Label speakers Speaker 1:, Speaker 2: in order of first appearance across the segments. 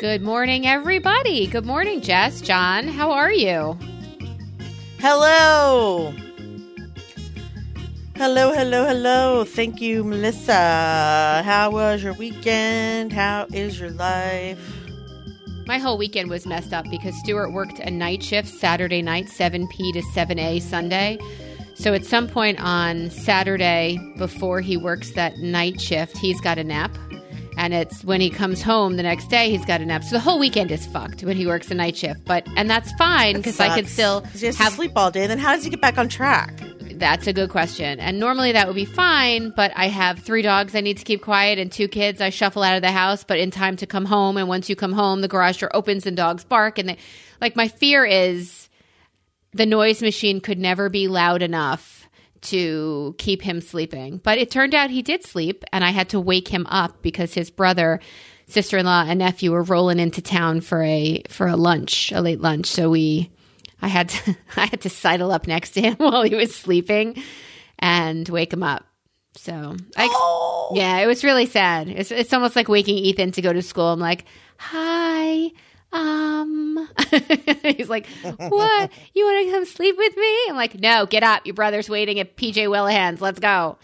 Speaker 1: Good morning, everybody. Good morning, Jess, John. How are you?
Speaker 2: Hello. Hello, hello, hello. Thank you, Melissa. How was your weekend? How is your life?
Speaker 1: My whole weekend was messed up because Stuart worked a night shift Saturday night, 7 p to 7 a Sunday. So at some point on Saturday, before he works that night shift, he's got a nap. And it's when he comes home the next day, he's got a nap. So the whole weekend is fucked when he works a night shift. But and that's fine because I can
Speaker 2: Sucks.
Speaker 1: still
Speaker 2: He has to
Speaker 1: have
Speaker 2: sleep all day. Then how does he get back on track?
Speaker 1: That's a good question. And normally that would be fine, but I have three dogs I need to keep quiet and two kids I shuffle out of the house, but in time to come home. And once you come home, the garage door opens and dogs bark. And they, like, my fear is the noise machine could never be loud enough to keep him sleeping. But it turned out he did sleep, and I had to wake him up because his brother, sister in law, and nephew were rolling into town for a for a lunch, a late lunch. So we I had to I had to sidle up next to him while he was sleeping and wake him up. So I ex-
Speaker 2: Oh.
Speaker 1: yeah, it was really sad. It's it's almost like waking Ethan to go to school. I'm like, hi. Um, he's like, what? You want to come sleep with me? I'm like, no, get up. Your brother's waiting at PJ Willihan's. Let's go.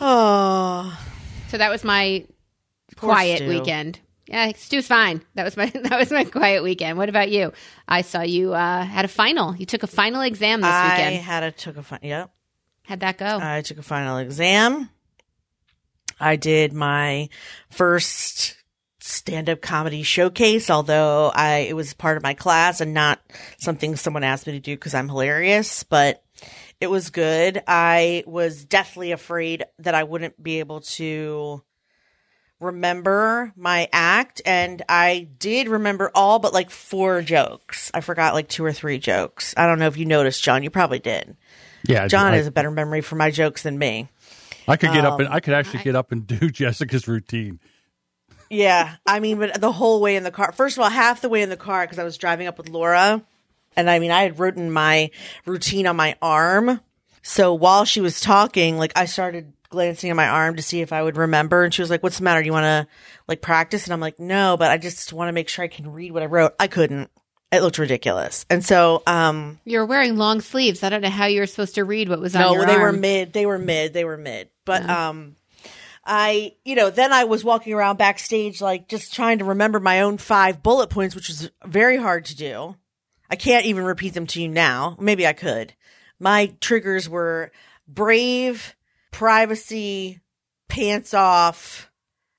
Speaker 2: Oh,
Speaker 1: So that was my
Speaker 2: Poor
Speaker 1: quiet
Speaker 2: Stu.
Speaker 1: weekend. Yeah, Stu's fine. That was my that was my quiet weekend. What about you? I saw you uh, had a final. You took a final exam this
Speaker 2: I
Speaker 1: weekend.
Speaker 2: had a took a fun. Yep,
Speaker 1: How'd that go?
Speaker 2: I took a final exam. I did my first stand-up comedy showcase, although I it was part of my class and not something someone asked me to do because I'm hilarious, but it was good. I was deathly afraid that I wouldn't be able to remember my act and I did remember all but like four jokes. I forgot like two or three jokes. I don't know if you noticed, John, you probably did.
Speaker 3: Yeah,
Speaker 2: John
Speaker 3: I,
Speaker 2: has a better memory for my jokes than me.
Speaker 3: I could get up and I could actually get up and do Jessica's routine.
Speaker 2: Yeah, I mean, but the whole way in the car. First of all, half the way in the car because I was driving up with Laura, and I mean, I had written my routine on my arm. So while she was talking, like I started glancing at my arm to see if I would remember, and she was like, "What's the matter? Do you want to like practice?" And I'm like, "No, but I just want to make sure I can read what I wrote." I couldn't. It looked ridiculous, and so um,
Speaker 1: You're wearing long sleeves. I don't know how you were supposed to read what was on
Speaker 2: no,
Speaker 1: your Mm-hmm.
Speaker 2: they were
Speaker 1: arm.
Speaker 2: mid. They were mid. They were mid. But um, I, you know, then I was walking around backstage, like just trying to remember my own five bullet points, which is very hard to do. I can't even repeat them to you now. Maybe I could. My triggers were brave, privacy, pants off,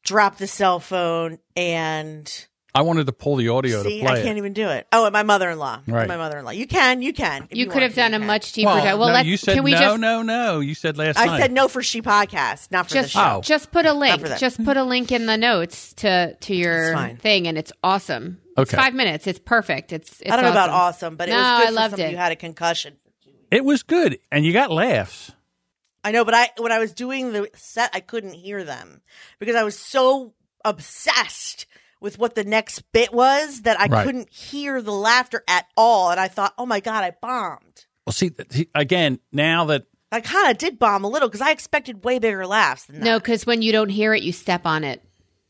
Speaker 2: drop the cell phone, and
Speaker 3: I wanted to pull the audio
Speaker 2: see,
Speaker 3: to play
Speaker 2: I can't
Speaker 3: it.
Speaker 2: even do it. Oh, and my mother-in-law.
Speaker 3: Right.
Speaker 2: My mother-in-law. You can. You can. if
Speaker 1: you could
Speaker 2: want
Speaker 1: have
Speaker 2: to,
Speaker 1: done
Speaker 2: you
Speaker 1: a
Speaker 2: can.
Speaker 1: much deeper dive. Well,
Speaker 3: no,
Speaker 1: let's,
Speaker 3: you said
Speaker 1: can we
Speaker 3: no,
Speaker 1: just
Speaker 3: no, no. You said last
Speaker 2: I
Speaker 3: night.
Speaker 2: said no for she podcast, not for the
Speaker 1: just
Speaker 2: show.
Speaker 3: Oh.
Speaker 1: just put a
Speaker 2: for
Speaker 1: link.
Speaker 2: that.
Speaker 1: Just put a link in the notes to to
Speaker 2: It's
Speaker 1: your
Speaker 2: fine.
Speaker 1: thing, and it's awesome. It's
Speaker 3: Okay.
Speaker 1: five minutes. It's perfect. It's, it's
Speaker 2: I don't know about
Speaker 1: awesome.
Speaker 2: awesome, but it
Speaker 1: No,
Speaker 2: was
Speaker 1: I
Speaker 2: good for
Speaker 1: loved
Speaker 2: somebody
Speaker 1: it.
Speaker 2: who had a concussion.
Speaker 3: It was good, and you got laughs.
Speaker 2: I know, but I when I was doing the set, I couldn't hear them because I was so obsessed with what the next bit was that I
Speaker 3: Right.
Speaker 2: couldn't hear the laughter at all. And I thought, oh my god, I bombed.
Speaker 3: Well, see, th- see, again, now that
Speaker 2: I kind of did bomb a little because I expected way bigger laughs than that.
Speaker 1: No, because when you don't hear it, you step on it.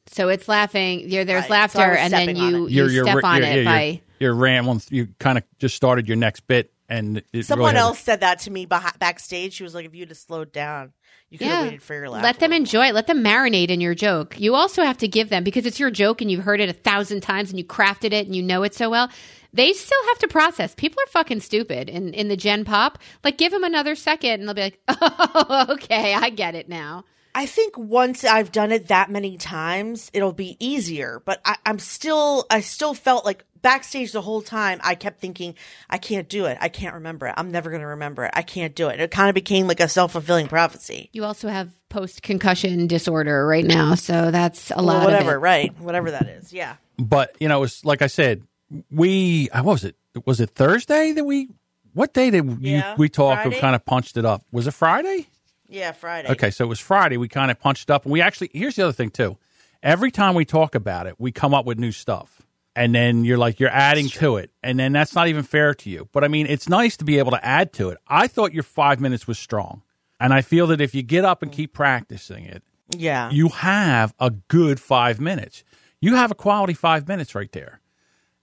Speaker 1: So it's laughing. There, there's
Speaker 2: Right.
Speaker 1: laughter,
Speaker 2: So I was
Speaker 1: and then
Speaker 2: stepping on
Speaker 1: you
Speaker 2: it.
Speaker 1: you
Speaker 3: you're you're
Speaker 1: step
Speaker 3: ra-
Speaker 1: on
Speaker 3: you're,
Speaker 1: it
Speaker 3: yeah,
Speaker 1: by.
Speaker 3: you're, you're rambling. You kind of just started your next bit, and it really
Speaker 2: Someone
Speaker 3: hasn't-
Speaker 2: else said that to me behi- backstage. She was like, "If you'd have slowed down, you could have
Speaker 1: Yeah.
Speaker 2: waited for your laugh."
Speaker 1: Let
Speaker 2: a
Speaker 1: them
Speaker 2: little
Speaker 1: enjoy it. Let them marinate in your joke. You also have to give them because it's your joke and you've heard it a thousand times and you crafted it and you know it so well. They still have to process. People are fucking stupid in, in the Gen Pop. Like, give them another second and they'll be like, oh, okay, I get it now.
Speaker 2: I think once I've done it that many times, it'll be easier. But I, I'm still, I still felt like backstage the whole time. I kept thinking, I can't do it. I can't remember it. I'm never going to remember it. I can't do it. It kind of became like a self fulfilling prophecy.
Speaker 1: You also have post concussion disorder right now. So that's a lot
Speaker 2: Well, whatever,
Speaker 1: of it.
Speaker 2: right? Whatever that is. Yeah.
Speaker 3: but you know, it's like I said, we I- what was it? Was it Thursday that we? What day did you,
Speaker 2: Yeah,
Speaker 3: we talk and
Speaker 2: Friday.
Speaker 3: kind of punched it up? Was it Friday?
Speaker 2: Yeah. Friday.
Speaker 3: Okay, so it was Friday. We kind of punched up, and we actually here's the other thing too. Every time we talk about it, we come up with new stuff. and then you're like you're adding to it and then that's not even fair to you but i mean it's nice to be able to add to it i thought your five minutes was strong and i feel that if you get up and keep practicing it
Speaker 2: Yeah.
Speaker 3: you have a good five minutes you have a quality five minutes right there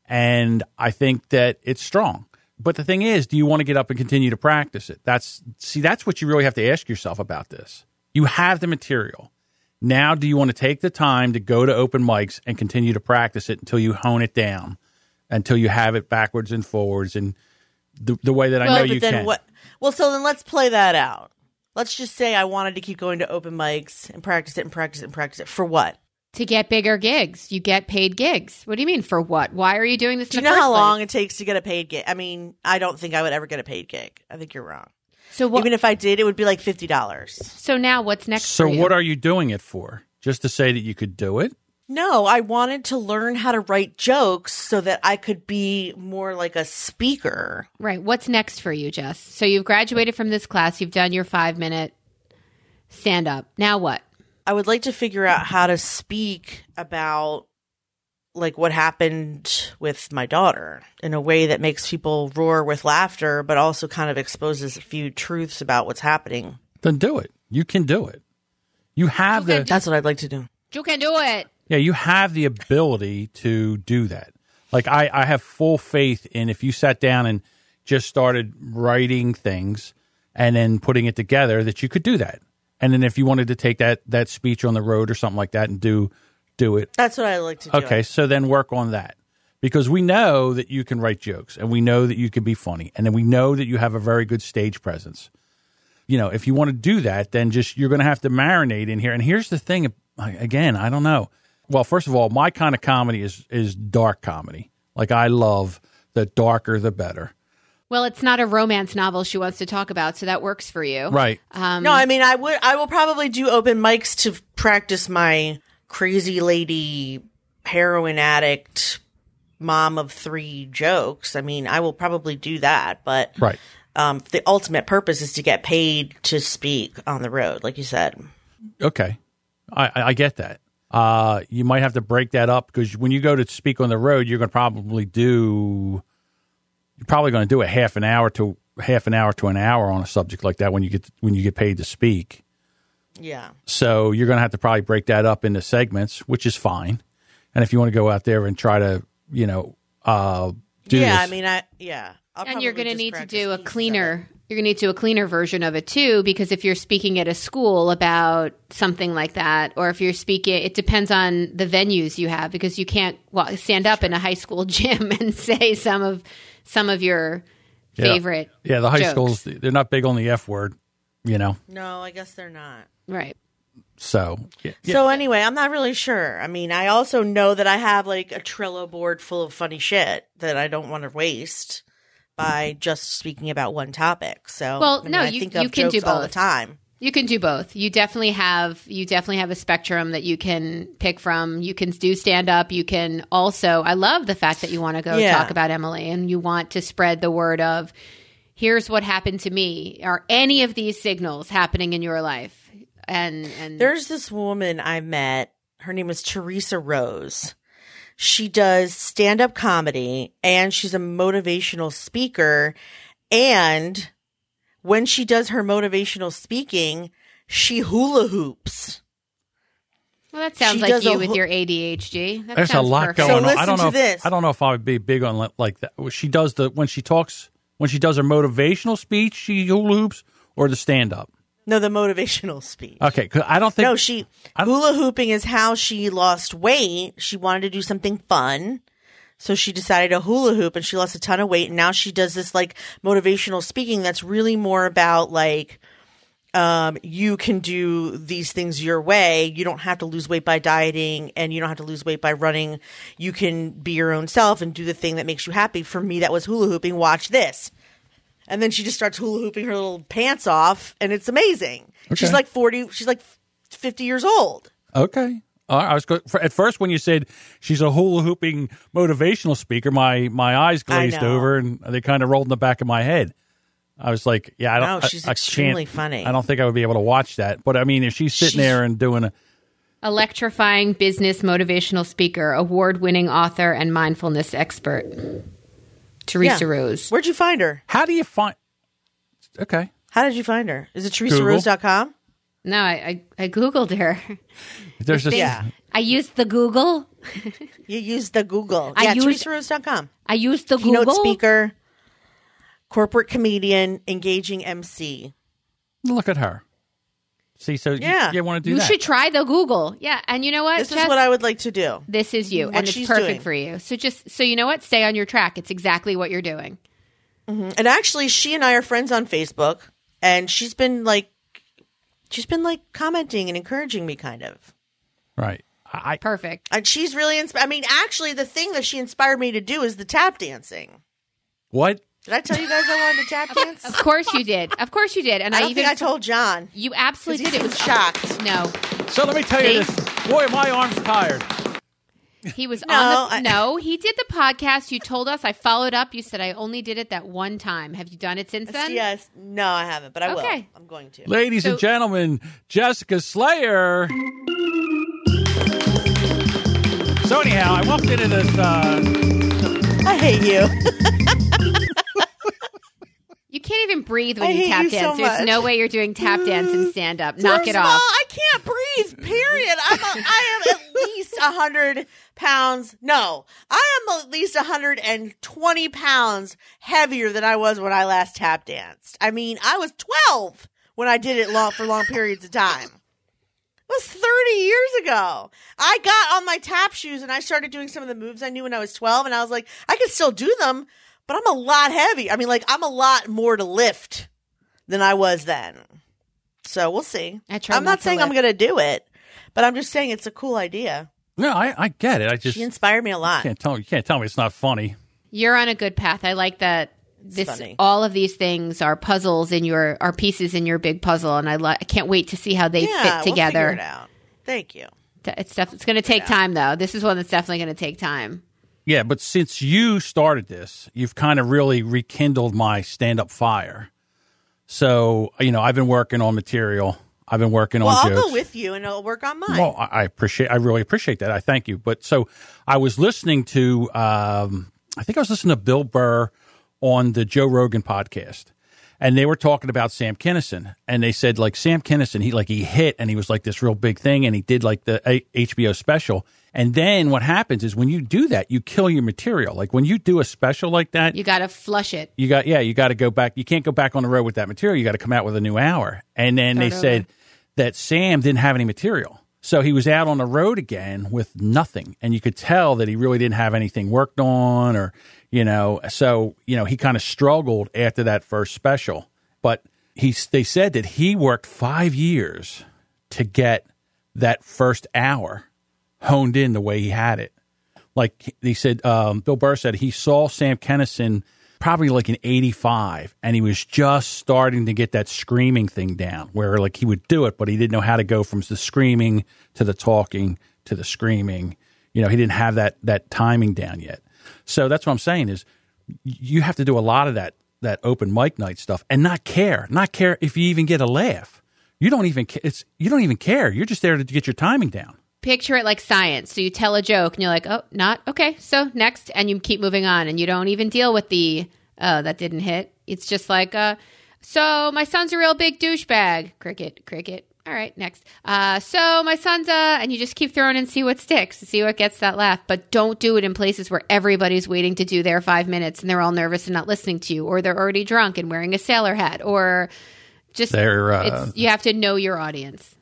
Speaker 3: and i think that it's strong but the thing is do you want to get up and continue to practice it that's see that's what you really have to ask yourself about this you have the material now, do you want to take the time to go to open mics and continue to practice it until you hone it down, until you have it backwards and forwards and the, the way that I
Speaker 1: Well,
Speaker 3: know
Speaker 1: but
Speaker 3: you
Speaker 2: then
Speaker 3: can?
Speaker 2: what? Well, so then let's play that out. Let's just say I wanted to keep going to open mics and practice it and practice it and practice it for what?
Speaker 1: to get bigger gigs. You get paid gigs. What do you mean for what? Why are you doing this?
Speaker 2: Do you
Speaker 1: in
Speaker 2: know
Speaker 1: the
Speaker 2: how
Speaker 1: first
Speaker 2: long
Speaker 1: Place?
Speaker 2: it takes to get a paid gig? I mean, I don't think I would ever get a paid gig. I think you're wrong.
Speaker 1: So what?
Speaker 2: Even if I did, it would be like fifty dollars.
Speaker 1: so now what's next?
Speaker 3: So,
Speaker 1: for you?
Speaker 3: what are you doing it for? Just to say that you could do it?
Speaker 2: No, I wanted to learn how to write jokes so that I could be more like a speaker.
Speaker 1: right? What's next for you, Jess? So you've graduated from this class. You've done your five minute stand up. Now what?
Speaker 2: I would like to figure out how to speak about like what happened with my daughter in a way that makes people roar with laughter but also kind of exposes a few truths about what's happening.
Speaker 3: Then do it. You can do it. You have
Speaker 1: You
Speaker 3: the
Speaker 1: can
Speaker 2: That's what I'd like to do.
Speaker 1: You can do it.
Speaker 3: Yeah, you have the ability to do that. Like I, I have full faith in if you sat down and just started writing things and then putting it together that you could do that. And then if you wanted to take that that speech on the road or something like that and do do it.
Speaker 2: That's what I'd like to do.
Speaker 3: Okay, so then work on that. Because we know that you can write jokes and we know that you can be funny and then we know that you have a very good stage presence you know, if you want to do that, then just you're going to have to marinate in here. And here's the thing again, I don't know. Well, first of all, my kind of comedy is is dark comedy. Like I love the darker the better.
Speaker 1: Well, it's not a romance novel she wants to talk about, so that works for you.
Speaker 3: Right.
Speaker 2: No,
Speaker 1: Um,
Speaker 2: I mean I would I will probably do open mics to practice my crazy lady heroin addict mom of 3 jokes. I mean, I will probably do that, but
Speaker 3: Right.
Speaker 2: um, the ultimate purpose is to get paid to speak on the road, like you said.
Speaker 3: Okay. I I I get that. Uh you might have to break that up because when you go to speak on the road, you're going to probably do you're probably going to do a half an hour to half an hour to an hour on a subject like that when you get when you get paid to speak.
Speaker 2: Yeah.
Speaker 3: So you're going to have to probably break that up into segments, which is fine. And if you want to go out there and try to, you know, uh, do
Speaker 2: yeah,
Speaker 3: this-
Speaker 2: I mean, I yeah. I'll
Speaker 1: and you're
Speaker 2: probably
Speaker 1: going to
Speaker 2: just
Speaker 1: need to
Speaker 2: practice
Speaker 1: do a
Speaker 2: pieces of it.
Speaker 1: cleaner you're going to need to do a cleaner version of it too because if you're speaking at a school about something like that or if you're speaking it depends on the venues you have because you can't wa- stand up in a high school gym and say some of some of your
Speaker 3: Yeah.
Speaker 1: favorite
Speaker 3: yeah, the high
Speaker 1: jokes.
Speaker 3: schools they're not big on the F word, you know.
Speaker 2: No, I guess they're not.
Speaker 1: right
Speaker 3: So yeah,
Speaker 2: So anyway, I'm not really sure. I mean, I also know that I have like a Trello board full of funny shit that I don't want to waste by just speaking about one topic. So
Speaker 1: Well,
Speaker 2: I mean,
Speaker 1: no,
Speaker 2: I
Speaker 1: you-
Speaker 2: think
Speaker 1: you
Speaker 2: of
Speaker 1: can do
Speaker 2: jokes all the
Speaker 1: both.
Speaker 2: time.
Speaker 1: You can do both. You definitely have you definitely have a spectrum that you can pick from. You can do stand up. You can also I love the fact that you want to go
Speaker 2: Yeah.
Speaker 1: talk about Emily and you want to spread the word of here's what happened to me. Are any of these signals happening in your life? And and
Speaker 2: There's this woman I met. Her name is Teresa Rose. She does stand up comedy and she's a motivational speaker. And when she does her motivational speaking, she hula hoops.
Speaker 1: well, that sounds
Speaker 2: she
Speaker 1: like
Speaker 2: does
Speaker 1: you
Speaker 2: a
Speaker 1: with
Speaker 2: wh-
Speaker 1: your ADHD. That
Speaker 3: there's a
Speaker 1: sounds
Speaker 3: lot
Speaker 1: perfect.
Speaker 3: going
Speaker 2: So
Speaker 3: on. I
Speaker 2: listen
Speaker 3: don't know.
Speaker 2: to
Speaker 3: If,
Speaker 2: this.
Speaker 3: I don't know if I would be big on li- like that. She does the when she talks when she does her motivational speech, she hula hoops or the stand up.
Speaker 2: No, the motivational speech.
Speaker 3: Okay, 'cause I don't think
Speaker 2: no, she
Speaker 3: I don't-
Speaker 2: hula hooping is how she lost weight. She wanted to do something fun. So she decided to hula hoop and she lost a ton of weight and now she does this like motivational speaking that's really more about like um you can do these things your way. You don't have to lose weight by dieting and you don't have to lose weight by running. You can be your own self and do the thing that makes you happy. For me that was hula hooping. Watch this. And then she just starts hula hooping her little pants off and it's amazing. She's
Speaker 3: Okay.
Speaker 2: like 40, she's like 50 years old.
Speaker 3: Okay. All right. I was go- for, at first when you said she's a hula hooping motivational speaker, my my eyes
Speaker 2: I
Speaker 3: glazed
Speaker 2: know.
Speaker 3: over and they kind of rolled in the back of my head. I was like, yeah, I don't.
Speaker 2: No,
Speaker 3: I-
Speaker 2: she's
Speaker 3: I can't-
Speaker 2: extremely funny.
Speaker 3: I don't think I would be able to watch that. But I mean, if she's sitting
Speaker 2: She's-
Speaker 3: there and doing a,
Speaker 1: Electrifying business motivational speaker, award winning author, and mindfulness expert. Teresa
Speaker 2: Yeah.
Speaker 1: Rose.
Speaker 2: Where'd you find her?
Speaker 3: How do you find? Okay,
Speaker 2: How did you find her? Is it
Speaker 3: Google.
Speaker 2: teresarose.com?
Speaker 1: No, I, I, I Googled her.
Speaker 3: there's this.
Speaker 2: Yeah.
Speaker 1: I used the Google.
Speaker 2: You use the Google.
Speaker 1: I
Speaker 2: yeah,
Speaker 1: use-
Speaker 2: teresarose.com.
Speaker 1: I used the
Speaker 2: Keynote
Speaker 1: Google.
Speaker 2: speaker, corporate comedian, engaging MC.
Speaker 3: Look at her. See, so yeah,
Speaker 2: Yeah.
Speaker 3: you, want to do
Speaker 1: you
Speaker 3: that?
Speaker 1: should try the Google. Yeah. And you know what?
Speaker 2: This is
Speaker 1: Jess?
Speaker 2: what I would like to do.
Speaker 1: this is you.
Speaker 2: what
Speaker 1: And it's
Speaker 2: she's
Speaker 1: perfect
Speaker 2: doing.
Speaker 1: for you. So just, so you know what? Stay on your track. It's exactly what you're doing.
Speaker 2: And actually, she and I are friends on Facebook, and she's been like, she's been like commenting and encouraging me, kind of.
Speaker 3: right. I,
Speaker 1: Perfect.
Speaker 2: And she's really inspired. I mean, actually, the thing that she inspired me to do is the tap dancing.
Speaker 3: what?
Speaker 2: Did I tell you guys I wanted to tap dance?
Speaker 1: Of course you did. Of course you did. And
Speaker 2: I
Speaker 1: I,
Speaker 2: don't
Speaker 1: even
Speaker 2: think I told John.
Speaker 1: you
Speaker 2: 'cause
Speaker 1: absolutely
Speaker 2: He
Speaker 1: did. It was
Speaker 2: was shocked.
Speaker 1: no.
Speaker 3: So let me tell
Speaker 1: See?
Speaker 3: you this. Boy, my arm's tired.
Speaker 1: He was
Speaker 2: No,
Speaker 1: on the
Speaker 2: I-
Speaker 1: no. He did the podcast. You told us. I followed up. You said I only did it that one time. Have you done it since then?
Speaker 2: Yes. No, I haven't, but I will.
Speaker 1: Okay.
Speaker 2: I'm going to.
Speaker 3: Ladies
Speaker 1: So-
Speaker 3: and gentlemen, Jessica Slayer. So anyhow, I walked into this. Uh,
Speaker 2: I hate you.
Speaker 1: You can't even breathe when
Speaker 2: I
Speaker 1: you
Speaker 2: hate
Speaker 1: tap
Speaker 2: you so
Speaker 1: dance. There's
Speaker 2: much.
Speaker 1: no way you're doing tap dance and stand up. Knock
Speaker 2: First
Speaker 1: it
Speaker 2: of
Speaker 1: off.
Speaker 2: all, I can't breathe. Period. I'm a, I am at least hundred pounds. No, I am at least hundred and twenty pounds heavier than I was when I last tap danced. I mean, I was twelve when I did it long for long periods of time. It was thirty years ago. I got on my tap shoes and I started doing some of the moves I knew when I was twelve, and I was like, I can still do them, but I'm a lot heavy. I mean, like I'm a lot more to lift than I was then. So we'll see.
Speaker 1: I try
Speaker 2: I'm
Speaker 1: not
Speaker 2: not
Speaker 1: to
Speaker 2: saying I'm
Speaker 1: let-
Speaker 2: going to do it, but I'm just saying it's a cool idea.
Speaker 3: no, I, I get it. I just
Speaker 2: She inspired me a lot.
Speaker 3: can't tell you can't tell me it's not funny.
Speaker 1: You're on a good path. I like that. This
Speaker 2: funny.
Speaker 1: all of these things are puzzles in your are pieces in your big puzzle, and I lo- I can't wait to see how they
Speaker 2: yeah,
Speaker 1: fit
Speaker 2: We'll figure
Speaker 1: together.
Speaker 2: it out. Thank you.
Speaker 1: Th- it's def- it's going to take time though. This is one that's definitely going to take time.
Speaker 3: Yeah, but since you started this, you've kind of really rekindled my stand up fire. So, you know, I've been working on material. I've been working
Speaker 2: Well,
Speaker 3: on
Speaker 2: I'll
Speaker 3: jokes.
Speaker 2: go with you and I'll work on mine.
Speaker 3: Well, I I appreciate. I really appreciate that. I thank you. But so I was listening to. Um, I think I was listening to Bill Burr on the Joe Rogan podcast, and they were talking about Sam Kinison, and they said like Sam Kinison, he like he hit, and he was like this real big thing, and he did like the A- HBO special. And then what happens is when you do that, you kill your material. Like when you do a special like that,
Speaker 1: You got to flush it.
Speaker 3: you got yeah you got to go back you can't go back on the road with that material you got to come out with a new hour and then they
Speaker 1: Start
Speaker 3: said
Speaker 1: over.
Speaker 3: that sam didn't have any material so he was out on the road again with nothing and you could tell that he really didn't have anything worked on or you know so you know he kind of struggled after that first special but he they said that he worked 5 years to get that first hour honed in the way he had it like he said, um, Bill Burr said he saw Sam Kennison probably like in 85 and he was just starting to get that screaming thing down where like he would do it, but he didn't know how to go from the screaming to the talking to the screaming. You know, he didn't have that, that timing down yet. So that's what I'm saying is you have to do a lot of that, that open mic night stuff and not care, not care if you even get a laugh. You don't even, ca- it's, you don't even care. You're just there to get your timing down.
Speaker 1: Picture it like science. So you tell a joke and you're like, "Oh, not okay." So next, and you keep moving on, and you don't even deal with the "oh, that didn't hit." It's just like, uh, "So my son's a real big douchebag." Cricket, cricket. All right, next. Uh, so my son's uh, and you just keep throwing and see what sticks, see what gets that laugh. But don't do it in places where everybody's waiting to do their five minutes and they're all nervous and not listening to you, or they're already drunk and wearing a sailor hat, or just
Speaker 3: They're, uh,
Speaker 1: it's, you have to know your audience.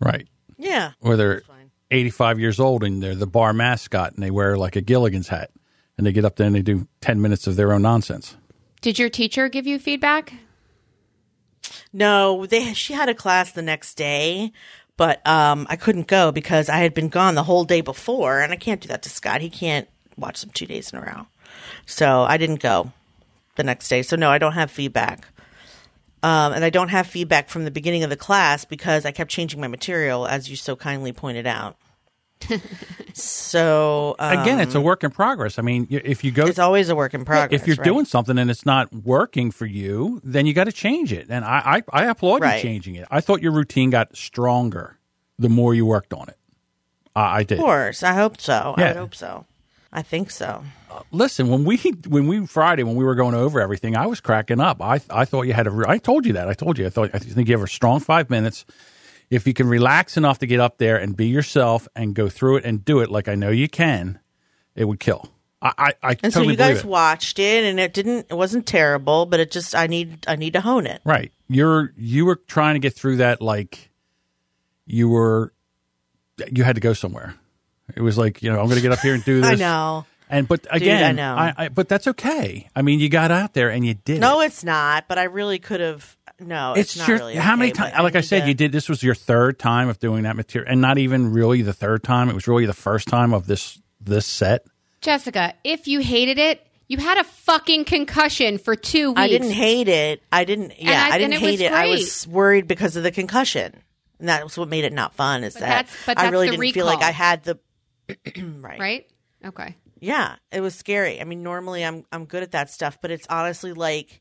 Speaker 3: Right.
Speaker 2: yeah.
Speaker 3: or they're
Speaker 2: fine.
Speaker 3: 85 years old and they're the bar mascot and they wear like a Gilligan's hat and they get up there and they do 10 minutes of their own nonsense.
Speaker 1: Did your teacher give you feedback?
Speaker 2: No, they she had a class the next day, but um I couldn't go because I had been gone the whole day before and I can't do that to Scott. He can't watch them 2 days in a row. So, I didn't go the next day. So no, I don't have feedback. Um and I don't have feedback from the beginning of the class because I kept changing my material as you so kindly pointed out. so um,
Speaker 3: Again, it's a work in progress. I mean, y- if you go
Speaker 2: it's always a work in progress.
Speaker 3: if you're
Speaker 2: right?
Speaker 3: doing something and it's not working for you, then you got to change it. And I I, I applaud
Speaker 2: Right.
Speaker 3: you changing it. I thought your routine got stronger the more you worked on it. I, I did.
Speaker 2: Of course. I hope so. I
Speaker 3: Yeah.
Speaker 2: would hope so. I think so.
Speaker 3: Listen, when we when we Friday when we were going over everything, I was cracking up. I I thought you had a. re- I told you that. I told you. I thought I think you have a strong five minutes. If you can relax enough to get up there and be yourself and go through it and do it like I know you can, it would kill. I I, I
Speaker 2: And
Speaker 3: totally
Speaker 2: so you guys
Speaker 3: believe it.
Speaker 2: watched it and it didn't it wasn't terrible, but it just I need I need to hone it.
Speaker 3: Right. You're you were trying to get through that like you were you had to go somewhere. It was like, you know, I'm going to get up here and do this.
Speaker 2: I know.
Speaker 3: And but again,
Speaker 2: know.
Speaker 3: I, I but that's okay. I mean, you got out there and you did.
Speaker 2: No,
Speaker 3: it.
Speaker 2: it's not, but I really could have no, it's,
Speaker 3: it's
Speaker 2: not
Speaker 3: your
Speaker 2: really
Speaker 3: how many
Speaker 2: okay, but
Speaker 3: times like I
Speaker 2: need
Speaker 3: said
Speaker 2: to-
Speaker 3: you did this was your third time of doing that material and not even really the third time. It was really the first time of this this set.
Speaker 1: Jessica, if you hated it, you had a fucking concussion for two weeks.
Speaker 2: I didn't hate it. I didn't. Yeah,
Speaker 1: I-
Speaker 2: I,
Speaker 1: and
Speaker 2: didn't
Speaker 1: it was
Speaker 2: hate it. I
Speaker 1: great.
Speaker 2: was worried because of the concussion, and that was what made it not fun. Is that
Speaker 1: that's- but
Speaker 2: I
Speaker 1: that's
Speaker 2: really
Speaker 1: the
Speaker 2: didn't feel like
Speaker 1: recall.
Speaker 2: I had the right.
Speaker 1: Right? Okay.
Speaker 2: Yeah, it was scary. I mean, normally I'm I'm good at that stuff, but it's honestly like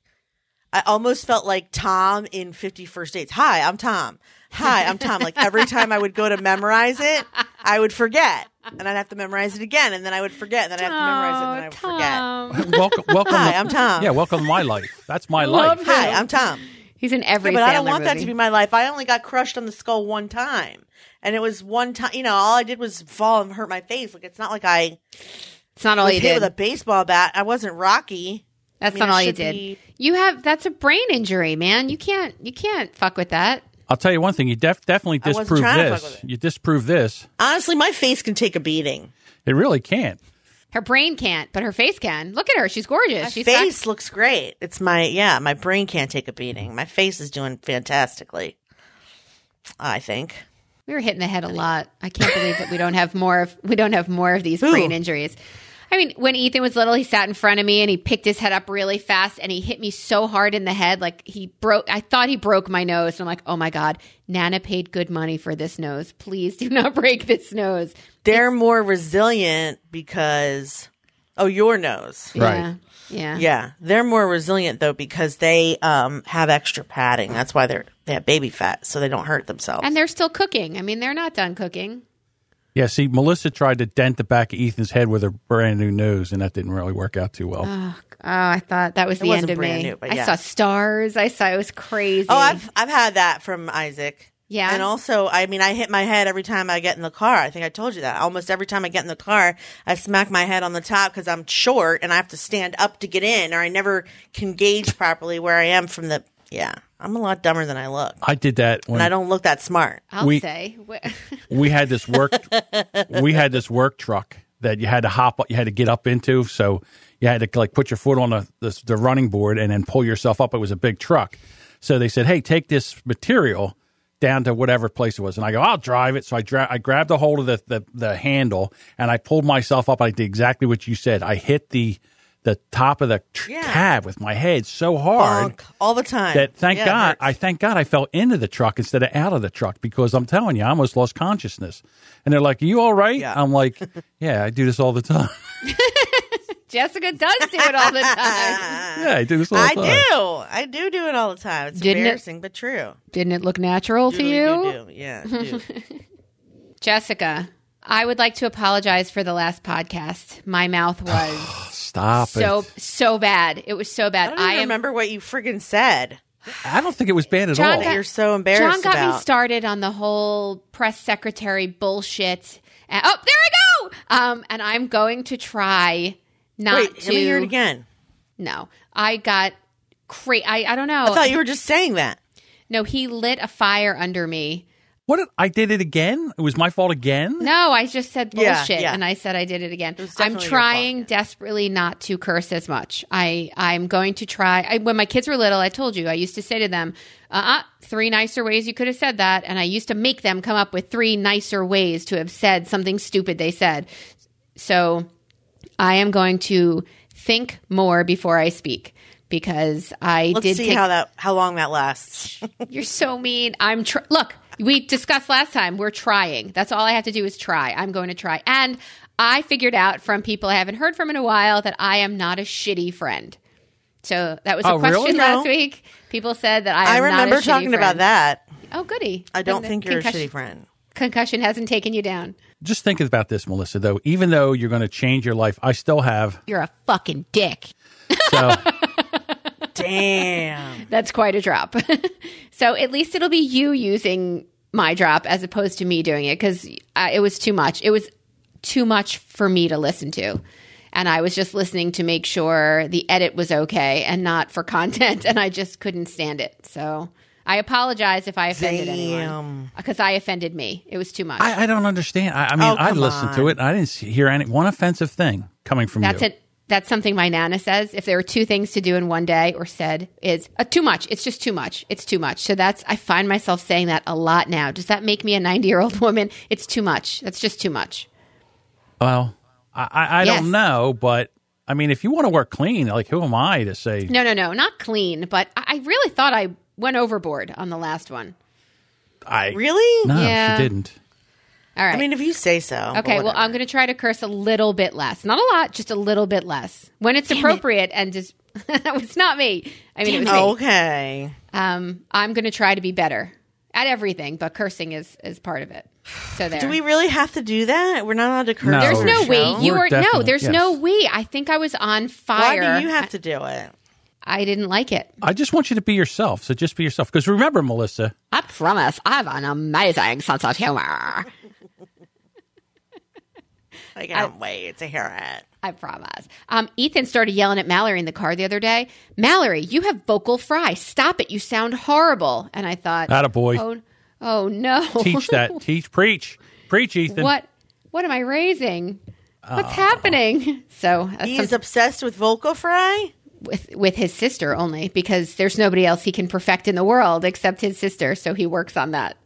Speaker 2: I almost felt like Tom in Fifty First Dates. Hi, I'm Tom. Hi, I'm Tom. Like every time I would go to memorize it, I would forget, and I'd have to memorize it again, and then I would forget, and then I'd have to memorize it, and then I would
Speaker 1: Tom.
Speaker 2: forget.
Speaker 3: welcome welcome
Speaker 2: Hi,
Speaker 3: to-
Speaker 2: I'm Tom.
Speaker 3: Yeah, welcome to my life. That's my
Speaker 1: Love
Speaker 3: life.
Speaker 1: that.
Speaker 2: Hi, I'm Tom.
Speaker 1: He's in every
Speaker 2: Yeah, but I don't
Speaker 1: Sandler
Speaker 2: want that
Speaker 1: movie.
Speaker 2: to be my life. I only got crushed on the skull one time, and it was one time. You know, all I did was fall and hurt my face. Like it's not like I
Speaker 1: It's not all
Speaker 2: was
Speaker 1: Oh, you
Speaker 2: hit
Speaker 1: did.
Speaker 2: with a baseball bat. I wasn't Rocky.
Speaker 1: that's
Speaker 2: I mean,
Speaker 1: not
Speaker 2: it
Speaker 1: all you
Speaker 2: should
Speaker 1: did.
Speaker 2: be-
Speaker 1: You have that's a brain injury, man. You can't you can't fuck with that.
Speaker 3: I'll tell you one thing. You def- definitely
Speaker 2: I wasn't
Speaker 3: disprove
Speaker 2: trying to fuck
Speaker 3: this.
Speaker 2: with it.
Speaker 3: You disprove this.
Speaker 2: Honestly, my face can take a beating.
Speaker 3: It really can't.
Speaker 1: Her brain can't, but her face can. Look at her; she's gorgeous.
Speaker 2: My
Speaker 1: she's
Speaker 2: face looks great. It's my yeah. My brain can't take a beating. My face is doing fantastically. I think.
Speaker 1: We were hitting the head a lot. I can't believe that we don't have more of we don't have more of these
Speaker 2: Who?
Speaker 1: brain injuries. I mean, when Ethan was little, he sat in front of me and he picked his head up really fast and he hit me so hard in the head, like he broke. I thought he broke my nose. And I'm like, oh my god, Nana paid good money for this nose. Please do not break this nose.
Speaker 2: They're more resilient because oh, your nose.
Speaker 1: Yeah,
Speaker 3: Right.
Speaker 1: yeah.
Speaker 2: Yeah, they're more resilient though because they um have extra padding. That's why they're they have baby fat, so they don't hurt themselves.
Speaker 1: And they're still cooking. I mean, they're not done cooking.
Speaker 3: Yeah, see, Melissa tried to dent the back of Ethan's head with her brand new nose, and that didn't really work out too well.
Speaker 2: Uh,
Speaker 1: Oh, oh, I thought that was the end
Speaker 2: wasn't
Speaker 1: of
Speaker 2: brand
Speaker 1: me.
Speaker 2: new, but
Speaker 1: I
Speaker 2: yeah.
Speaker 1: saw stars. I saw it was crazy.
Speaker 2: oh, I've I've had that from Isaac.
Speaker 1: Yeah?
Speaker 2: and also I mean I hit my head every time I get in the car. I think I told you that. Almost every time I get in the car, I smack my head on the top because I'm short and I have to stand up to get in, or I never can gauge properly where I am from the. Yeah, I'm a lot dumber than I look,
Speaker 3: I did that
Speaker 2: and I
Speaker 3: when
Speaker 2: don't look that smart.
Speaker 1: I'll
Speaker 3: we-
Speaker 1: say.
Speaker 3: we had this work. we had this work truck that you had to hop, you had to get up into. So you had to like put your foot on the the, the running board and then pull yourself up. It was a big truck. So they said, "Hey, take this material down to whatever place it was." And I go, "I'll drive it." So I dra- I grabbed a hold of the, the the handle and I pulled myself up. I did exactly what you said. I hit the the top of the tr-
Speaker 2: Yeah.
Speaker 3: cab with my head so
Speaker 1: Oh,
Speaker 3: hard
Speaker 2: Bonk, all the time.
Speaker 3: that thank
Speaker 2: Yeah, it
Speaker 3: God
Speaker 2: hurts.
Speaker 3: I thank God I fell into the truck instead of out of the truck because I'm telling you I almost lost consciousness. And they're like, "You all right?"
Speaker 2: Yeah.
Speaker 3: I'm like, "Yeah, I do this all the time.
Speaker 1: Jessica does do it all the time.
Speaker 3: yeah, I do this all the
Speaker 2: I
Speaker 3: time."
Speaker 2: do. I do do it all the time. It's
Speaker 1: Didn't it-
Speaker 2: embarrassing, but true.
Speaker 1: Didn't it look natural to you?
Speaker 2: Doodly-doo-doo. Yeah. do.
Speaker 1: Jessica, I would like to apologize for the last podcast. My mouth was
Speaker 3: Stop
Speaker 1: so
Speaker 3: it.
Speaker 1: so bad. It was so
Speaker 2: I
Speaker 1: bad.
Speaker 2: don't even
Speaker 1: am
Speaker 2: remember what you friggin' said.
Speaker 3: I don't think it was bad at
Speaker 1: John
Speaker 3: all.
Speaker 1: got-
Speaker 2: You're so
Speaker 1: John
Speaker 2: embarrassed
Speaker 1: got
Speaker 2: about.
Speaker 1: me started on the whole press secretary bullshit. And, oh, there I go. Um, and I'm going to try not
Speaker 2: Wait,
Speaker 1: to
Speaker 2: let me hear it again.
Speaker 1: No, I got cra I, I don't know.
Speaker 2: I thought you were just saying that.
Speaker 1: no, he lit a fire under me.
Speaker 3: what? did- I did it again. It was my fault again.
Speaker 1: No, I just said
Speaker 2: Yeah,
Speaker 1: bullshit,
Speaker 2: yeah.
Speaker 1: and I said I did it again.
Speaker 2: was
Speaker 1: I'm
Speaker 2: definitely your fault,
Speaker 1: trying
Speaker 2: yeah.
Speaker 1: desperately not to curse as much. I I'm going to try. I, when my kids were little, I told you I used to say to them, "Uh, uh three nicer ways you could have said that," and I used to make them come up with three nicer ways to have said something stupid they said. So I am going to think more before I speak because I
Speaker 2: Let's
Speaker 1: did
Speaker 2: see
Speaker 1: take
Speaker 2: how that how long that lasts.
Speaker 1: you're so mean. I'm tr- look. We discussed last time. We're trying. That's all I have to do is try. I'm going to try. And I figured out from people I haven't heard from in a while that I am not a shitty friend. So that was a
Speaker 3: Oh,
Speaker 1: question
Speaker 3: really?
Speaker 1: last
Speaker 2: No.
Speaker 1: week. People said that I. Am
Speaker 2: I
Speaker 1: not a
Speaker 2: remember
Speaker 1: shitty
Speaker 2: talking
Speaker 1: friend.
Speaker 2: about that.
Speaker 1: Oh, goody!
Speaker 2: I
Speaker 1: Then
Speaker 2: don't
Speaker 1: the
Speaker 2: think you're
Speaker 1: concussion-
Speaker 2: a shitty friend.
Speaker 1: Concussion hasn't taken you down.
Speaker 3: Just think about this, Melissa, though. Even though you're going to change your life, I still have.
Speaker 1: You're a fucking dick.
Speaker 3: So
Speaker 2: Damn.
Speaker 1: That's quite a drop. so at least it'll be you using my drop as opposed to me doing it because it was too much. It was too much for me to listen to. And I was just listening to make sure the edit was okay and not for content. And I just couldn't stand it. So I apologize if I offended anyone
Speaker 2: Damn.
Speaker 1: because I offended me. It was too much.
Speaker 3: I, I don't understand. I, I mean,
Speaker 2: Oh,
Speaker 3: I
Speaker 2: come
Speaker 3: listened to
Speaker 2: on.
Speaker 3: it. And I didn't see- hear any one offensive thing coming from
Speaker 1: That's
Speaker 3: you.
Speaker 1: it. That's something my nana says. If there were two things to do in one day, or said, is uh, too much. It's just too much. It's too much. So that's I find myself saying that a lot now. Does that make me a ninety-year-old woman? It's too much. That's just too much.
Speaker 3: Well, I, I, I
Speaker 1: Yes.
Speaker 3: don't know, but I mean, if you want to work clean, like who am I to say?
Speaker 1: No, no, no, not clean. But I, I really thought I went overboard on the last one.
Speaker 3: I
Speaker 2: Really?
Speaker 3: No,
Speaker 1: Yeah.
Speaker 3: she didn't.
Speaker 1: All right.
Speaker 2: I mean, if you say so. but
Speaker 1: okay. Well,
Speaker 2: whatever.
Speaker 1: I'm going to try to curse a little bit less. Not a lot, just a little bit less when it's appropriate. And just that was not me. I mean, it was me.
Speaker 2: okay.
Speaker 1: um, I'm going to try to be better at everything, but cursing is is part of it. So there.
Speaker 2: Do we really have to do that? We're not allowed to curse.
Speaker 3: No.
Speaker 1: there's
Speaker 2: on
Speaker 1: no
Speaker 2: the show?
Speaker 1: we. You
Speaker 3: Oh, We're
Speaker 1: are no.
Speaker 3: definitely-
Speaker 1: There's no
Speaker 3: yes.
Speaker 1: we. I think I was on
Speaker 2: Why
Speaker 1: fire.
Speaker 2: do you have to do it?
Speaker 1: I didn't like it.
Speaker 3: I just want you to be yourself. So just be yourself. Because remember, Melissa,
Speaker 1: I promise. I have an amazing sense of humor.
Speaker 2: I can't wait to hear it.
Speaker 1: I promise. Um, Ethan started yelling at Mallory in the car the other day. Mallory, you have vocal fry. Stop it. You sound horrible. And I thought,
Speaker 3: attaboy. boy.
Speaker 1: oh, oh no.
Speaker 3: Teach that. Teach. Preach. Preach, Ethan.
Speaker 1: what? What am I raising?
Speaker 3: Ah.
Speaker 1: What's happening? So uh,
Speaker 2: He's obsessed with vocal fry.
Speaker 1: with with his sister only because there's nobody else he can perfect in the world except his sister so he works on that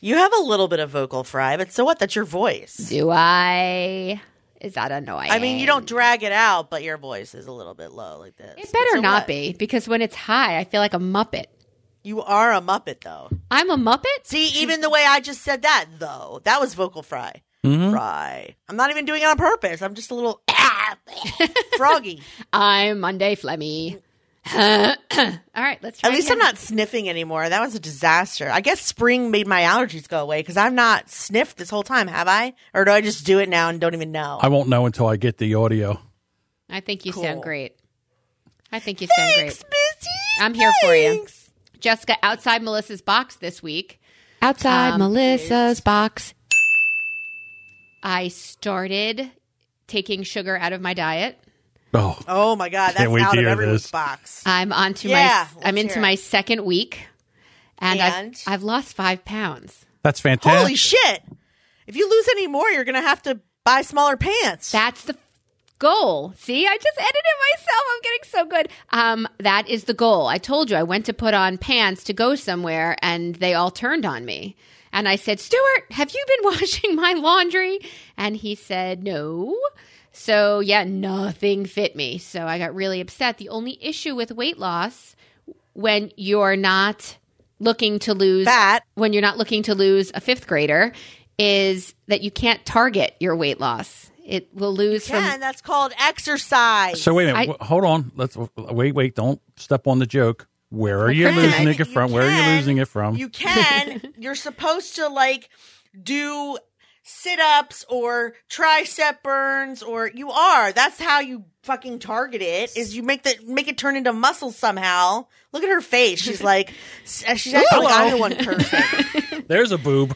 Speaker 2: You have a little bit of vocal fry, but so what? That's your voice.
Speaker 1: do i is that annoying
Speaker 2: I mean, you don't drag it out, but your voice is a little bit low like this.
Speaker 1: it better
Speaker 2: So
Speaker 1: not
Speaker 2: what?
Speaker 1: be because when it's high i feel like a muppet
Speaker 2: You are a Muppet, though.
Speaker 1: i'm a muppet
Speaker 2: See, even the way I just said that, though, that was vocal fry. Fry. I'm not even doing it on purpose. I'm just a little ah, froggy.
Speaker 1: i'm monday flemmy all right let's try
Speaker 2: At least
Speaker 1: again.
Speaker 2: I'm not sniffing anymore. That was a disaster. I guess spring made my allergies go away because I've not sniffed this whole time, have I? Or do I just do it now and don't even know?
Speaker 3: I won't know until I get the audio.
Speaker 1: i think you
Speaker 2: Cool.
Speaker 1: sound great i think you sound great
Speaker 2: Thanks, Missy.
Speaker 1: I'm here for you.
Speaker 2: Thanks.
Speaker 1: Jessica outside Melissa's box this week. Outside Melissa's box. I started taking sugar out of my diet.
Speaker 3: Oh,
Speaker 2: Oh my god, that's
Speaker 3: Can't wait to
Speaker 2: out of
Speaker 3: hear
Speaker 2: everyone's
Speaker 3: this.
Speaker 2: box.
Speaker 1: I'm onto
Speaker 2: Yeah,
Speaker 1: my I'm
Speaker 2: let's
Speaker 1: into
Speaker 2: hear it.
Speaker 1: my second week and,
Speaker 2: And?
Speaker 1: I've, I've lost 5 pounds.
Speaker 3: that's fantastic.
Speaker 2: Holy shit! If you lose any more, you're gonna have to buy smaller pants.
Speaker 1: That's the goal. See, I just edited myself. I'm getting so good. Um, that is the goal. I told you I went to put on pants to go somewhere, and they all turned on me. And I said, Stuart, have you been washing my laundry? And he said, No. So, yeah, nothing fit me. So I got really upset. The only issue with weight loss when you're not looking to lose
Speaker 2: Fat.
Speaker 1: when you're not looking to lose a fifth grader is that you can't target your weight loss. It will lose
Speaker 2: yeah,
Speaker 1: from
Speaker 2: and that's called exercise.
Speaker 3: So wait a minute.
Speaker 1: I-
Speaker 3: Wh- Hold on. Let's wait. Wait. Don't step on the joke. Where are you
Speaker 1: Okay.
Speaker 3: losing it
Speaker 2: You
Speaker 3: from? Where are you
Speaker 2: can-
Speaker 3: losing it from?
Speaker 2: You can. you're supposed to like do sit ups or tricep burns, or you are. That's how you fucking target it. Is you make that make it turn into muscle somehow. Look at her face. She's like, s- uh, she's acting like I'm the one cursing.
Speaker 3: There's a boob.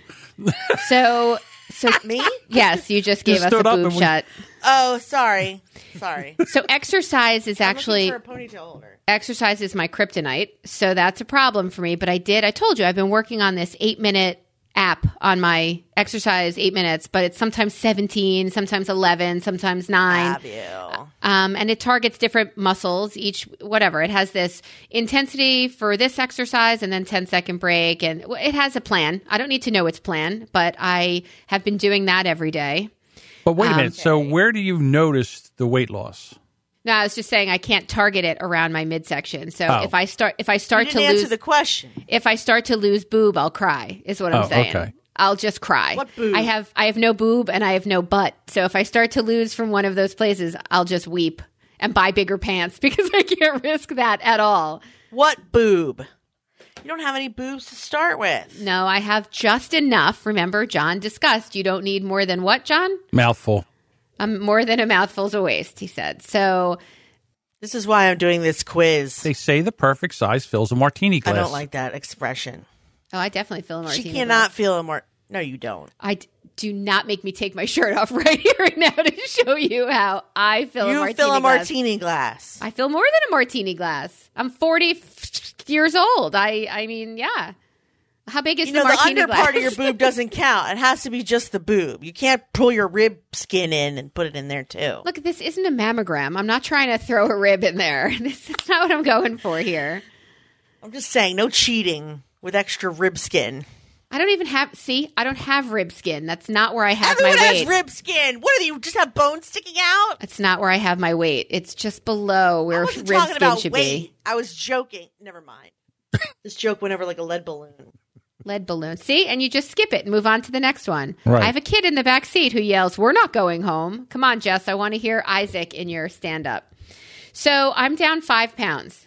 Speaker 1: so so
Speaker 2: Me?
Speaker 1: yes, you just gave us a
Speaker 3: stood up
Speaker 1: boob
Speaker 3: and we-
Speaker 1: shot.
Speaker 2: Oh, sorry, sorry.
Speaker 1: So exercise is actually
Speaker 2: I'm looking for a ponytail holder.
Speaker 1: exercise is my kryptonite, so that's a problem for me. But I did, I told you, I've been working on this eight minute app on my exercise, eight minutes, but it's sometimes 17, sometimes 11, sometimes nine.
Speaker 2: Have you?
Speaker 1: Um, and it targets different muscles, each whatever. It has this intensity for this exercise and then 10 second break. And well, it has a plan. I don't need to know its plan, but I have been doing that every day.
Speaker 3: But wait a minute. So where do you notice the weight loss?
Speaker 1: No, I was just saying I can't target it around my midsection. So
Speaker 3: Oh.
Speaker 1: if I start, if I start
Speaker 2: You
Speaker 1: to
Speaker 2: didn't answer
Speaker 1: lose,
Speaker 2: the question.
Speaker 1: if I start to lose boob, I'll cry. Is what I'm
Speaker 3: Oh,
Speaker 1: saying.
Speaker 3: okay.
Speaker 1: I'll just cry.
Speaker 2: What boob?
Speaker 1: I have I have no boob and I have no butt. So if I start to lose from one of those places, I'll just weep and buy bigger pants because I can't risk that at all.
Speaker 2: What boob? You don't have any boobs to start with.
Speaker 1: No, I have just enough. Remember, John discussed you don't need more than what, John?
Speaker 3: Mouthful.
Speaker 1: Um, more than a mouthful's a waste, he said. So
Speaker 2: This is why I'm doing this quiz.
Speaker 3: They say the perfect size fills a martini
Speaker 2: I
Speaker 3: glass.
Speaker 2: don't like that expression.
Speaker 1: Oh, I definitely feel a martini.
Speaker 2: she
Speaker 1: glass.
Speaker 2: cannot feel a more. No, you don't.
Speaker 1: I d- do not make me take my shirt off right here and now to show you how I feel Oh, a
Speaker 2: you
Speaker 1: martini.
Speaker 2: fill a
Speaker 1: glass.
Speaker 2: martini glass.
Speaker 1: I feel more than a martini glass. I'm 40 f- years old. I I mean, yeah. How big is
Speaker 2: you
Speaker 1: the
Speaker 2: know, the
Speaker 1: martini
Speaker 2: under
Speaker 1: glass?
Speaker 2: part of your boob doesn't count. It has to be just the boob. You can't pull your rib skin in and put it in there too.
Speaker 1: Look, this isn't a mammogram. I'm not trying to throw a rib in there. This is not what I'm going for here.
Speaker 2: I'm just saying, no cheating with extra rib skin.
Speaker 1: I don't even have. See, I don't have rib skin. That's not where I have
Speaker 2: Everyone
Speaker 1: my weight.
Speaker 2: has rib skin. What are you just have bones sticking out?
Speaker 1: That's not where I have my weight. It's just below
Speaker 2: I
Speaker 1: where
Speaker 2: wasn't
Speaker 1: rib
Speaker 2: talking
Speaker 1: skin
Speaker 2: about
Speaker 1: should
Speaker 2: weight.
Speaker 1: be.
Speaker 2: I was joking. Never mind. this joke went over like a lead balloon.
Speaker 1: Lead balloon. See, and you just skip it and move on to the next one.
Speaker 3: Right.
Speaker 1: I have a kid in the back seat who yells, "We're not going home." Come on, Jess. I want to hear Isaac in your stand up. So I'm down five pounds,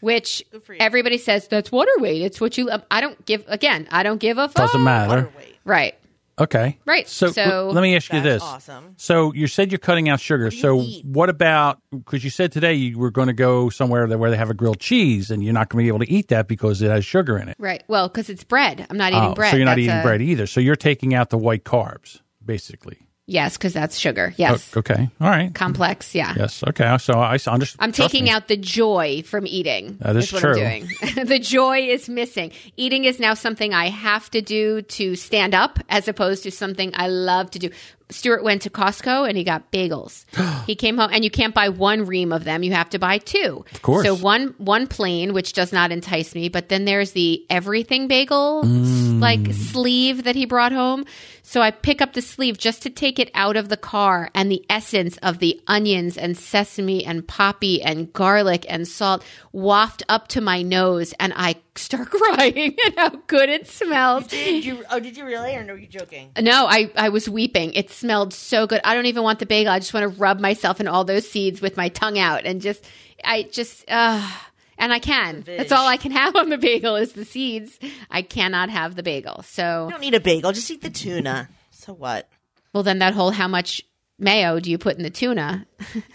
Speaker 1: which
Speaker 2: Good for you.
Speaker 1: everybody says that's water weight. It's what you. um, I don't give. Again, I don't give a fuck.
Speaker 3: Doesn't matter.
Speaker 2: Water weight.
Speaker 1: Right.
Speaker 3: Okay.
Speaker 1: Right.
Speaker 3: So,
Speaker 1: So-
Speaker 3: l- let me ask you
Speaker 2: That's
Speaker 3: this.
Speaker 2: awesome.
Speaker 3: So you said you're cutting out sugar. so
Speaker 2: eat?
Speaker 3: what about because you said today you were going to go somewhere that where they have a grilled cheese and you're not going to be able to eat that because it has sugar in it.
Speaker 1: Right. Well, because it's bread. I'm not eating
Speaker 3: Oh,
Speaker 1: bread.
Speaker 3: So you're not
Speaker 1: That's
Speaker 3: eating
Speaker 1: a-
Speaker 3: bread either. So you're taking out the white carbs basically.
Speaker 1: Yes, because that's sugar. Yes.
Speaker 3: O- okay. All right.
Speaker 1: Complex. Yeah.
Speaker 3: Yes. Okay. So I s- understand.
Speaker 1: I'm taking out the joy from eating.
Speaker 3: That is
Speaker 1: what
Speaker 3: true.
Speaker 1: I'm doing. the joy is missing. Eating is now something I have to do to stand up as opposed to something I love to do. Stuart went to Costco and he got bagels. he came home and you can't buy one ream of them, you have to buy two. Of
Speaker 3: course.
Speaker 1: So one one plain which does not entice me, but then there's the everything bagel s-
Speaker 2: Mm.
Speaker 1: like sleeve that he brought home. So I pick up the sleeve just to take it out of the car and the essence of the onions and sesame and poppy and garlic and salt waft up to my nose and I start crying at how good it smells.
Speaker 2: Did you? Oh, did you really? Or no, you joking?
Speaker 1: No, I, I was weeping. It smelled so good. I don't even want the bagel. I just want to rub myself in all those seeds with my tongue out and just, I just, uh, and I can. That's all I can have on the bagel is the seeds. I cannot have the bagel. So,
Speaker 2: You don't need a bagel. Just eat the tuna. So what?
Speaker 1: well, then that whole how much mayo do you put in the tuna?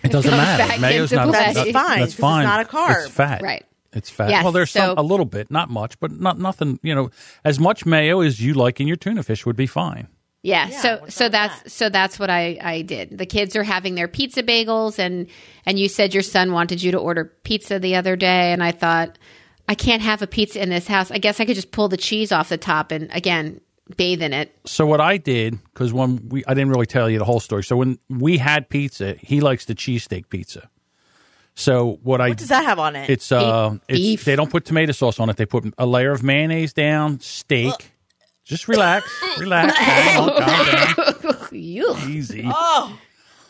Speaker 3: It doesn't
Speaker 1: back
Speaker 3: matter. Mayo's
Speaker 1: into
Speaker 3: not
Speaker 1: play.
Speaker 3: not-
Speaker 1: That's
Speaker 2: fine, 'cause
Speaker 3: That's
Speaker 2: it's
Speaker 3: fine.
Speaker 2: not a carb.
Speaker 3: It's fat.
Speaker 1: Right.
Speaker 3: It's fat.
Speaker 1: Yes,
Speaker 3: well, there's
Speaker 1: so-
Speaker 3: some, a little bit, not much, but not nothing. You know, as much mayo as you like in your tuna fish would be fine.
Speaker 1: Yeah,
Speaker 2: Yeah,
Speaker 1: so
Speaker 2: what's
Speaker 1: so
Speaker 2: up with
Speaker 1: that's
Speaker 2: that?
Speaker 1: so that's what I I did. The kids are having their pizza bagels and and you said your son wanted you to order pizza the other day and I thought I can't have a pizza in this house. I guess I could just pull the cheese off the top and again bathe in it.
Speaker 3: So what I did because when we, I didn't really tell you the whole story. So when we had pizza, he likes the cheesesteak pizza. So what, I
Speaker 2: What does that have on it?
Speaker 3: it's uh it's,
Speaker 1: Beef.
Speaker 3: they don't put tomato sauce on it. They put a layer of mayonnaise down, steak. Just relax, relax, hang on, calm down,
Speaker 1: Ew.
Speaker 3: easy.
Speaker 2: oh,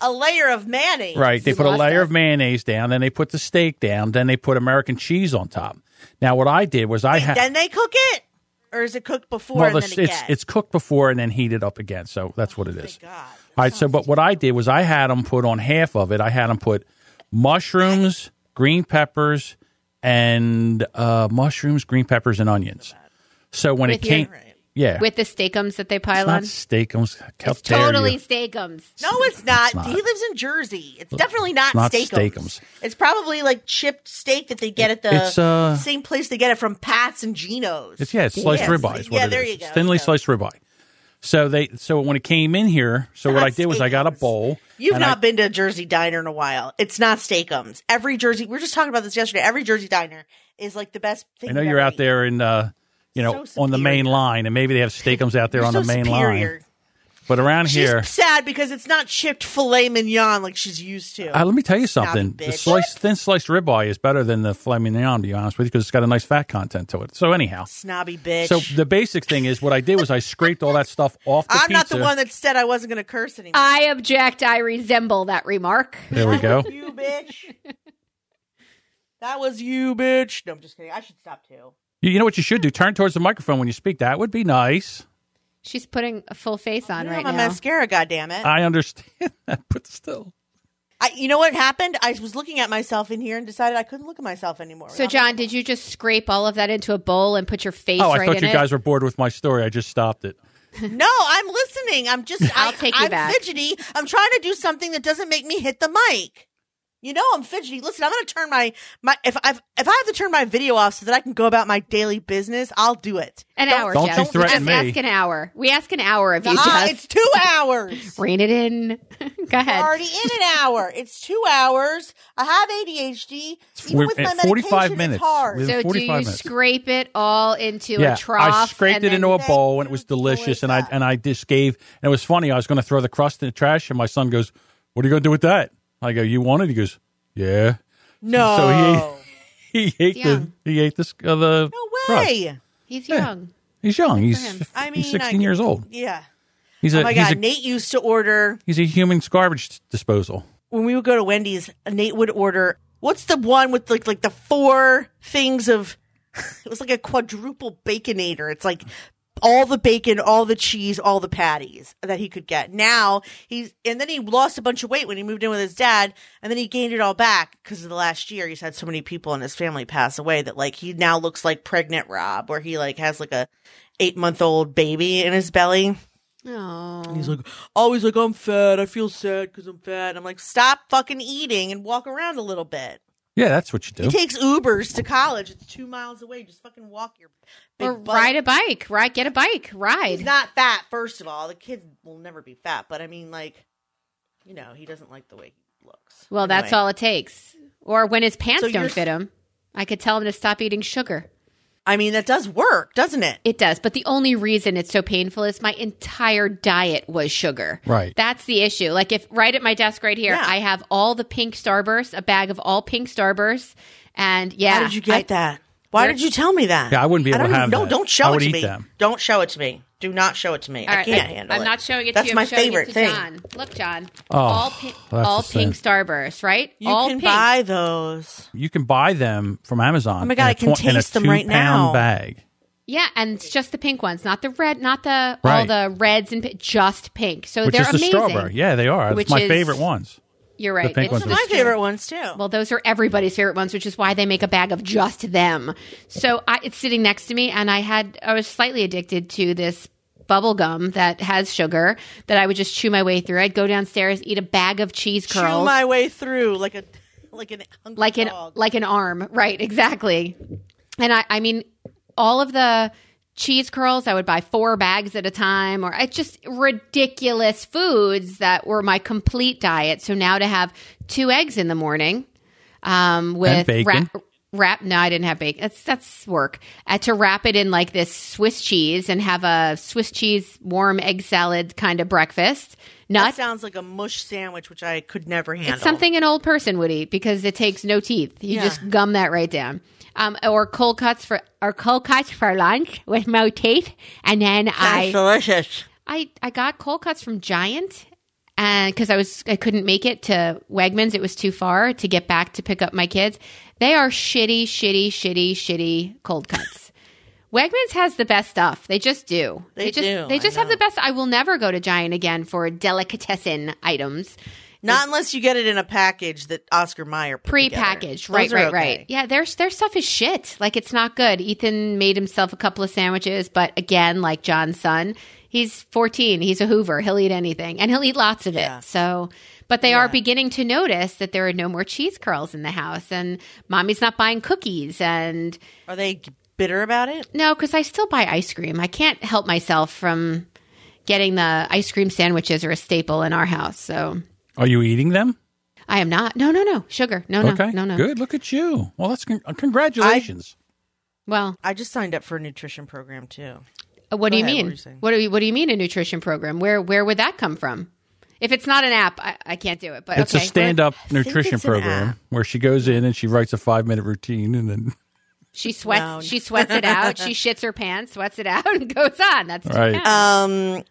Speaker 2: a layer of mayonnaise.
Speaker 3: Right. They
Speaker 1: You
Speaker 3: put a
Speaker 1: lost
Speaker 3: layer
Speaker 1: that.
Speaker 3: of mayonnaise down, then they put the steak down, then they put American cheese on top. Now, what I did was I had.
Speaker 2: Then they cook it, or is it cooked before
Speaker 3: Well,
Speaker 2: and
Speaker 3: the,
Speaker 2: then
Speaker 3: it's
Speaker 2: it gets?
Speaker 3: it's cooked before and then heated up again, so that's what it is.
Speaker 2: God.
Speaker 3: All right. So, but what I did was I had them put on half of it. I had them put mushrooms, green peppers, and uh, mushrooms, green peppers, and onions. So when it
Speaker 1: With your-
Speaker 3: came, yeah,
Speaker 1: With the steakums that they
Speaker 3: it's
Speaker 1: pile
Speaker 3: not
Speaker 1: on.
Speaker 3: steak. I'm, how
Speaker 1: It's
Speaker 3: dare you.
Speaker 1: totally steakums.
Speaker 2: No, it's not.
Speaker 3: not.
Speaker 2: He lives in Jersey. It's definitely not,
Speaker 3: not
Speaker 2: steakums.
Speaker 3: Steakums.
Speaker 2: It's probably like chipped steak that they get at the
Speaker 3: It's, uh,
Speaker 2: same place they get it from Pat's and Gino's.
Speaker 3: It's yeah, it's sliced
Speaker 2: Yes.
Speaker 3: ribeye. Is what
Speaker 2: Yeah,
Speaker 3: it
Speaker 2: there
Speaker 3: is.
Speaker 2: you
Speaker 3: It's
Speaker 2: go.
Speaker 3: Thinly
Speaker 2: So-
Speaker 3: sliced ribeye. So they so when it came in here, so what
Speaker 2: not
Speaker 3: I did was I got a
Speaker 2: steakums.
Speaker 3: bowl.
Speaker 2: You've
Speaker 3: and I-
Speaker 2: not been to a Jersey diner in a while. It's not steakums. Every Jersey, we were just talking about this yesterday. Every Jersey diner is like the best thing.
Speaker 3: I know
Speaker 2: you've
Speaker 3: you're
Speaker 2: ever
Speaker 3: out
Speaker 2: eaten.
Speaker 3: there in uh, you know
Speaker 2: So
Speaker 3: on the main
Speaker 2: superior.
Speaker 3: line, and maybe they have steakums out there
Speaker 2: You're
Speaker 3: on
Speaker 2: so
Speaker 3: the main
Speaker 2: superior.
Speaker 3: line. But around
Speaker 2: She's
Speaker 3: here,
Speaker 2: sad because it's not chipped filet mignon like she's used to.
Speaker 3: uh, let me tell you
Speaker 2: Snobby
Speaker 3: something: the
Speaker 2: bitch.
Speaker 3: sliced thin sliced ribeye is better than the filet mignon, to be honest with you, because it's got a nice fat content to it. So anyhow,
Speaker 2: Snobby bitch.
Speaker 3: so the basic thing is what I did was I scraped all that stuff off the
Speaker 2: I'm
Speaker 3: pizza.
Speaker 2: not the one that said I wasn't going to curse anymore.
Speaker 1: I object. I resemble that remark.
Speaker 3: there we go.
Speaker 2: you bitch. That was you, bitch. No, I'm just kidding. I should stop too.
Speaker 3: You, you know what you should do? Turn towards the microphone when you speak. That would be nice.
Speaker 1: She's putting a full face on
Speaker 2: I
Speaker 1: right
Speaker 2: have my
Speaker 1: now.
Speaker 2: mascara, goddammit.
Speaker 3: I understand that, but still.
Speaker 2: I I, you know what happened? I was looking at myself in here and decided I couldn't look at myself anymore.
Speaker 1: So, John, did you just scrape all of that into a bowl and put your face
Speaker 3: Oh, I
Speaker 1: right
Speaker 3: thought
Speaker 1: in
Speaker 3: you
Speaker 1: it?
Speaker 3: guys were bored with my story. I just stopped it.
Speaker 2: no, I'm listening. I'm just.
Speaker 1: I'll
Speaker 2: I,
Speaker 1: take you
Speaker 2: I'm
Speaker 1: back.
Speaker 2: fidgety. I'm trying to do something that doesn't make me hit the mic. You know, I'm fidgety. Listen, I'm going to turn my my if I have if I have to turn my video off so that I can go about my daily business, I'll do it.
Speaker 1: an hour,
Speaker 3: don't
Speaker 1: Jeff.
Speaker 3: you threaten
Speaker 1: Just
Speaker 3: me.
Speaker 1: ask an hour. We ask an hour of you,
Speaker 2: Ah,
Speaker 1: Jeff.
Speaker 2: it's two hours.
Speaker 1: Rein it in. Go
Speaker 2: We're
Speaker 1: ahead.
Speaker 2: already in an hour. It's two hours. I have ADHD. Even
Speaker 3: We're
Speaker 2: with
Speaker 3: at
Speaker 2: my
Speaker 3: 45
Speaker 2: medication,
Speaker 3: minutes.
Speaker 2: It's hard.
Speaker 3: We're-
Speaker 1: So, do
Speaker 3: 45
Speaker 1: you
Speaker 3: minutes.
Speaker 1: scrape it all into a trough?
Speaker 3: I scraped
Speaker 1: and
Speaker 3: it
Speaker 1: then-
Speaker 3: into a
Speaker 2: then
Speaker 3: bowl and it
Speaker 2: you
Speaker 3: was
Speaker 2: pull it
Speaker 3: delicious. And I
Speaker 2: up.
Speaker 3: and I just gave. And it was funny. I was going to throw the crust in the trash, and my son goes, "What are you going to do with that?" I go, "You want it?" He goes, "Yeah."
Speaker 2: no.
Speaker 3: So He ate
Speaker 1: young.
Speaker 3: the he ate this uh, the
Speaker 2: no
Speaker 3: crust.
Speaker 2: way.
Speaker 1: He's
Speaker 3: Yeah.
Speaker 1: young.
Speaker 3: He's young. He's
Speaker 1: him.
Speaker 3: fif-
Speaker 2: I mean,
Speaker 3: he's sixteen
Speaker 2: I-
Speaker 3: years old.
Speaker 2: Yeah.
Speaker 3: He's a
Speaker 2: Oh my
Speaker 3: he's
Speaker 2: god.
Speaker 3: a
Speaker 2: Nate used to order
Speaker 3: he's a human garbage disposal.
Speaker 2: when we would go to Wendy's. Nate would order. What's the one with like like the four things of? It was like a quadruple baconator. It's like all the bacon, all the cheese, all the patties that he could get. Now he's and then he lost a bunch of weight when he moved in with his dad, and then he gained it all back because of the last year. He's had so many people in his family pass away that like he now looks like pregnant Rob, where he like has like a eight month old baby in his belly.
Speaker 1: Oh,
Speaker 2: He's like, always like, I'm fat. I feel sad because I'm fat. I'm like, stop fucking eating and walk around a little bit.
Speaker 3: Yeah, that's what you do.
Speaker 2: He takes Ubers to college. It's two miles away. Just fucking walk your big
Speaker 1: or
Speaker 2: butt.
Speaker 1: ride a bike. Right, get a bike.
Speaker 2: He's
Speaker 1: Ride.
Speaker 2: not fat, first of all. The kid will never be fat, but I mean, like, you know, he doesn't like the way he looks.
Speaker 1: well, that's
Speaker 2: Anyway.
Speaker 1: all it takes. Or when his pants
Speaker 2: So
Speaker 1: don't
Speaker 2: you're-
Speaker 1: fit him, I could tell him to stop eating sugar.
Speaker 2: I mean, that does work, doesn't it?
Speaker 1: It does, but the only reason it's so painful is my entire diet was sugar.
Speaker 3: Right.
Speaker 1: That's the issue. Like if right at my desk right here,
Speaker 2: Yeah.
Speaker 1: I have all the pink Starbursts, a bag of all pink Starbursts, and yeah,
Speaker 2: How did you get
Speaker 1: I-
Speaker 2: that? Why did you tell me that?
Speaker 3: Yeah, I wouldn't be able
Speaker 2: don't
Speaker 3: to
Speaker 2: even-
Speaker 3: have
Speaker 2: No,
Speaker 3: that.
Speaker 2: don't
Speaker 3: I
Speaker 2: show it
Speaker 3: would
Speaker 2: to
Speaker 3: eat
Speaker 2: me.
Speaker 3: them.
Speaker 2: Don't show it to me. Do not show it to me.
Speaker 1: All
Speaker 2: I
Speaker 1: right,
Speaker 2: can't
Speaker 1: I-
Speaker 2: handle
Speaker 1: I'm
Speaker 2: it.
Speaker 1: not showing it
Speaker 2: That's
Speaker 1: to you.
Speaker 2: my
Speaker 1: I'm showing
Speaker 2: favorite
Speaker 1: it to
Speaker 2: thing.
Speaker 1: John. Look, John.
Speaker 3: Oh,
Speaker 1: all pi-
Speaker 3: that's
Speaker 1: all
Speaker 3: the
Speaker 1: pink Starbursts, right?
Speaker 2: You
Speaker 1: all
Speaker 2: can
Speaker 1: pink.
Speaker 2: buy those.
Speaker 3: You can buy them from Amazon.
Speaker 2: Oh my God,
Speaker 3: in a
Speaker 2: I can
Speaker 3: twen- in a
Speaker 2: taste them right
Speaker 3: two-pound
Speaker 2: now.
Speaker 3: Bag.
Speaker 1: Yeah, and it's just the pink ones, not the red, not the all
Speaker 3: Right.
Speaker 1: the reds and pi- just pink. So
Speaker 3: Which
Speaker 1: they're
Speaker 3: is the
Speaker 1: amazing.
Speaker 3: strawberry. Yeah, they are.
Speaker 1: Which
Speaker 3: It's my
Speaker 1: is-
Speaker 3: favorite ones.
Speaker 1: You're right.
Speaker 3: pink
Speaker 1: It's
Speaker 3: ones
Speaker 1: the
Speaker 3: are
Speaker 2: My
Speaker 3: Those
Speaker 2: favorite ones too.
Speaker 1: Well, those are everybody's favorite ones, which is why they make a bag of just them. So I, it's sitting next to me, and I had I was slightly addicted to this bubble gum that has sugar that I would just chew my way through. I'd go downstairs, eat a bag of cheese
Speaker 2: Chew
Speaker 1: curls,
Speaker 2: my way through like a like an hungry
Speaker 1: like an
Speaker 2: dog.
Speaker 1: like an arm, right? Exactly. And I, I mean, all of the cheese curls, I would buy four bags at a time, or it's just ridiculous foods that were my complete diet. So now to have two eggs in the morning, um, with
Speaker 3: bacon.
Speaker 1: Wrap, wrap. No, I didn't have bacon. That's that's work. Uh, to wrap it in like this Swiss cheese and have a Swiss cheese warm egg salad kind of breakfast.
Speaker 2: that
Speaker 1: Nuts.
Speaker 2: sounds like a mush sandwich, which I could never handle.
Speaker 1: It's something an old person would eat because it takes no teeth. You
Speaker 2: Yeah.
Speaker 1: just gum that right down. Um, or cold cuts for or cold cuts for lunch with no teeth, and then
Speaker 2: That's
Speaker 1: I
Speaker 2: delicious.
Speaker 1: I I got cold cuts from Giant, and because I was I couldn't make it to Wegmans, it was too far to get back to pick up my kids. They are shitty, shitty, shitty, shitty cold cuts. Wegmans has the best stuff. They just do.
Speaker 2: They
Speaker 1: just
Speaker 2: do,
Speaker 1: they
Speaker 2: I
Speaker 1: just have the best. I will never go to Giant again for delicatessen items.
Speaker 2: Not unless you get it in a package that Oscar Mayer put
Speaker 1: Pre-packaged,
Speaker 2: together.
Speaker 1: right,
Speaker 2: Those are
Speaker 1: right,
Speaker 2: okay.
Speaker 1: right. Yeah, their their stuff is shit. Like it's not good. Ethan made himself a couple of sandwiches, but again, like John's son, he's 14. He's a Hoover. He'll eat anything, and he'll eat lots of it. So, but they are beginning to notice that there are no more cheese curls in the house, and mommy's not buying cookies, and
Speaker 2: Are they bitter about it?
Speaker 1: no, because I still buy ice cream. I can't help myself from getting the ice cream sandwiches are a staple in our house. So.
Speaker 3: Are you eating them?
Speaker 1: I am not. No, no, no. Sugar. No, no,
Speaker 3: okay.
Speaker 1: no, no.
Speaker 3: Good. Look at you. Well, that's con- uh, congratulations.
Speaker 1: Well,
Speaker 2: I just signed up for a nutrition program too.
Speaker 1: Uh, What do you
Speaker 2: ahead, what
Speaker 1: mean?
Speaker 2: were you
Speaker 1: What,
Speaker 2: saying?
Speaker 1: do you What do you mean a nutrition program? Where Where would that come from? If it's not an app, I, I can't do it. But
Speaker 3: It's
Speaker 1: okay,
Speaker 3: a stand-up
Speaker 2: think
Speaker 3: nutrition
Speaker 2: it's an
Speaker 3: program
Speaker 2: app.
Speaker 3: where she goes in and she writes a five-minute routine, and then
Speaker 1: She sweats.
Speaker 2: No.
Speaker 1: She sweats it out. she shits her pants, sweats it out, and goes on. That's two
Speaker 3: Right.
Speaker 1: pounds.
Speaker 2: Um,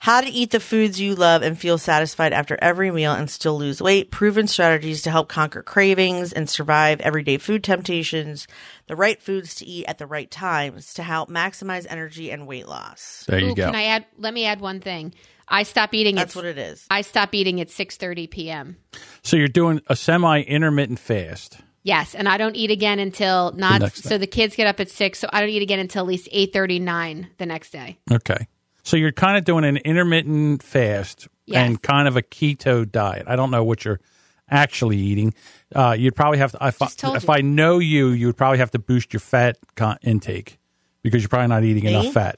Speaker 2: how to eat the foods you love and feel satisfied after every meal and still lose weight. Proven strategies to help conquer cravings and survive everyday food temptations. The right foods to eat at the right times to help maximize energy and weight loss.
Speaker 3: there you
Speaker 1: Ooh,
Speaker 3: go.
Speaker 1: Can I add? Let me add one thing. I stop eating
Speaker 2: That's
Speaker 1: at,
Speaker 2: what it is.
Speaker 1: I stop eating at 6:30 p.m.
Speaker 3: So you're doing a semi intermittent fast.
Speaker 1: Yes, and I don't eat again until not
Speaker 3: next
Speaker 1: so the kids get up at 6, so I don't eat again until at least 8:39 the next day.
Speaker 3: Okay. So you're kind of doing an intermittent fast
Speaker 1: Yes.
Speaker 3: and kind of a keto diet. I don't know what you're actually eating. Uh, you'd probably have to, if, I,
Speaker 1: Just told
Speaker 3: if
Speaker 1: you.
Speaker 3: I know you, you would probably have to boost your fat con- intake because you're probably not eating enough fat.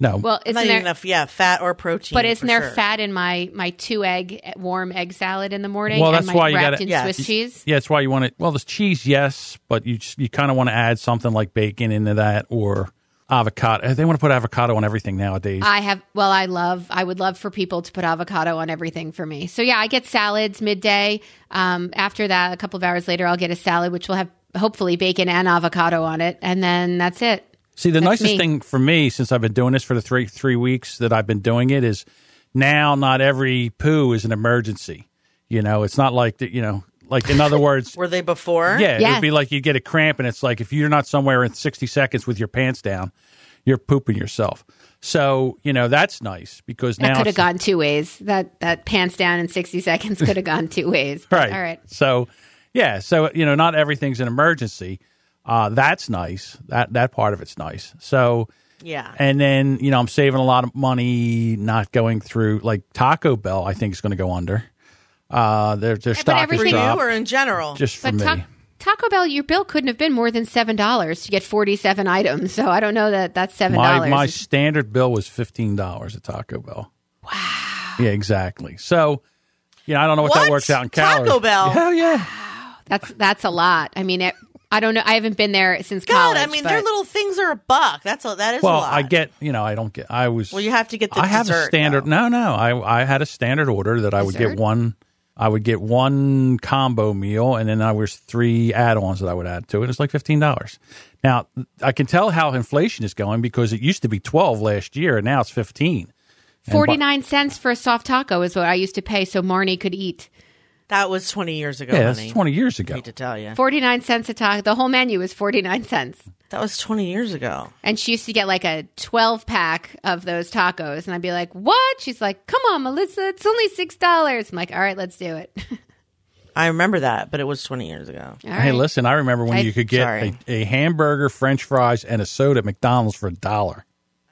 Speaker 3: No.
Speaker 1: Well,
Speaker 2: Not
Speaker 1: isn't
Speaker 2: eating
Speaker 1: there
Speaker 2: enough, yeah, fat or protein.
Speaker 1: but isn't
Speaker 2: for
Speaker 1: there
Speaker 2: sure.
Speaker 1: fat in my my two egg warm egg salad in the morning
Speaker 3: Well,
Speaker 1: and
Speaker 3: that's
Speaker 1: my
Speaker 3: why you
Speaker 1: wrapped
Speaker 3: gotta-
Speaker 1: in
Speaker 2: Yeah.
Speaker 1: Swiss cheese?
Speaker 3: yeah, that's why you want to. Well, there's cheese, yes, but you just- you kind of want to add something like bacon into that or avocado. They want to put avocado on everything nowadays.
Speaker 1: I have well I love I would love for people to put avocado on everything for me. So yeah, I get salads midday. Um after that a couple of hours later I'll get a salad which will have hopefully bacon and avocado on it and then that's it.
Speaker 3: See, the
Speaker 1: That's
Speaker 3: nicest
Speaker 1: me.
Speaker 3: thing for me since I've been doing this for the three three weeks that I've been doing it is now not every poo is an emergency. You know, it's not like that. You know, like in other words,
Speaker 2: Were they before?
Speaker 3: yeah,
Speaker 1: Yeah.
Speaker 3: it'd be like you get a cramp, and it's like if you're not somewhere in 60 seconds with your pants down, you're pooping yourself. So you know that's nice because
Speaker 1: That
Speaker 3: now
Speaker 1: could have
Speaker 3: it's-
Speaker 1: gone two ways. That that pants down in 60 seconds could have gone two ways. But
Speaker 3: right,
Speaker 1: All right.
Speaker 3: So yeah, so you know, not everything's an emergency. Uh, that's nice. That that part of it's nice. So
Speaker 2: Yeah.
Speaker 3: And then, you know, I'm saving a lot of money not going through like Taco Bell, I think is going to go under. Uh, their their stock
Speaker 2: for
Speaker 3: is
Speaker 1: everything-
Speaker 2: you
Speaker 3: dropped
Speaker 2: or in general?
Speaker 3: just for
Speaker 1: But
Speaker 3: me.
Speaker 1: ta- Taco Bell, your bill couldn't have been more than $7 to get 47 items. So I don't know that that's $7.
Speaker 3: my my standard bill was $15 at Taco Bell. Wow. Yeah, exactly. So, you know, I don't know what,
Speaker 2: what?
Speaker 3: that works out in
Speaker 2: Taco
Speaker 3: calories.
Speaker 2: Bell.
Speaker 3: Hell yeah.
Speaker 1: that's that's a lot. I mean, it, I don't know. I haven't been there since
Speaker 2: God,
Speaker 1: college.
Speaker 2: I mean,
Speaker 1: but-
Speaker 2: their little things are a buck. That's a, that is a
Speaker 3: Well,
Speaker 2: lot.
Speaker 3: I get, you know, I don't get, I was.
Speaker 2: Well, you have to get the
Speaker 3: I have a
Speaker 2: dessert,
Speaker 3: standard.
Speaker 2: though.
Speaker 3: No, no, I I had a standard order that I would get
Speaker 1: Dessert?
Speaker 3: one. I would get one combo meal, and then I was three add-ons that I would add to it. It's like fifteen dollars. Now I can tell how inflation is going because it used to be twelve last year, and now it's fifteen.
Speaker 1: 49 cents for a soft taco is what I used to pay so Marnie could eat.
Speaker 2: That was 20 years ago,
Speaker 3: Yeah, that's
Speaker 2: honey.
Speaker 3: twenty years ago.
Speaker 2: I hate to tell you.
Speaker 1: 49 cents a taco. The whole menu is 49 cents.
Speaker 2: That was 20 years ago.
Speaker 1: And she used to get like a 12 pack of those tacos. And I'd be like, what? She's like, come on, Melissa, it's only $6. I'm like, all right, let's do it.
Speaker 2: I remember that, but it was 20 years ago.
Speaker 1: All
Speaker 3: Hey,
Speaker 1: right.
Speaker 3: listen, I remember when
Speaker 1: I-
Speaker 3: you could get a,
Speaker 2: Sorry.
Speaker 3: a hamburger, French fries, and a soda at McDonald's for a dollar.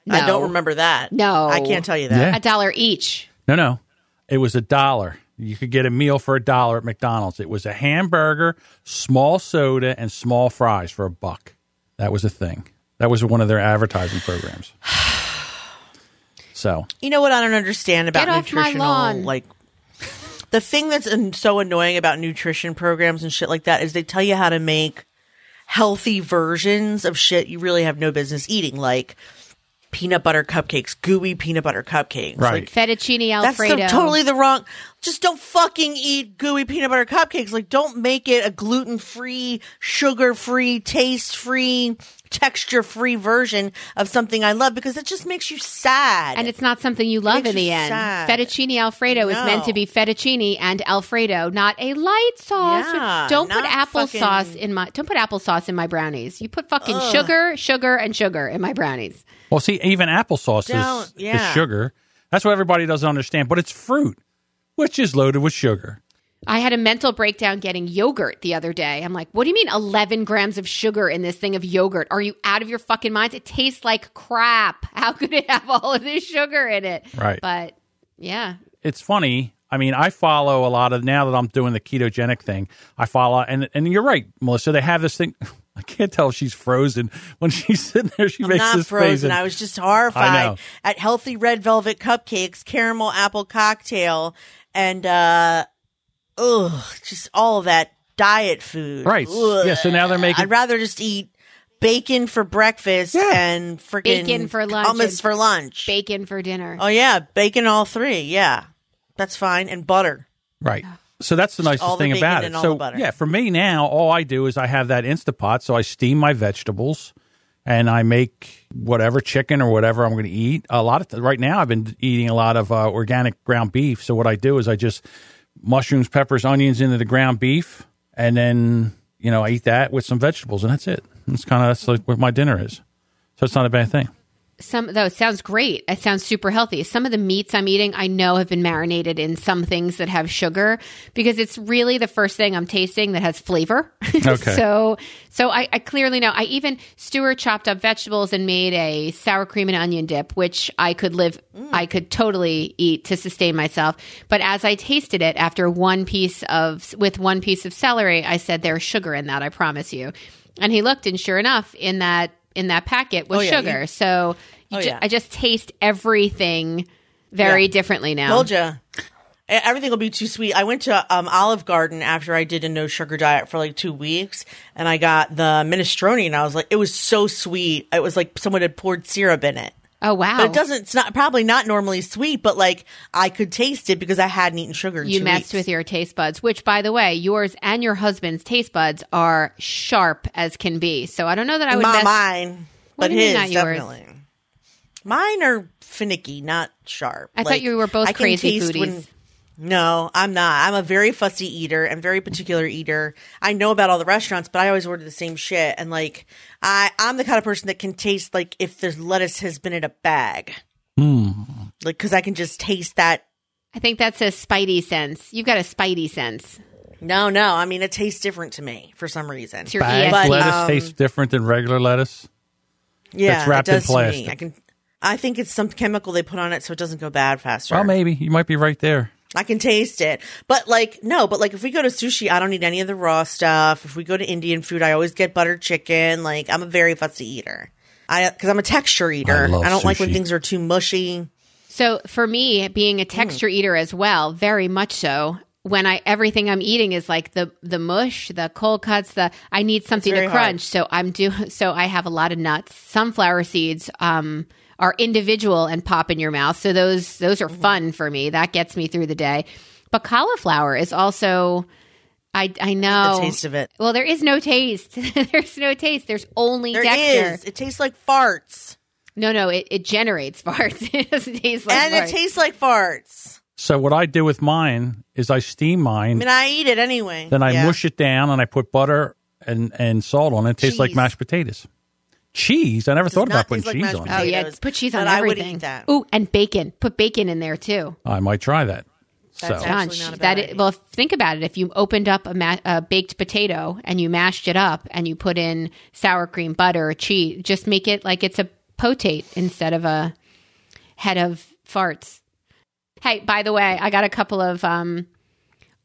Speaker 2: I
Speaker 1: No.
Speaker 2: don't remember that.
Speaker 1: No.
Speaker 2: I can't tell you that.
Speaker 1: a dollar each.
Speaker 3: No, no. It was a dollar. You could get a meal for a dollar at McDonald's. It was a hamburger, small soda, and small fries for a buck. That was a thing. That was one of their advertising programs. So,
Speaker 2: You know what I don't understand about
Speaker 1: Get off my
Speaker 2: nutritional
Speaker 1: lawn.
Speaker 2: like the thing that's an- so annoying about nutrition programs and shit like that is they tell you how to make healthy versions of shit you really have no business eating like peanut butter cupcakes, gooey peanut butter cupcakes.
Speaker 3: right.
Speaker 2: Like,
Speaker 1: Fettuccine
Speaker 2: that's
Speaker 1: Alfredo.
Speaker 2: the, totally the wrong. Just don't fucking eat gooey peanut butter cupcakes. Like, don't make it a gluten free, sugar free, taste free, texture free version of something I love because that just makes you sad.
Speaker 1: And it's not something you love
Speaker 2: Makes
Speaker 1: in the
Speaker 2: you
Speaker 1: end.
Speaker 2: sad.
Speaker 1: Fettuccine Alfredo is meant
Speaker 2: No.
Speaker 1: to be fettuccine and Alfredo, not a light sauce.
Speaker 2: Yeah,
Speaker 1: don't put
Speaker 2: not
Speaker 1: applesauce
Speaker 2: fucking-
Speaker 1: in my don't put applesauce in my brownies. You put fucking sugar, sugar, and sugar in my brownies.
Speaker 3: well, see, even applesauce is,
Speaker 2: Don't- yeah.
Speaker 3: is sugar. That's what everybody doesn't understand, but it's fruit, which is loaded with sugar.
Speaker 1: I had a mental breakdown getting yogurt the other day. I'm like, what do you mean 11 grams of sugar in this thing of yogurt? Are you out of your fucking minds? It tastes like crap. How could it have all of this sugar in it?
Speaker 3: Right.
Speaker 1: But yeah.
Speaker 3: it's funny. I mean, I follow a lot of now that I'm doing the ketogenic thing. I follow, and and you're right, Melissa. They have this thing. I can't tell if she's frozen when she's sitting there. She makes
Speaker 2: not
Speaker 3: this
Speaker 2: frozen.
Speaker 3: face. and-
Speaker 2: I was just
Speaker 3: I know.
Speaker 2: horrified at healthy red velvet cupcakes, caramel apple cocktail, and uh ugh, just all that diet food.
Speaker 3: Right.
Speaker 2: Ugh.
Speaker 3: Yeah, so now they're making-
Speaker 2: I'd rather just eat bacon for breakfast
Speaker 3: Yeah.
Speaker 2: and freaking
Speaker 1: Bacon for lunch and
Speaker 2: hummus for lunch.
Speaker 1: Bacon for dinner.
Speaker 2: oh yeah, bacon all three. Yeah, that's fine. And butter.
Speaker 3: Right. So that's the nicest
Speaker 2: all the
Speaker 3: thing
Speaker 2: bacon
Speaker 3: about it.
Speaker 2: and all
Speaker 3: so
Speaker 2: the butter.
Speaker 3: yeah, for me now, all I do is I have that Instapot, so I steam my vegetables, and I make whatever chicken or whatever I'm going to eat. A lot of right now, I've been eating a lot of uh, organic ground beef. So what I do is I just mushrooms, peppers, onions into the ground beef, and then you know I eat that with some vegetables, and that's it. That's kind of that's like what my dinner is. So it's not a bad thing.
Speaker 1: some though it sounds great. It sounds super healthy. Some of the meats I'm eating I know have been marinated in some things that have sugar because it's really the first thing I'm tasting that has flavor.
Speaker 3: Okay.
Speaker 1: so so I, I clearly know. I even Stuart chopped up vegetables and made a sour cream and onion dip, which I could live
Speaker 2: Mm.
Speaker 1: I could totally eat to sustain myself. But as I tasted it after one piece of with one piece of celery, I said there's sugar in that, I promise you. And he looked and sure enough in that in that packet was
Speaker 2: Oh, yeah, you-
Speaker 1: sugar. So you
Speaker 2: Oh,
Speaker 1: ju-
Speaker 2: yeah.
Speaker 1: I just taste everything very
Speaker 2: Yeah.
Speaker 1: differently now.
Speaker 2: Told ya. E- Everything will be too sweet. I went to um, Olive Garden after I did a no sugar diet for like two weeks, and I got the minestrone, and I was like, it was so sweet. It was like someone had poured syrup in it.
Speaker 1: oh wow!
Speaker 2: But it doesn't. It's not probably not normally sweet, but like I could taste it because I hadn't eaten sugar. In
Speaker 1: you
Speaker 2: two
Speaker 1: messed
Speaker 2: weeks.
Speaker 1: with your taste buds, which, by the way, yours and your husband's taste buds are sharp as can be. So I don't know that I would.
Speaker 2: My,
Speaker 1: mess-
Speaker 2: mine,
Speaker 1: What
Speaker 2: but
Speaker 1: do you mean
Speaker 2: his
Speaker 1: not yours?
Speaker 2: definitely. Mine are finicky, not sharp.
Speaker 1: I thought you were both
Speaker 2: can
Speaker 1: crazy
Speaker 2: taste
Speaker 1: foodies.
Speaker 2: no, I'm not. I'm a very fussy eater. I'm a very particular eater. I know about all the restaurants, but I always order the same shit. And like, I I'm the kind of person that can taste like if there's lettuce has been in a bag,
Speaker 3: Hmm.
Speaker 2: like because I can just taste that
Speaker 1: I think that's a spidey sense. You've got a spidey sense.
Speaker 2: No, no. I mean, it tastes different to me for some reason.
Speaker 1: It's your
Speaker 3: Bag
Speaker 1: ESP.
Speaker 3: lettuce
Speaker 2: um,
Speaker 3: tastes different than regular lettuce.
Speaker 2: yeah,
Speaker 3: it's wrapped
Speaker 2: it
Speaker 3: in
Speaker 2: does to me.
Speaker 3: plastic.
Speaker 2: I can. I think it's some chemical they put on it so it doesn't go bad faster.
Speaker 3: Well, maybe you might be right there.
Speaker 2: I can taste it, but like no, but like if we go to sushi, I don't need any of the raw stuff. If we go to Indian food, I always get butter chicken. Like I'm a very fussy eater. I because I'm a texture eater.
Speaker 3: I
Speaker 2: I,
Speaker 3: love
Speaker 2: don't like when
Speaker 3: sushi.
Speaker 2: things are too mushy.
Speaker 1: So for me, being a
Speaker 2: Hmm.
Speaker 1: texture eater as well, very much so. When I everything I'm eating is like the the mush, the cold cuts, the I need something to
Speaker 2: very
Speaker 1: crunch.
Speaker 2: hard.
Speaker 1: So I'm do so I have a lot of nuts. Sunflower seeds um, are individual and pop in your mouth. So those those
Speaker 2: Mm-hmm.
Speaker 1: are fun for me. That gets me through the day. But cauliflower is also I I know
Speaker 2: The taste of it.
Speaker 1: Well, there is no taste. There's no taste. There's only
Speaker 2: There is.
Speaker 1: texture.
Speaker 2: It tastes like farts,
Speaker 1: No, no, it, it generates farts. it doesn't taste like
Speaker 2: and
Speaker 1: farts.
Speaker 2: it tastes like farts.
Speaker 3: So what I do with mine is I steam mine,
Speaker 2: I mean, I eat it anyway.
Speaker 3: then I
Speaker 2: Yeah.
Speaker 3: mush it down, and I put butter and and salt on it. It tastes like
Speaker 2: Cheese.
Speaker 3: mashed potatoes. Cheese? I never thought
Speaker 2: not
Speaker 3: about putting
Speaker 2: taste like
Speaker 3: cheese
Speaker 2: mashed
Speaker 3: on
Speaker 1: Oh
Speaker 3: it.
Speaker 2: potatoes.
Speaker 1: yeah,
Speaker 2: potatoes,
Speaker 1: put cheese on
Speaker 2: but I would
Speaker 1: everything.
Speaker 2: eat that.
Speaker 1: Ooh, and bacon. Put bacon in there too.
Speaker 3: I might try that.
Speaker 2: That's
Speaker 3: so
Speaker 2: actually
Speaker 1: Gosh,
Speaker 2: not a bad
Speaker 1: that
Speaker 2: idea.
Speaker 1: is, well, think about it. If you opened up a, ma- a baked potato and you mashed it up and you put in sour cream, butter, cheese, just make it like it's a potate instead of a head of farts. Hey, by the way, I got a couple of um,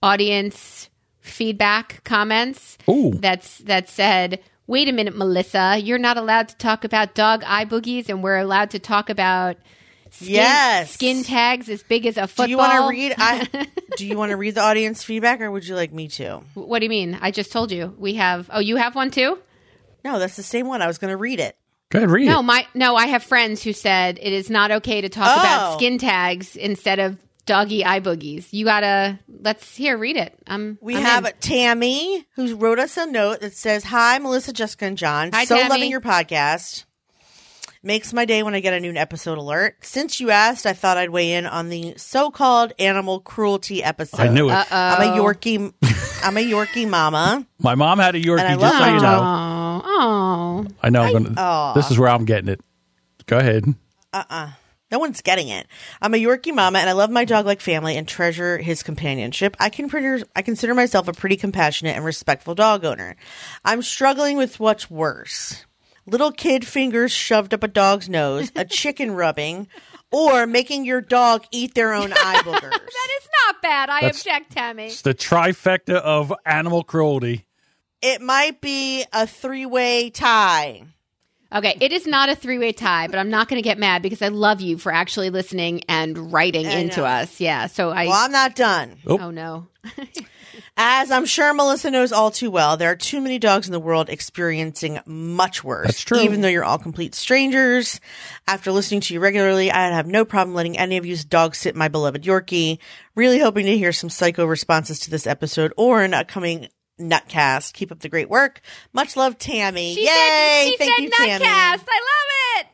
Speaker 1: audience feedback comments.
Speaker 3: Ooh.
Speaker 1: that's that said. Wait a minute, Melissa. You're not allowed to talk about dog eye boogies, and we're allowed to talk about skin,
Speaker 2: Yes.
Speaker 1: skin tags as big as a football.
Speaker 2: Do you want to read? I do you want to read the audience feedback, or would you like me to?
Speaker 1: What do you mean? I just told you we have. Oh, you have one too?
Speaker 2: No, that's the same one. I was going to read it.
Speaker 3: Go ahead, read
Speaker 1: No,
Speaker 3: it.
Speaker 1: my no. I have friends who said it is not okay to talk
Speaker 2: Oh.
Speaker 1: about skin tags instead of doggy eye boogies. You gotta let's here read it. Um,
Speaker 2: We
Speaker 1: I'm
Speaker 2: have
Speaker 1: in.
Speaker 2: Tammy who wrote us a note that says, "Hi, Melissa, Jessica, and John.
Speaker 1: Hi,
Speaker 2: so
Speaker 1: Tammy.
Speaker 2: loving your podcast. Makes my day when I get a new episode alert. Since you asked, I thought I'd weigh in on the so-called animal cruelty episode.
Speaker 3: I knew it.
Speaker 2: I'm a Yorkie. I'm a Yorkie mama.
Speaker 3: my mom had a
Speaker 2: And I
Speaker 3: Yorkie. Just
Speaker 2: love
Speaker 3: so you know,
Speaker 1: Oh, oh,
Speaker 3: I know. I'm gonna,
Speaker 2: Aw.
Speaker 3: This is where I'm getting it. Go ahead.
Speaker 2: No one's getting it. I'm a Yorkie mama, and I love my dog like family and treasure his companionship. I can pretty, I consider myself a pretty compassionate and respectful dog owner. I'm struggling with what's worse: little kid fingers shoved up a dog's nose, a chicken rubbing, or making your dog eat their own eye boogers.
Speaker 1: it's not bad. I
Speaker 3: That's-
Speaker 1: object, Tammy.
Speaker 3: It's the trifecta of animal cruelty.
Speaker 2: it might be a three-way tie.
Speaker 1: Okay, it is not a three way tie, but I'm not going to get mad because I love you for actually listening and writing into
Speaker 2: know.
Speaker 1: us. Yeah, so I.
Speaker 2: Well, I'm not done.
Speaker 1: oh no.
Speaker 2: As I'm sure Melissa knows all too well, there are too many dogs in the world experiencing much worse.
Speaker 3: That's true.
Speaker 2: Even though you're all complete strangers, after listening to you regularly, I have no problem letting any of you dog sit my beloved Yorkie. Really hoping to hear some psycho responses to this episode or an upcoming nutcast. Keep up the great work. Much love, Tammy.
Speaker 1: She
Speaker 2: Yay!
Speaker 1: Said, she
Speaker 2: Thank
Speaker 1: said
Speaker 2: you,
Speaker 1: nutcast.
Speaker 2: Tammy.
Speaker 1: I love it.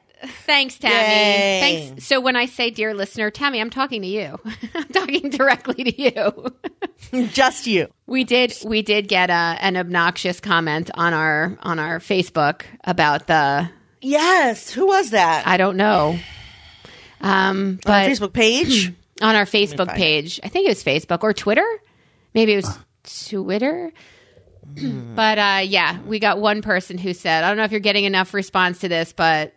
Speaker 1: Thanks, Tammy.
Speaker 2: Yay.
Speaker 1: Thanks. So when I say dear listener, Tammy, I'm talking to you. I'm talking directly to you.
Speaker 2: Just you.
Speaker 1: We did uh, we did get a, an obnoxious comment on our on our Facebook about the
Speaker 2: Yes. Who was that?
Speaker 1: I don't know. Um,
Speaker 2: On
Speaker 1: but
Speaker 2: our Facebook page.
Speaker 1: on our Facebook
Speaker 2: find
Speaker 1: page. I think it was Facebook or Twitter. Maybe it was Twitter.
Speaker 3: Hmm.
Speaker 1: but uh, yeah, we got one person who said, I don't know if you're getting enough response to this, but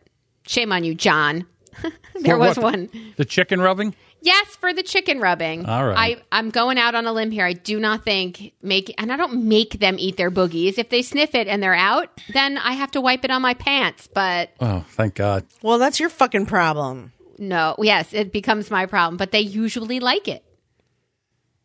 Speaker 1: shame on you, John. there
Speaker 3: For
Speaker 1: was
Speaker 3: what?
Speaker 1: one.
Speaker 3: The chicken rubbing?
Speaker 1: Yes, for the chicken rubbing.
Speaker 3: All right.
Speaker 1: I, I'm going out on a limb here. I do not think make and I don't make them eat their boogies. If they sniff it and they're out, then I have to wipe it on my pants. But
Speaker 3: Oh, thank God.
Speaker 2: Well, that's your fucking problem.
Speaker 1: no, yes, it becomes my problem. But they usually like it.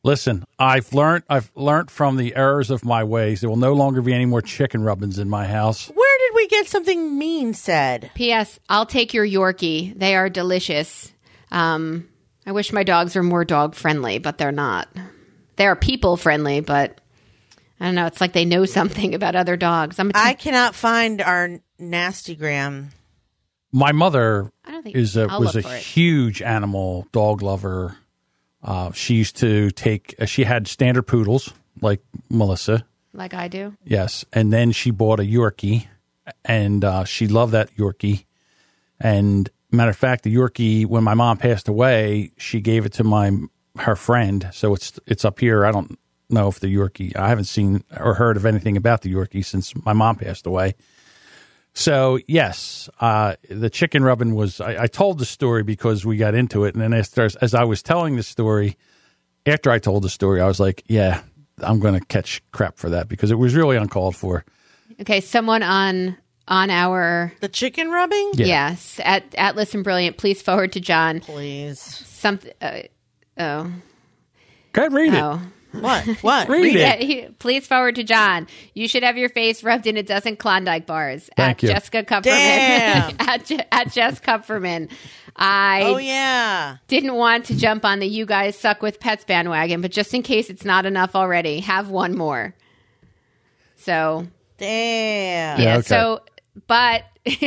Speaker 3: Listen, I've learned I've learned from the errors of my ways. There will no longer be any more chicken rubbings in my house.
Speaker 2: Where did we get something mean said?
Speaker 1: P.S. I'll take your Yorkie. They are delicious. Um, I wish my dogs were more dog friendly, but they're not. They are people friendly, but I don't know. It's like they know something about other dogs. I'm a t-
Speaker 2: I cannot find our nasty gram.
Speaker 3: My mother
Speaker 1: I don't think
Speaker 3: is a
Speaker 1: I'll
Speaker 3: was a
Speaker 1: look for it.
Speaker 3: huge animal dog lover. Uh, she used to take uh, she had standard poodles like Melissa,
Speaker 1: like I do.
Speaker 3: yes, and then she bought a Yorkie, and uh, she loved that Yorkie. And matter of fact, the Yorkie when my mom passed away, she gave it to my her friend, so it's it's up here. I don't know if the Yorkie I haven't seen or heard of anything about the Yorkie since my mom passed away. So yes, uh, the chicken rubbing was. I, I told the story because we got into it, and then as, as I was telling the story, after I told the story, I was like, "Yeah, I'm going to catch crap for that because it was really uncalled for."
Speaker 1: Okay, someone on on our
Speaker 2: The chicken rubbing?
Speaker 3: Yeah.
Speaker 1: yes at at Listen Brilliant. Please forward to John
Speaker 2: Please.
Speaker 1: something. Uh, oh
Speaker 3: Go ahead, read
Speaker 1: oh.
Speaker 2: What? What?
Speaker 3: it. Read
Speaker 1: Yeah,
Speaker 3: it.
Speaker 1: he- please forward to John. You should have your face rubbed in a dozen Klondike bars.
Speaker 3: Thank
Speaker 1: at
Speaker 3: you.
Speaker 1: Jessica Kupferman.
Speaker 2: Damn.
Speaker 1: at, Je- at Jess Kupferman. I
Speaker 2: Oh, yeah.
Speaker 1: didn't want to jump on the you guys suck with pets bandwagon, but just in case it's not enough already, have one more. So,
Speaker 2: Damn.
Speaker 3: Yeah,
Speaker 1: yeah,
Speaker 3: okay.
Speaker 1: so, but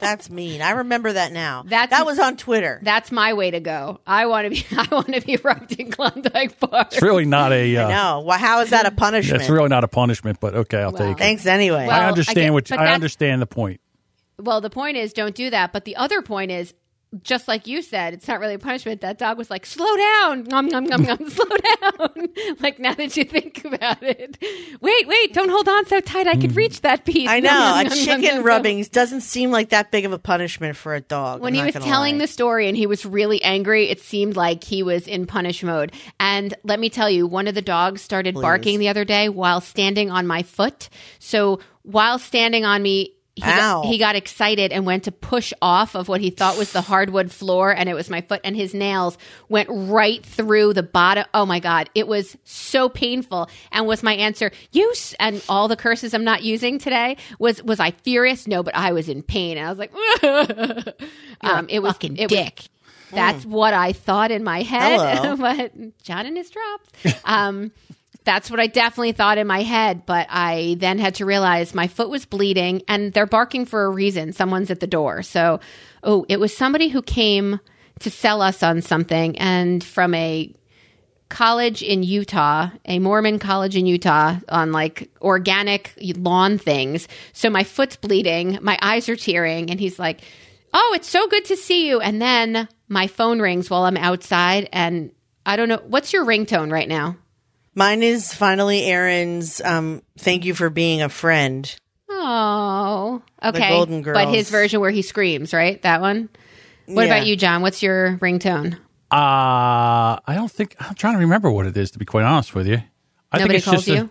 Speaker 2: That's mean. I remember that now.
Speaker 1: That's-
Speaker 2: that was on Twitter.
Speaker 1: that's my way to go. I want to be, I want to be rubbed in Klondike bars.
Speaker 3: It's really not a. Uh,
Speaker 2: no. Well, how is that a punishment?
Speaker 3: it's really not a punishment, but okay, I'll
Speaker 1: Well,
Speaker 3: take it.
Speaker 2: Thanks anyway.
Speaker 1: Well,
Speaker 3: I
Speaker 1: I
Speaker 3: understand
Speaker 1: get-
Speaker 3: what you,
Speaker 1: but
Speaker 3: I
Speaker 1: that's-
Speaker 3: understand the point.
Speaker 1: Well, the point is, don't do that. But the other point is, just like you said, it's not really a punishment. That dog was like, slow down, nom, nom, nom, nom, slow down. like now that you think about it, wait, wait, don't hold on so tight. I could reach that piece.
Speaker 2: Hmm. I know
Speaker 1: Nom, nom,
Speaker 2: a
Speaker 1: nom, nom, nom,
Speaker 2: chicken
Speaker 1: nom.
Speaker 2: rubbing doesn't seem like that big of a punishment for a dog.
Speaker 1: When
Speaker 2: I'm
Speaker 1: he
Speaker 2: not
Speaker 1: was
Speaker 2: gonna
Speaker 1: telling
Speaker 2: lie.
Speaker 1: the story and he was really angry, it seemed like he was in punish mode. And let me tell you, one of the dogs started barking the other day while standing on my foot. So while standing on me, he
Speaker 2: Ow.
Speaker 1: got, he got excited and went to push off of what he thought was the hardwood floor, and it was my foot, and his nails went right through the bottom. Oh my God. It was so painful. And was my answer, use, and all the curses I'm not using today was, was I furious? No, but I was in pain. And I was like, um, it was fucking dick. Hmm. that's what I thought in my
Speaker 2: Hello.
Speaker 1: head. but John and his drops. Um, that's what I definitely thought in my head. But I then had to realize my foot was bleeding, and they're barking for a reason. Someone's at the door. So, oh, it was somebody who came to sell us on something, and from a college in Utah, a Mormon college in Utah, on like organic lawn things. So my foot's bleeding, my eyes are tearing, and he's like, Oh, it's so good to see you. And then my phone rings while I'm outside, and I don't know. What's your ringtone right now?
Speaker 2: Mine is finally Aaron's. Um, thank you for being a friend.
Speaker 1: Oh, okay.
Speaker 2: Golden
Speaker 1: But his
Speaker 2: Girls.
Speaker 1: version where he screams, right? That one. What
Speaker 2: Yeah.
Speaker 1: about you, John? What's your ringtone?
Speaker 3: Uh, I don't think I'm trying to remember what it is. To be quite honest with you, I
Speaker 1: Nobody
Speaker 3: think it's
Speaker 1: calls
Speaker 3: just a-
Speaker 1: you?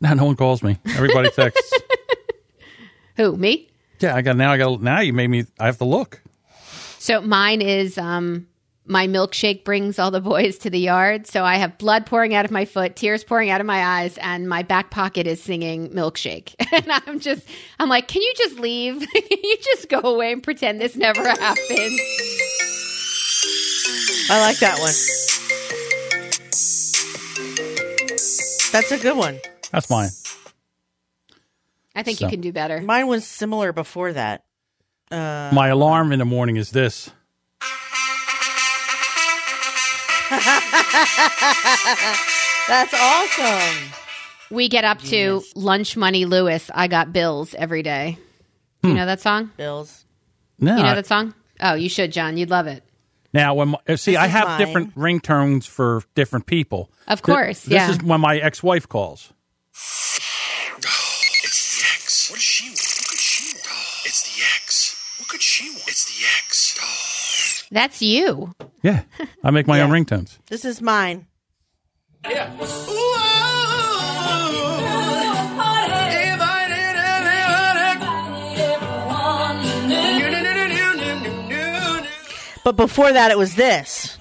Speaker 3: no, no one calls me. Everybody texts.
Speaker 1: Who, me?
Speaker 3: yeah, I got now. I got now. You made me. I have to look.
Speaker 1: So mine is um my milkshake brings all the boys to the yard. So I have blood pouring out of my foot, tears pouring out of my eyes, and my back pocket is singing milkshake. And I'm just I'm like, can you just leave? can you just go away and pretend this never happened?
Speaker 2: I like that one. That's a good one.
Speaker 3: That's mine.
Speaker 1: I think
Speaker 3: So-
Speaker 1: you can do better.
Speaker 2: Mine was similar before that.
Speaker 3: My alarm in the morning is this.
Speaker 2: That's awesome.
Speaker 1: We get up to lunch money Lewis, I got bills every day. You
Speaker 3: Hmm.
Speaker 1: know that song?
Speaker 2: Bills.
Speaker 3: No.
Speaker 1: You
Speaker 3: I-
Speaker 1: know that song? Oh, you should, John. You'd love it.
Speaker 3: Now, when my, see, I
Speaker 2: is
Speaker 3: have
Speaker 2: mine.
Speaker 3: different ringtones for different people.
Speaker 1: Of
Speaker 3: Th-
Speaker 1: course,
Speaker 3: this
Speaker 1: yeah.
Speaker 3: is when my ex-wife calls.
Speaker 4: It's the X. What does she want? What could she want? It's the X. What could she want? It's the X.
Speaker 1: That's you.
Speaker 3: Yeah, I make my own
Speaker 2: Yeah.
Speaker 3: ringtones.
Speaker 2: This is mine. But before that, it was this.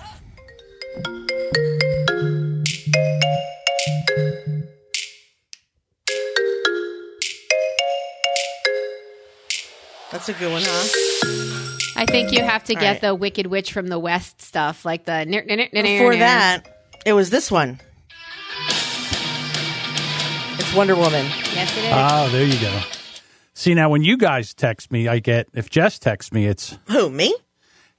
Speaker 2: That's a good one, huh?
Speaker 1: I think you have to
Speaker 2: All
Speaker 1: get
Speaker 2: right.
Speaker 1: the Wicked Witch from the West stuff, like the ner- ner- ner- ner-
Speaker 2: Before
Speaker 1: ner-
Speaker 2: that, it was this one. It's Wonder Woman.
Speaker 1: Yes, it is.
Speaker 3: Oh, there you go. See, now when you guys text me, I get if Jess texts me, it's
Speaker 2: Who, me?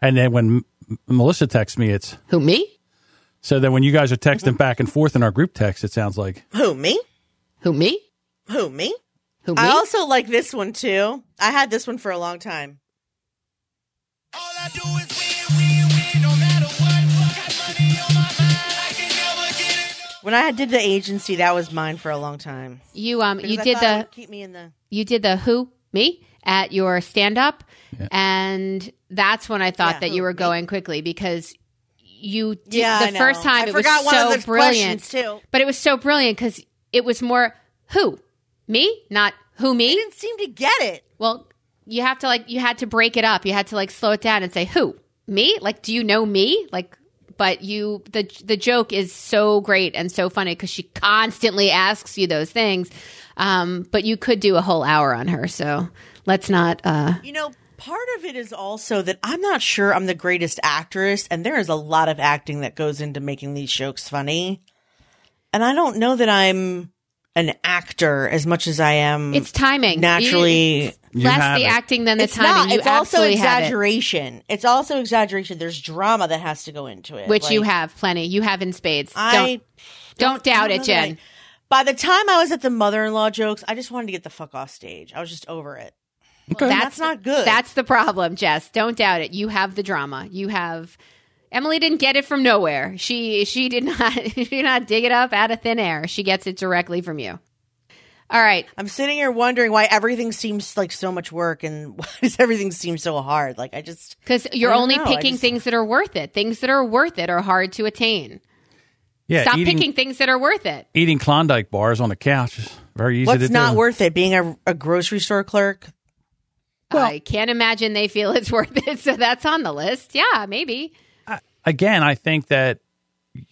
Speaker 3: and then when M- Melissa texts me, it's
Speaker 1: Who me?
Speaker 3: so then when you guys are texting back and forth in our group text, it sounds like
Speaker 2: Who, me?
Speaker 1: Who me?
Speaker 2: Who, me?
Speaker 1: Who me?
Speaker 2: I also like this one too. I had this one for a long time.
Speaker 4: All I do is win, win, win, no matter what. Got money on my mind, I can never get it.
Speaker 2: When I did the agency, that was mine for a long time.
Speaker 1: you um you
Speaker 2: Because I
Speaker 1: did
Speaker 2: thought it
Speaker 1: the
Speaker 2: would keep me in the
Speaker 1: you did the who me at your stand up and that's when I thought
Speaker 2: Yeah.
Speaker 1: that you
Speaker 2: Who,
Speaker 1: were
Speaker 2: me?
Speaker 1: going quickly because you did
Speaker 2: yeah. I
Speaker 1: the first
Speaker 2: know.
Speaker 1: time
Speaker 2: I
Speaker 1: it
Speaker 2: forgot
Speaker 1: was
Speaker 2: one
Speaker 1: so
Speaker 2: of the
Speaker 1: brilliant.
Speaker 2: questions, too.
Speaker 1: But it was so brilliant cuz it was more who me not who me.
Speaker 2: Didn't seem to get it.
Speaker 1: Well, you have to like you had to break it up. You had to like slow it down and say, "Who? Me? Like do you know me?" Like but you the the joke is so great and so funny cuz she constantly asks you those things. Um but you could do a whole hour on her. So, let's not uh
Speaker 2: You know, part of it is also that I'm not sure I'm the greatest actress, and there is a lot of acting that goes into making these jokes funny. And I don't know that I'm an actor as much as I am
Speaker 1: it's timing.
Speaker 2: naturally.
Speaker 1: You-
Speaker 3: You have
Speaker 1: less the
Speaker 3: it.
Speaker 1: acting than the
Speaker 2: it's
Speaker 1: timing.
Speaker 2: not.
Speaker 1: You
Speaker 2: it's also
Speaker 1: absolutely have it.
Speaker 2: exaggeration. It's also exaggeration. There's drama that has to go into it,
Speaker 1: Which you
Speaker 2: Like,
Speaker 1: have plenty. You have in spades.
Speaker 2: I
Speaker 1: don't don't doubt
Speaker 2: don't
Speaker 1: it,
Speaker 2: know that I-
Speaker 1: Jen.
Speaker 2: by the time I was at the mother-in-law jokes, I just wanted to get the fuck off stage. I was just over it.
Speaker 3: okay.
Speaker 2: That's not good.
Speaker 1: That's the problem, Jess. Don't doubt it. You have the drama. You have Emily didn't get it from nowhere. She she did not she did not dig it up out of thin air. She gets it directly from you. All right.
Speaker 2: I'm sitting here wondering why everything seems like so much work and why does everything seem so hard? Like I just
Speaker 1: Because you're
Speaker 2: I don't
Speaker 1: only
Speaker 2: know. I
Speaker 1: picking
Speaker 2: just-
Speaker 1: things that are worth it. Things that are worth it are hard to attain.
Speaker 3: yeah,
Speaker 1: Stop
Speaker 3: eating,
Speaker 1: picking things that are worth it.
Speaker 3: eating Klondike bars on the couch is very easy
Speaker 2: what's
Speaker 3: to
Speaker 2: not
Speaker 3: do.
Speaker 2: worth it? Being a, a grocery store clerk?
Speaker 1: I can't imagine they feel it's worth it. So that's on the list. Yeah, maybe.
Speaker 3: Again, I think that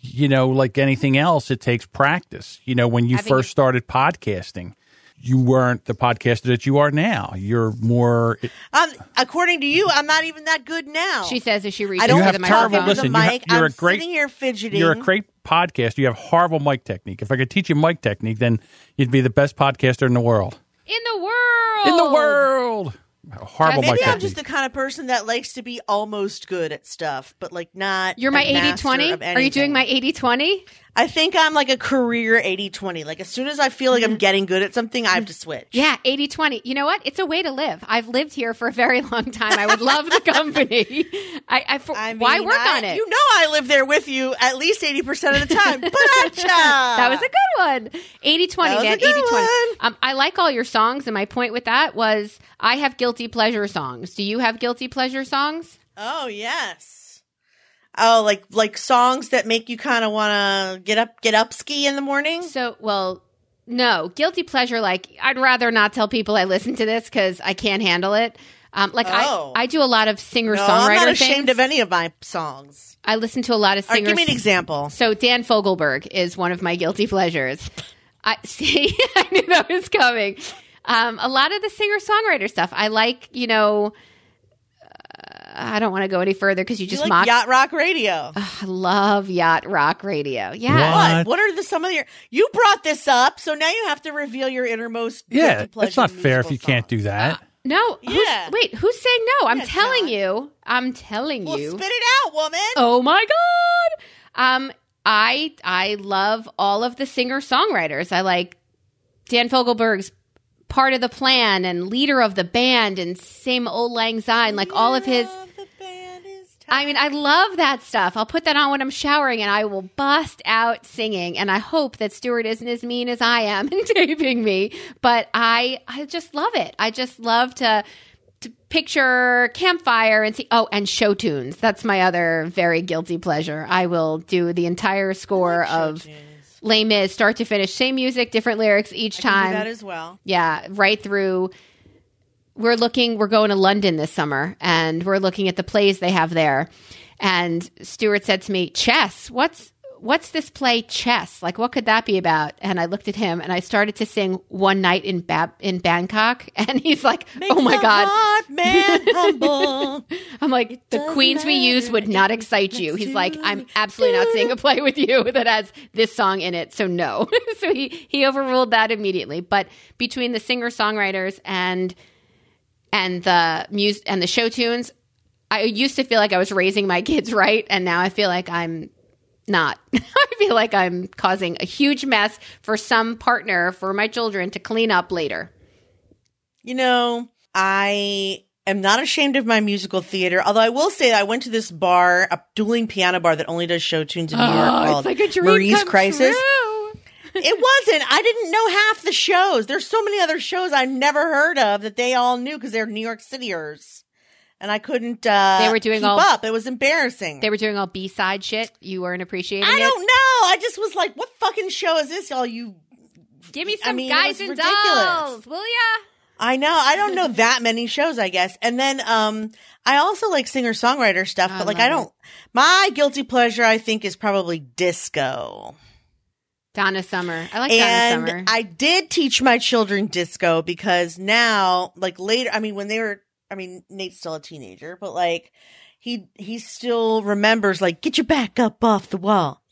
Speaker 3: you know, like anything else, it takes practice. You know, when you
Speaker 1: Having
Speaker 3: first started podcasting, you weren't the podcaster that you are now. You're more
Speaker 2: Um, according to you, I'm not even that good now.
Speaker 1: She says as she reaches
Speaker 2: I don't
Speaker 1: for
Speaker 3: You
Speaker 1: the
Speaker 3: have terrible
Speaker 1: microphone.
Speaker 2: Listen, the
Speaker 3: listen, you ha-
Speaker 2: mic.
Speaker 3: you're
Speaker 2: I'm
Speaker 3: a great-
Speaker 2: sitting here fidgeting.
Speaker 3: You're a great podcast. You have horrible mic technique. If I could teach you mic technique, then you'd be the best podcaster in the world.
Speaker 1: In the world.
Speaker 3: In the world. Horrible
Speaker 2: Oh. Maybe
Speaker 3: mic
Speaker 2: I'm
Speaker 3: technique.
Speaker 2: just the kind of person that likes to be almost good at stuff, but like not.
Speaker 1: You're
Speaker 2: a
Speaker 1: my
Speaker 2: master
Speaker 1: 80 20?
Speaker 2: of
Speaker 1: Are you doing
Speaker 2: anything.
Speaker 1: my 80 20?
Speaker 2: I think I'm like a career 80 20. Like, as soon as I feel like I'm getting good at something, I have to switch.
Speaker 1: Mm. Yeah, 80 20. You know what? It's a way to live. I've lived here for a very long time. I would love the company. I, I, for,
Speaker 2: I mean,
Speaker 1: why work
Speaker 2: I-
Speaker 1: on it?
Speaker 2: You know, I live there with you at least 80% of the time. But that
Speaker 1: that was a good one. 80 20,
Speaker 2: That was a
Speaker 1: man. 80
Speaker 2: good
Speaker 1: 20.
Speaker 2: one.
Speaker 1: Um, I like all your songs. And my point with that was I have guilty pleasure songs. Do you have guilty pleasure songs?
Speaker 2: Oh, yes. Oh, like like songs that make you kind of want to get up, get up ski in the morning.
Speaker 1: So, well, no. Guilty pleasure, like, I'd rather not tell people I listen to this because I can't handle it. Um, like,
Speaker 2: Oh.
Speaker 1: I, I do a lot of singer
Speaker 2: No,
Speaker 1: songwriter
Speaker 2: I'm not ashamed
Speaker 1: things.
Speaker 2: of any of my songs.
Speaker 1: I listen to a lot of
Speaker 2: All right,
Speaker 1: singers.
Speaker 2: give me an example.
Speaker 1: So Dan Fogelberg is one of my guilty pleasures. I see. I knew that was coming. Um, a lot of the singer songwriter stuff. I like. You know, uh, I don't want to go any further because you
Speaker 2: You
Speaker 1: just
Speaker 2: like
Speaker 1: mocked.
Speaker 2: yacht rock radio.
Speaker 1: I love yacht rock radio. Yeah.
Speaker 2: What?
Speaker 3: What?
Speaker 2: What are the some of your? You brought this up, so now you have to reveal your innermost.
Speaker 3: yeah,
Speaker 2: guilty pleasure
Speaker 3: that's not fair if
Speaker 2: musical
Speaker 3: you can't
Speaker 2: song.
Speaker 3: do that.
Speaker 1: No.
Speaker 2: Yeah.
Speaker 1: Who's, wait. Who's saying no? I'm
Speaker 2: Yeah,
Speaker 1: telling
Speaker 2: John.
Speaker 1: you. I'm telling
Speaker 2: Well,
Speaker 1: you.
Speaker 2: spit it out, woman.
Speaker 1: Oh my god. Um I I love all of the singer songwriters. I like Dan Fogelberg's part of the plan and leader of the band and same old lang syne like all of his I mean, I love that stuff. I'll put that on when I'm showering and I will bust out singing. And I hope that Stuart isn't as mean as I am in taping me. But I I just love it. I just love to to picture campfire and see oh, and show tunes. That's my other very guilty pleasure. I will do the entire score of Les Mis, start to finish, same music, different lyrics each time.
Speaker 2: that as well.
Speaker 1: Yeah, right through. We're looking, we're going to London this summer and we're looking at the plays they have there. And Stuart said to me, Chess, what's. What's this play chess? Like what could that be about? And I looked at him and I started to sing One Night in Bab- in Bangkok and he's like, "Oh my god."
Speaker 2: Hot man humble.
Speaker 1: I'm like, the
Speaker 2: doesn't
Speaker 1: queens we use would
Speaker 2: matter
Speaker 1: not
Speaker 2: if
Speaker 1: excite you.
Speaker 2: it's
Speaker 1: He's like,
Speaker 2: you.
Speaker 1: I'm absolutely not seeing a play with you that has this song in it, so no. so he he overruled that immediately. But between the singer songwriters and and the music and the show tunes, I used to feel like I was raising my kids right, and now I feel like I'm not. I feel like I'm causing a huge mess for some partner for my children to clean up later.
Speaker 2: You know, I am not ashamed of my musical theater. Although I will say that I went to this bar, a dueling piano bar that only does show tunes in New York
Speaker 1: Oh,
Speaker 2: called
Speaker 1: it's like a dream
Speaker 2: Marie's
Speaker 1: come
Speaker 2: Crisis.
Speaker 1: true.
Speaker 2: It wasn't. I didn't know half the shows. There's so many other shows I've never heard of that they all knew because they're New York Cityers, and I couldn't. Uh,
Speaker 1: They were doing
Speaker 2: keep
Speaker 1: all-
Speaker 2: up. It was embarrassing.
Speaker 1: They were doing all B side shit. You weren't appreciating
Speaker 2: I
Speaker 1: it.
Speaker 2: don't know. I just was like, "What fucking show is this, y'all? You
Speaker 1: Give me
Speaker 2: I
Speaker 1: some
Speaker 2: mean, it
Speaker 1: guys
Speaker 2: was
Speaker 1: and
Speaker 2: ridiculous.
Speaker 1: dolls, will ya?
Speaker 2: I know. I don't know that many shows, I guess. And then um I also like singer songwriter stuff,
Speaker 1: I
Speaker 2: but like
Speaker 1: love
Speaker 2: I don't my guilty pleasure I think is probably disco.
Speaker 1: Donna Summer. I like
Speaker 2: and
Speaker 1: Donna Summer.
Speaker 2: I did teach my children disco because now like later I mean when they were I mean Nate's still a teenager, but like he he still remembers like get your back up off the wall.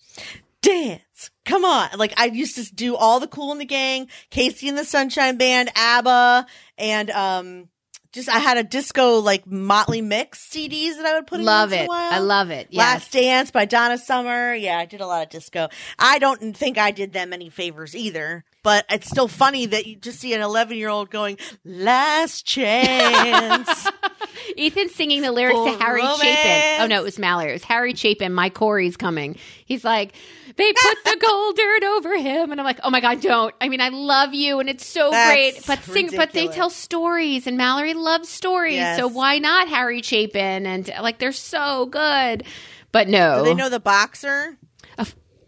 Speaker 2: Dance. Come on. Like I used to do all the cool in the gang, Casey and the Sunshine Band, ABBA, and um just I had a disco like motley mix CDs that I would put in
Speaker 1: love
Speaker 2: once in
Speaker 1: it.
Speaker 2: a while.
Speaker 1: I love it. Yes.
Speaker 2: uh, Last Dance by Donna Summer. Yeah, I did a lot of disco. I don't think I did them any favors either, but it's still funny that you just see an 11 year old going, Last Chance.
Speaker 1: Ethan singing the lyrics to
Speaker 2: For
Speaker 1: Harry Chapin.
Speaker 2: romance.
Speaker 1: Oh no, it was Mallory. It was Harry Chapin. My Corey's coming. He's like, they put the gold dirt over him, and I'm like, oh my god, don't. I mean, I love you, and it's so
Speaker 2: That's
Speaker 1: great. But sing, but they
Speaker 2: ridiculous.
Speaker 1: tell stories, and Mallory loves stories.
Speaker 2: Yes.
Speaker 1: So why not Harry Chapin? And like, they're so good. But no,
Speaker 2: Do they know The Boxer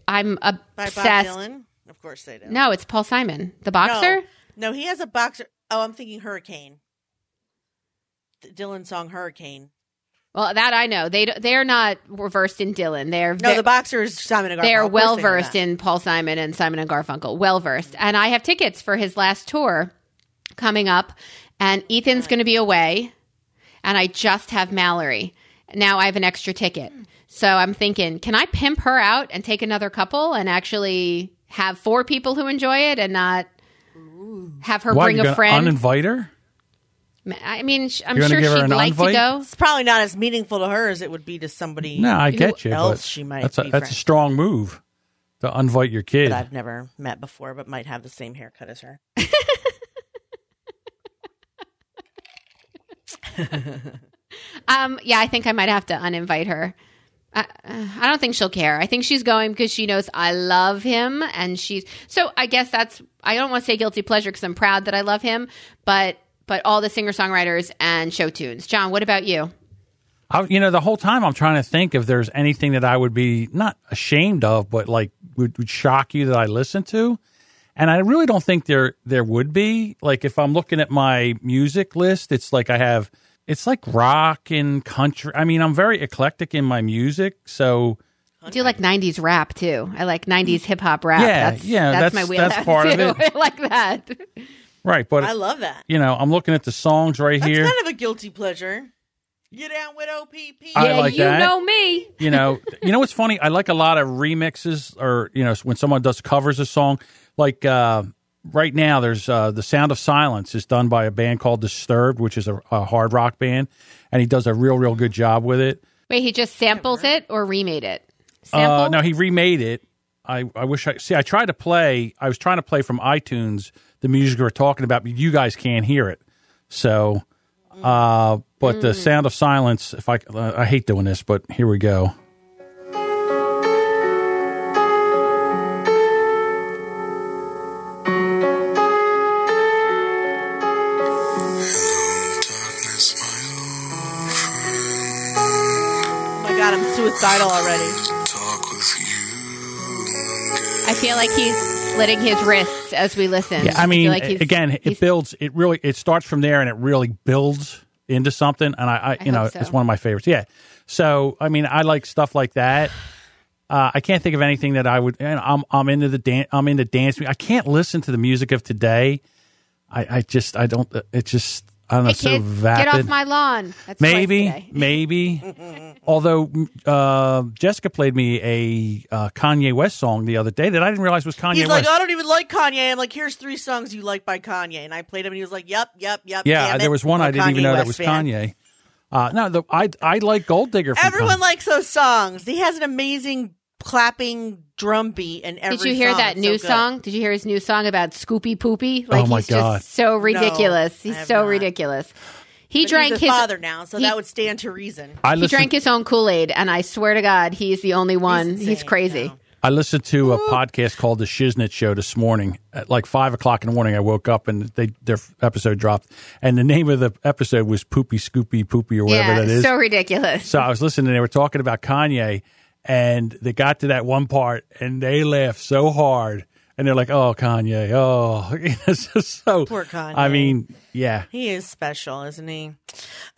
Speaker 1: I'm
Speaker 2: by
Speaker 1: obsessed.
Speaker 2: Bob Dylan? Of course they do.
Speaker 1: No, it's Paul Simon, the
Speaker 2: No.
Speaker 1: boxer.
Speaker 2: No, he has a boxer. Oh, I'm thinking Hurricane. The Dylan song Hurricane.
Speaker 1: Well, that I know. They d- they are not versed in Dylan. They are
Speaker 2: No,
Speaker 1: ve-
Speaker 2: the boxer is Simon and Garfunkel.
Speaker 1: they are
Speaker 2: Of course
Speaker 1: well
Speaker 2: know
Speaker 1: versed
Speaker 2: that.
Speaker 1: in Paul Simon and Simon and Garfunkel. Well versed, and I have tickets for his last tour coming up, and Ethan's going to be away, and I just have Mallory. Now I have an extra ticket,
Speaker 2: Hmm.
Speaker 1: so I'm thinking, can I pimp her out and take another couple and actually have four people who enjoy it and not have her
Speaker 3: Why,
Speaker 1: bring
Speaker 3: you're
Speaker 1: a
Speaker 3: gonna
Speaker 1: friend?
Speaker 3: Uninvite her?
Speaker 1: Ma- I mean, sh- I'm
Speaker 3: You're gonna
Speaker 1: sure
Speaker 3: give her
Speaker 1: she'd
Speaker 3: an
Speaker 1: like to
Speaker 3: invite?
Speaker 1: go.
Speaker 2: It's probably not as meaningful to her as it would be to somebody.
Speaker 3: No, I
Speaker 1: who
Speaker 3: get you. but
Speaker 2: else she might
Speaker 3: That's a,
Speaker 2: be
Speaker 3: that's a
Speaker 2: friends
Speaker 3: strong move to invite your kid.
Speaker 2: that I've never met before, but might have the same haircut as her.
Speaker 1: Um, yeah, I think I might have to uninvite her. I, uh, I don't think she'll care. I think she's going because she knows I love him, and she's so. I guess that's. I don't want to say guilty pleasure because I'm proud that I love him, but but all the singer songwriters and show tunes. John, what about you?
Speaker 3: I, you know, the whole time I'm trying to think if there's anything that I would be not ashamed of, but like would, would shock you that I listen to. And I really don't think there there would be. Like if I'm looking at my music list, it's like I have it's like rock and country. I mean, I'm very eclectic in my music, so
Speaker 1: I do like '90s rap too. I like '90s hip hop rap.
Speaker 3: Yeah,
Speaker 1: that's,
Speaker 3: yeah,
Speaker 1: that's,
Speaker 3: that's-
Speaker 1: my
Speaker 3: that's
Speaker 1: wheelhouse
Speaker 3: part of
Speaker 1: too.
Speaker 3: it.
Speaker 1: I like that.
Speaker 3: right. But
Speaker 2: I love that.
Speaker 3: you know, I'm looking at the songs right
Speaker 2: That's
Speaker 3: here.
Speaker 2: kind of a guilty pleasure. Get down with OPP.
Speaker 3: I
Speaker 1: yeah,
Speaker 3: like
Speaker 1: you
Speaker 3: that.
Speaker 1: know me.
Speaker 3: you know you know what's funny i like a lot of remixes or you know when someone does covers a song like uh right now there's uh the sound of silence is done by a band called disturbed which is a, a hard rock band and he does a real real good job with it
Speaker 1: Wait, he just samples it or remade it?
Speaker 3: uh
Speaker 1: Sample?
Speaker 3: no he remade it I, I wish I see. I tried to play. I was trying to play from iTunes the music we were talking about, but you guys can't hear it. So, uh, but the sound of silence. If I uh, I hate doing this, but here we go.
Speaker 4: Darkness, my old friend.
Speaker 2: Oh my god, I'm suicidal already.
Speaker 4: Talk with you again.
Speaker 1: I feel like he's slitting his wrists as we listen.
Speaker 3: Yeah, I
Speaker 1: feel
Speaker 3: mean,
Speaker 1: like he's-
Speaker 3: again, it
Speaker 1: he's-
Speaker 3: builds. It really it starts from there, and it really builds into something. And I, I you know,
Speaker 1: hope so.
Speaker 3: it's one of my favorites. Yeah. So I mean, I like stuff like that. Uh, I can't think of anything that I would. And I'm I'm into the dance. I'm into dance. mu- I can't listen to the music of today. I, I just I don't. It just I don't know.
Speaker 1: Hey,
Speaker 3: it's so
Speaker 1: kid,
Speaker 3: vapid.
Speaker 1: Get off my lawn. That's twice
Speaker 3: Maybe,
Speaker 1: today.
Speaker 3: maybe. Although uh, Jessica played me a uh, Kanye West song the other day that I didn't realize was Kanye
Speaker 2: He's like,
Speaker 3: West.
Speaker 2: I don't even like Kanye. I'm like, here's three songs you like by Kanye, and I played him, and he was like, Yep, yep, yep.
Speaker 3: Yeah,
Speaker 2: damn
Speaker 3: there
Speaker 2: it.
Speaker 3: was one
Speaker 2: I'm a
Speaker 3: I didn't
Speaker 2: Kanye
Speaker 3: even know that
Speaker 2: West
Speaker 3: was
Speaker 2: fan.
Speaker 3: Kanye. Uh, no, the, I I like Gold Digger. From
Speaker 2: Everyone
Speaker 3: Kanye.
Speaker 2: likes those songs. He has an amazing clapping drum beat and every
Speaker 1: Did you hear
Speaker 2: song.
Speaker 1: that
Speaker 2: It's so
Speaker 1: new
Speaker 2: good.
Speaker 1: song? Did you hear his new song about Scoopy Poopy? Like
Speaker 3: Oh my
Speaker 1: he's
Speaker 3: God.
Speaker 1: just so ridiculous.
Speaker 2: I
Speaker 1: he's
Speaker 2: have
Speaker 1: so
Speaker 2: not.
Speaker 1: ridiculous. He
Speaker 2: But
Speaker 1: drank
Speaker 2: he's a
Speaker 1: his
Speaker 2: father now, so
Speaker 1: he-
Speaker 2: that would stand to reason.
Speaker 3: I
Speaker 1: he
Speaker 3: listen.
Speaker 1: drank his own Kool Aid, and I swear to God, he's the only one. He's,
Speaker 2: insane,
Speaker 1: crazy.
Speaker 2: no.
Speaker 3: I listened to a podcast called The Shiznit Show this morning at like five o'clock in the morning. I woke up and they their episode dropped, and the name of the episode was Poopy Scoopy Poopy or whatever
Speaker 1: yeah,
Speaker 3: that is.
Speaker 1: so ridiculous.
Speaker 3: So I was listening. They were talking about Kanye, and they got to that one part, and they laughed so hard, and they're like, "Oh, Kanye! Oh, it's just so
Speaker 2: Poor Kanye.
Speaker 3: I mean, yeah,
Speaker 2: He is special, isn't he?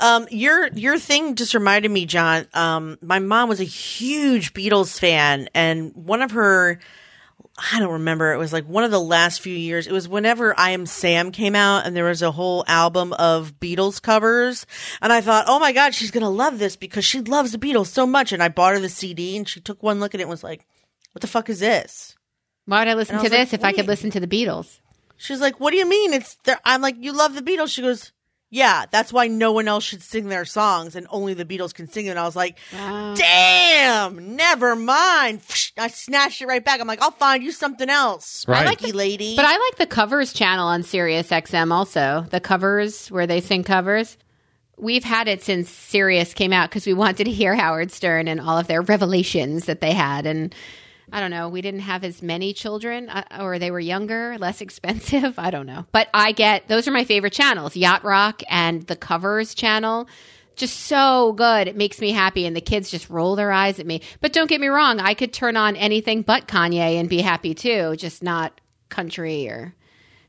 Speaker 2: Um, your your thing just reminded me, John. Um, my mom was a huge Beatles fan, and one of her, I don't remember. It was like one of the last few years. It was whenever I Am Sam came out, and there was a whole album of Beatles covers. And I thought, oh my god, she's gonna love this because she loves the Beatles so much. And I bought her the CD, and she took one look at it and was like, "What the fuck is this?"
Speaker 1: Why would I listen
Speaker 2: And I
Speaker 1: to
Speaker 2: was like,
Speaker 1: this if I could
Speaker 2: wait.
Speaker 1: listen to the Beatles?
Speaker 2: She's like, "What do you mean?" It's there. I'm like, "You love the Beatles." She goes, "Yeah, that's why no one else should sing their songs, and only the Beatles can sing it." And I was like, "Damn, never mind." I snatched it right back. I'm like, "I'll find you something else,
Speaker 3: Right. I
Speaker 2: right,
Speaker 3: like
Speaker 2: lady."
Speaker 1: But I like the covers channel on Sirius XM also. The covers where they sing covers. We've had it since Sirius came out because we wanted to hear Howard Stern and all of their revelations that they had. And I don't know, we didn't have as many children uh, or they were younger, less expensive. I don't know. But I get those are my favorite channels Yacht Rock and the covers channel. Just so good. It makes me happy. And the kids just roll their eyes at me. But don't get me wrong, I could turn on anything but Kanye and be happy too, just not country or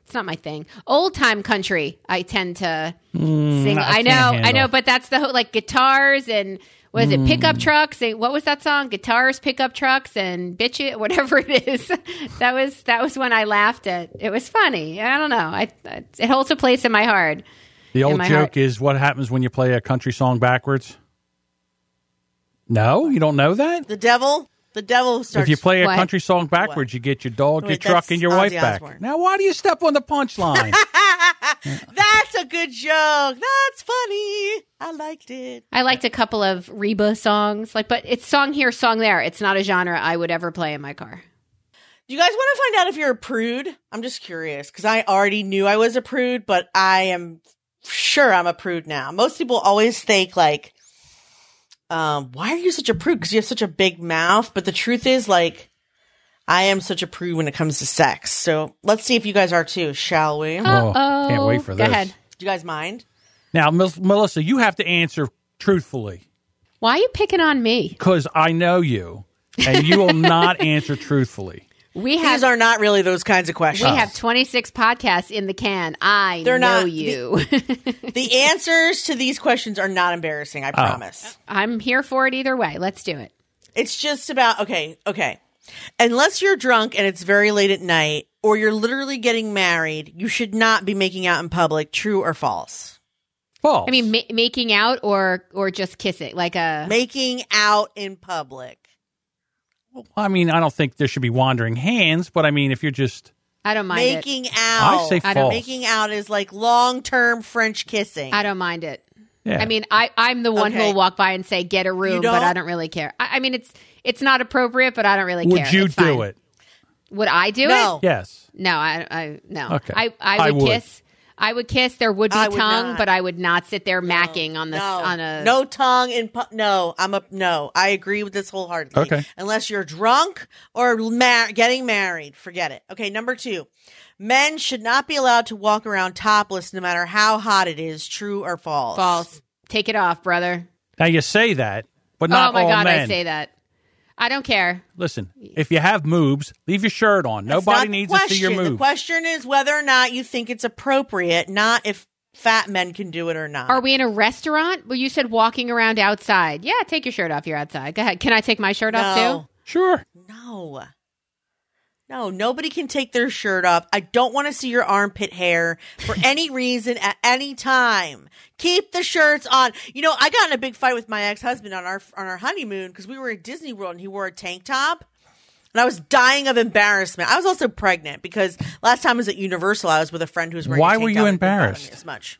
Speaker 1: it's not my thing. Old time country, I tend to sing.
Speaker 3: Mm, I
Speaker 1: I,
Speaker 3: can't
Speaker 1: know, I
Speaker 3: handle. Mm.
Speaker 1: know, but that's the whole like guitars and was it pickup trucks? And what was that song? Guitars, pickup trucks, and bitch it, whatever it is. that was that was when I laughed at. It was funny. I don't know. I, I it holds a place in my heart.
Speaker 3: The old
Speaker 1: my
Speaker 3: joke
Speaker 1: heart.
Speaker 3: is what happens when you play a country song backwards? No, you don't know that?
Speaker 2: the devil, the devil starts.
Speaker 3: If you play a
Speaker 1: What?
Speaker 3: country song backwards, you get your dog,
Speaker 2: Wait,
Speaker 3: your truck,
Speaker 2: that's
Speaker 3: and your wife
Speaker 2: Ozzy
Speaker 3: back.
Speaker 2: Osbourne.
Speaker 3: Now, why do you step on the punchline?
Speaker 2: that's a good joke. That's funny. I liked it.
Speaker 1: I liked a couple of Reba songs, like, but it's song here, song there. It's not a genre I would ever play in my car.
Speaker 2: Do you guys want to find out if you're a prude? I'm just curious because I already knew I was a prude, but I am sure I'm a prude now. Most people always think like, um, "Why are you such a prude? Because you have such a big mouth." But the truth is, like, I am such a prude when it comes to sex. So let's see if you guys are too, shall we?
Speaker 1: Uh,
Speaker 2: Do
Speaker 3: Oh, can't wait for
Speaker 1: Go
Speaker 3: this.
Speaker 1: ahead.
Speaker 2: you guys mind?
Speaker 3: now, Mel- Melissa, you have to answer truthfully
Speaker 1: Why are you picking on me?
Speaker 3: because I know you, and you will not answer truthfully.
Speaker 1: We have
Speaker 2: These are not really those kinds of
Speaker 1: We
Speaker 2: questions.
Speaker 1: have 26 podcasts in the can. I
Speaker 2: They're
Speaker 1: know
Speaker 2: not-
Speaker 1: you.
Speaker 2: the answers to these questions are not embarrassing. I promise.
Speaker 1: I'm here for it either way. Let's do it.
Speaker 2: It's just about okay, okay. Unless you're drunk and it's very late at night, or you're literally getting married, you should not be making out in public. True or false?
Speaker 3: False.
Speaker 1: I mean, ma- making out or or just kissing, like a
Speaker 2: Making out in public.
Speaker 3: I mean, I don't think there should be wandering hands, but I mean, if you're just,
Speaker 1: I don't mind it.
Speaker 2: Making out.
Speaker 3: I say
Speaker 1: I don't-
Speaker 3: false.
Speaker 2: making out is like long term French kissing.
Speaker 1: I don't mind it.
Speaker 3: yeah.
Speaker 1: I mean, I I'm the one
Speaker 2: Okay.
Speaker 1: who'll walk by and say get a room, but
Speaker 2: don't?
Speaker 1: I don't really care. I, I mean, it's it's not appropriate, but I don't really
Speaker 3: would
Speaker 1: care.
Speaker 3: you
Speaker 1: It's
Speaker 3: do
Speaker 1: fine.
Speaker 3: it?
Speaker 1: Would I do
Speaker 2: no.
Speaker 1: it?
Speaker 3: Yes.
Speaker 1: No, I, I no.
Speaker 3: Okay.
Speaker 1: I,
Speaker 3: I
Speaker 1: I would
Speaker 3: would.
Speaker 1: kiss. I would kiss. There would be
Speaker 2: I would
Speaker 1: tongue,
Speaker 2: not.
Speaker 1: but I would not sit there macking on this
Speaker 2: no,
Speaker 1: on a
Speaker 2: no tongue in pu- no. I'm a no. I agree with this wholeheartedly.
Speaker 3: Okay.
Speaker 2: unless you're drunk or mar- getting married, forget it. Okay, number two, men should not be allowed to walk around topless, no matter how hot it is. True or false?
Speaker 1: false. Take it off, brother.
Speaker 3: Now you say that, but not
Speaker 1: oh my
Speaker 3: all
Speaker 1: god,
Speaker 3: men.
Speaker 1: I say that. I don't care.
Speaker 3: Listen, if you have moobs, leave your shirt on.
Speaker 2: That's not
Speaker 3: Nobody
Speaker 2: the
Speaker 3: needs
Speaker 2: question.
Speaker 3: to see your
Speaker 2: The
Speaker 3: moobs.
Speaker 2: question is whether or not you think it's appropriate, not if fat men can do it or not.
Speaker 1: Are we in a restaurant? Well, you said walking around outside. Yeah, take your shirt off. You're outside. Go ahead. Can I take my shirt off
Speaker 2: no,
Speaker 1: too?
Speaker 3: sure.
Speaker 2: no, no. Nobody can take their shirt off. I don't want to see your armpit hair for any reason at any time. Keep the shirts on. You know, I got in a big fight with my ex husband on our on our honeymoon because we were at Disney World and he wore a tank top. And I was dying of embarrassment. I was also pregnant because last time I was at Universal, I was with a friend who was wearing. a
Speaker 3: Why
Speaker 2: tank
Speaker 3: were you
Speaker 2: top and didn't bother me
Speaker 3: embarrassed?
Speaker 2: As much.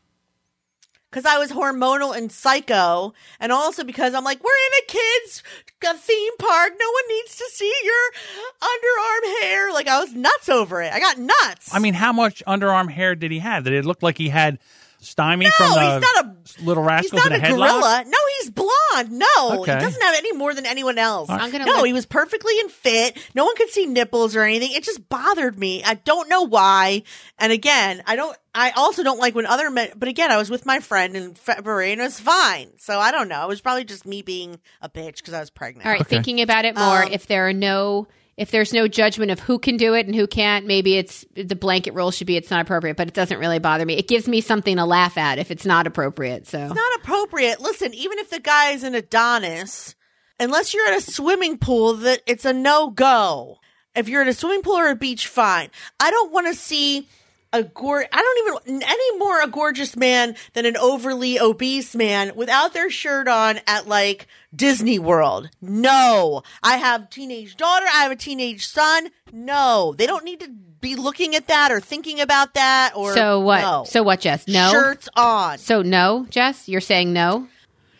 Speaker 2: Because I was hormonal and psycho, and also because I'm like, we're in a kids' a theme park. No one needs to see your underarm hair. Like I was nuts over it. I got nuts.
Speaker 3: I mean, how much underarm hair did he have? Did it look like he had stymie from
Speaker 2: no,
Speaker 3: the
Speaker 2: he's not a
Speaker 3: Little
Speaker 2: He's
Speaker 3: Rascals
Speaker 2: not
Speaker 3: in a,
Speaker 2: a
Speaker 3: headlock?
Speaker 2: gorilla. No, he's blonde. No,
Speaker 3: Okay.
Speaker 2: he doesn't have any more than anyone else.
Speaker 1: I'm gonna
Speaker 2: no,
Speaker 1: let-
Speaker 2: he was perfectly in fit. No one could see nipples or anything. It just bothered me. I don't know why. And again, I don't. I also don't like when other men. But again, I was with my friend in February and it was fine. So I don't know. It was probably just me being a bitch because I was pregnant.
Speaker 1: All right,
Speaker 3: Okay.
Speaker 1: thinking about it more.
Speaker 2: Um,
Speaker 1: if there are no, if there's no judgment of who can do it and who can't, maybe it's the blanket rule should be it's not appropriate. But it doesn't really bother me. It gives me something to laugh at if it's not appropriate. So
Speaker 2: It's not appropriate. Listen, even if the guy is an Adonis, unless you're at a swimming pool, that it's a no go. If you're at a swimming pool or a beach, fine. I don't want to see a gor. I don't even any more a gorgeous man than an overly obese man without their shirt on at like Disney World. No, I have teenage daughter. I have a teenage son. No, they don't need to be looking at that or thinking about that. Or
Speaker 1: so what?
Speaker 2: no.
Speaker 1: So what, Jess? No.
Speaker 2: shirts on.
Speaker 1: So no, Jess, you're saying no,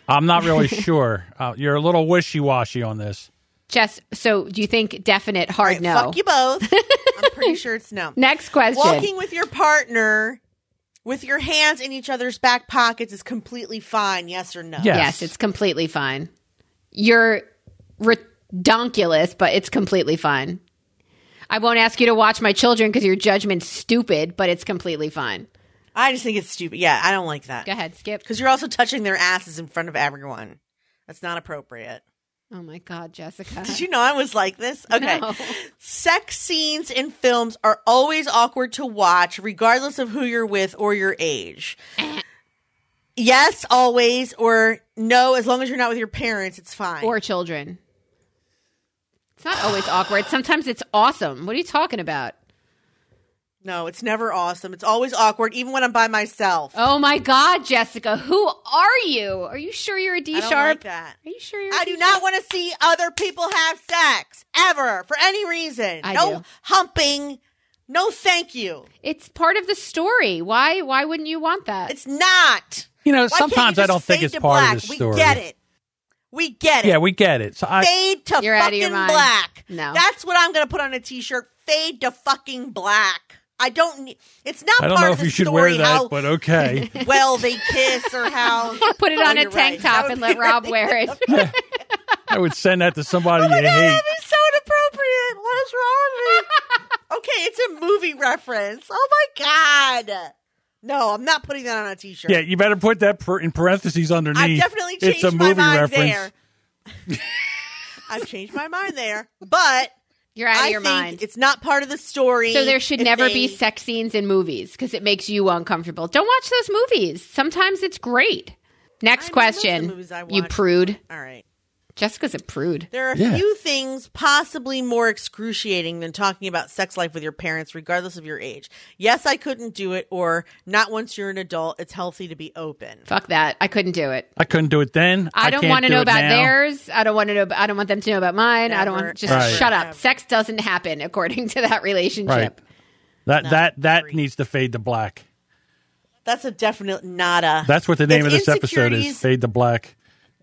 Speaker 3: I'm not really sure. Uh, you're a little wishy washy on this.
Speaker 1: Jess. So do you think definite hard
Speaker 2: Right,
Speaker 1: no?
Speaker 2: Fuck you both. I'm pretty sure it's no.
Speaker 1: Next question.
Speaker 2: Walking with your partner with your hands in each other's back pockets is completely fine, yes or no?
Speaker 1: yes.
Speaker 3: Yeah. Yes.
Speaker 1: it's completely fine. You're redonkulous, but it's completely fine. I won't ask you to watch my children because your judgment's stupid, but it's completely fine.
Speaker 2: I just think it's stupid. Yeah, I don't like that.
Speaker 1: Go ahead, skip.
Speaker 2: Because you're also touching their asses in front of everyone. That's not appropriate.
Speaker 1: Oh my God, Jessica.
Speaker 2: Did you know I was like this? Okay.
Speaker 1: No.
Speaker 2: Sex scenes in films are always awkward to watch, regardless of who you're with or your age.
Speaker 1: Eh.
Speaker 2: yes, always, or no, as long as you're not with your parents, it's fine.
Speaker 1: Or children. It's not always awkward. Sometimes it's awesome. What are you talking about?
Speaker 2: No, it's never awesome. It's always awkward, even when I'm by myself.
Speaker 1: Oh my God, Jessica. Who are you? Are you sure you're a D
Speaker 2: I don't
Speaker 1: sharp?
Speaker 2: like that.
Speaker 1: Are you sure you're a
Speaker 2: I
Speaker 1: D
Speaker 2: do not want to see other people have sex ever for any reason.
Speaker 1: I
Speaker 2: no
Speaker 1: do.
Speaker 2: humping. No, thank you.
Speaker 1: It's part of the story. Why why wouldn't you want that?
Speaker 2: It's not.
Speaker 3: You know,
Speaker 2: Why can't
Speaker 3: sometimes
Speaker 2: you
Speaker 3: I
Speaker 2: just
Speaker 3: don't think
Speaker 2: fade
Speaker 3: it's
Speaker 2: to
Speaker 3: part
Speaker 2: black?
Speaker 3: of the story.
Speaker 2: We get it. We get it.
Speaker 3: Yeah, we get it. So I,
Speaker 2: fade to
Speaker 1: You're
Speaker 2: fucking
Speaker 1: out of your mind.
Speaker 2: black.
Speaker 1: No.
Speaker 2: that's what I'm gonna put on a t-shirt. Fade to fucking black. I don't. need It's not.
Speaker 3: I don't
Speaker 2: part
Speaker 3: know
Speaker 2: of
Speaker 3: if
Speaker 2: the
Speaker 3: you should
Speaker 2: story
Speaker 3: wear that,
Speaker 2: how
Speaker 3: but okay.
Speaker 2: well they kiss or how.
Speaker 1: Put it
Speaker 2: Oh,
Speaker 1: on a
Speaker 2: you're
Speaker 1: tank
Speaker 2: right. That
Speaker 1: top
Speaker 2: would
Speaker 1: and
Speaker 2: be
Speaker 1: let Rob
Speaker 2: really-
Speaker 1: wear it.
Speaker 3: I would send that to somebody
Speaker 2: Oh my
Speaker 3: you
Speaker 2: God,
Speaker 3: hate.
Speaker 2: that'd be so inappropriate. What is wrong with me? okay, it's a movie reference. Oh my god. No, I'm not putting that on a t-shirt.
Speaker 3: Yeah, you better put that per- in parentheses underneath.
Speaker 2: I've definitely changed
Speaker 3: it's a movie
Speaker 2: my mind
Speaker 3: reference.
Speaker 2: there. I've changed my mind there, but
Speaker 1: You're out of
Speaker 2: I
Speaker 1: your
Speaker 2: think
Speaker 1: mind.
Speaker 2: it's not part of the story.
Speaker 1: So there should
Speaker 2: if
Speaker 1: never be
Speaker 2: they-
Speaker 1: sex scenes in movies because it makes you uncomfortable. Don't watch those movies. Sometimes it's great.
Speaker 2: I
Speaker 1: Next
Speaker 2: mean, most of the
Speaker 1: question.
Speaker 2: movies I
Speaker 1: You
Speaker 2: watch-
Speaker 1: prude.
Speaker 2: All right.
Speaker 1: Jessica's a prude.
Speaker 2: There are a
Speaker 3: Yeah.
Speaker 2: few things possibly more excruciating than talking about sex life with your parents, regardless of your age. Yes, I couldn't do it, or not once you're an adult, it's healthy to be open.
Speaker 1: Fuck that. I couldn't do it.
Speaker 3: I couldn't do it then.
Speaker 1: I don't
Speaker 3: can't
Speaker 1: want to
Speaker 3: do
Speaker 1: know
Speaker 3: it
Speaker 1: about
Speaker 3: now.
Speaker 1: theirs. I don't want to know. I don't want them to know about mine. I don't
Speaker 2: Never,
Speaker 1: want. Just
Speaker 3: Right.
Speaker 1: shut up.
Speaker 2: ever.
Speaker 1: Sex doesn't happen according to that relationship.
Speaker 3: Right. That that that
Speaker 2: free.
Speaker 3: needs to fade to black.
Speaker 2: That's a definite nada.
Speaker 3: That's what the name of
Speaker 2: If
Speaker 3: this episode is.
Speaker 2: insecurities
Speaker 3: Fade to black.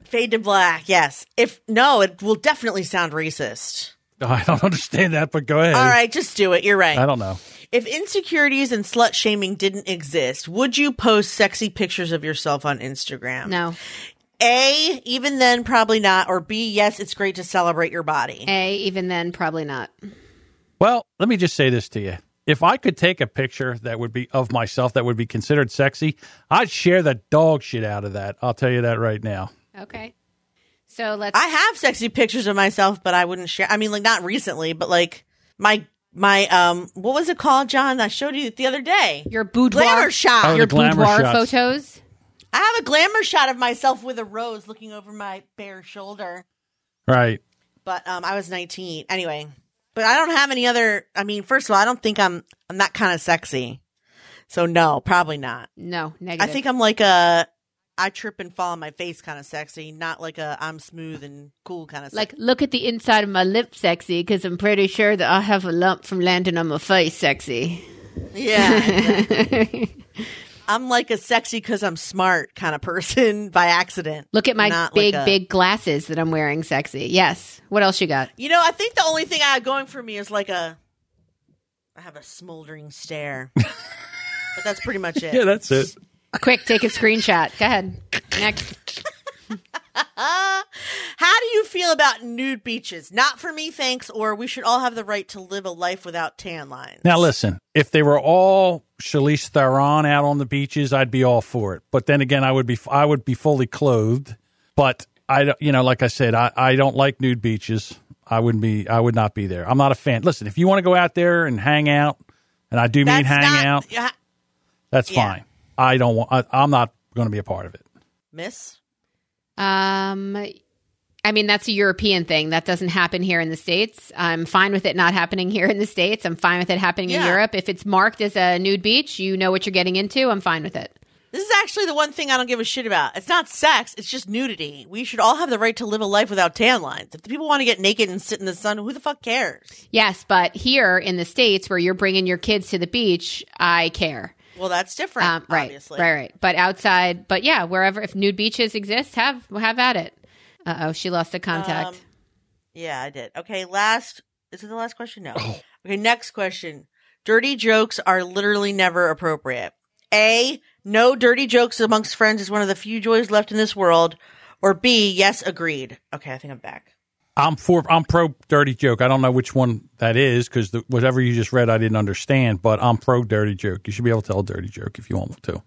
Speaker 2: Fade to black. Yes. If no, it will definitely sound racist.
Speaker 3: I don't understand that, but go ahead.
Speaker 2: All right, just do it. You're right.
Speaker 3: I don't know.
Speaker 2: If insecurities and slut shaming didn't exist, would you post sexy pictures of yourself on Instagram?
Speaker 1: No.
Speaker 2: A, even then, probably not. Or B, yes, it's great to celebrate your body.
Speaker 1: A, even then, probably not.
Speaker 3: Well, let me just say this to you. If I could take a picture that would be of myself that would be considered sexy, I'd share the dog shit out of that. I'll tell you that right now.
Speaker 1: Okay. So let's.
Speaker 2: I have sexy pictures of myself, but I wouldn't share. I mean, like not recently, but like my my um, what was it called, John? I showed you the other day.
Speaker 1: your boudoir.
Speaker 2: glamour shot.
Speaker 3: Oh,
Speaker 1: Your
Speaker 3: The glamour
Speaker 1: boudoir
Speaker 3: shots.
Speaker 1: photos.
Speaker 2: I have a glamour shot of myself with a rose looking over my bare shoulder.
Speaker 3: Right.
Speaker 2: But um, I was 19 anyway. But I don't have any other. I mean, first of all, I don't think I'm I'm that kind of sexy. So no, probably not.
Speaker 1: No,
Speaker 2: I
Speaker 1: negative.
Speaker 2: think I'm like a I trip and fall on my face kind of sexy, not like a I'm smooth and cool kind of sexy.
Speaker 1: Like, look at the inside of my lip, sexy, because I'm pretty sure that I have a lump from landing on my face, sexy.
Speaker 2: yeah.
Speaker 1: look
Speaker 2: I'm like a sexy because I'm smart kind of person by accident.
Speaker 1: at my
Speaker 2: Not
Speaker 1: big,
Speaker 2: like a-
Speaker 1: big glasses that I'm wearing, sexy. Yes. What else you got?
Speaker 2: You know, I think the only thing I have going for me is like a I have a smoldering stare. but that's pretty much it.
Speaker 3: Yeah, that's it.
Speaker 1: Quick, take a screenshot. Go ahead. Next.
Speaker 2: Uh, how do you feel about nude beaches? Not for me, thanks, or we should all have the right to live a life without tan lines.
Speaker 3: Now listen, if they were all Charlize Theron out on the beaches, I'd be all for it. But then again, I would be I would be fully clothed. But I, don't- you know, like I said, I, I don't like nude beaches. I wouldn't be I would not be there. I'm not a fan. Listen, if you want to go out there and hang out, and I do mean
Speaker 2: That's
Speaker 3: hang
Speaker 2: not-
Speaker 3: out,
Speaker 2: Yeah,
Speaker 3: that's
Speaker 2: yeah.
Speaker 3: fine. I don't want. I, I'm not going to be a part of it.
Speaker 2: miss.
Speaker 1: Um, I mean, that's a European thing. That doesn't happen here in the States. I'm fine with it not happening here in the States. I'm fine with it happening in
Speaker 2: Yeah.
Speaker 1: Europe. If it's marked as a nude beach, you know what you're getting into. I'm fine with it.
Speaker 2: This is actually the one thing I don't give a shit about. It's not sex, it's just nudity. We should all have the right to live a life without tan lines. If the people want to get naked and sit in the sun, who the fuck cares?
Speaker 1: Yes, but here in the States where you're bringing your kids to the beach, I care.
Speaker 2: Well, that's different,
Speaker 1: Um, right,
Speaker 2: obviously.
Speaker 1: right, right. But outside, but yeah, wherever if nude beaches exist, have have at it. Uh oh, she lost a contact.
Speaker 2: Um, yeah, I did. Okay, last. Is it the last question? No.
Speaker 3: Oh.
Speaker 2: okay, next question. Dirty jokes are literally never appropriate. A. No dirty jokes amongst friends is one of the few joys left in this world. Or B. Yes, agreed. Okay, I think I'm back.
Speaker 3: I'm for I'm pro dirty joke. I don't know which one that is because whatever you just read, I didn't understand. But I'm pro dirty joke. You should be able to tell a dirty joke if you want to.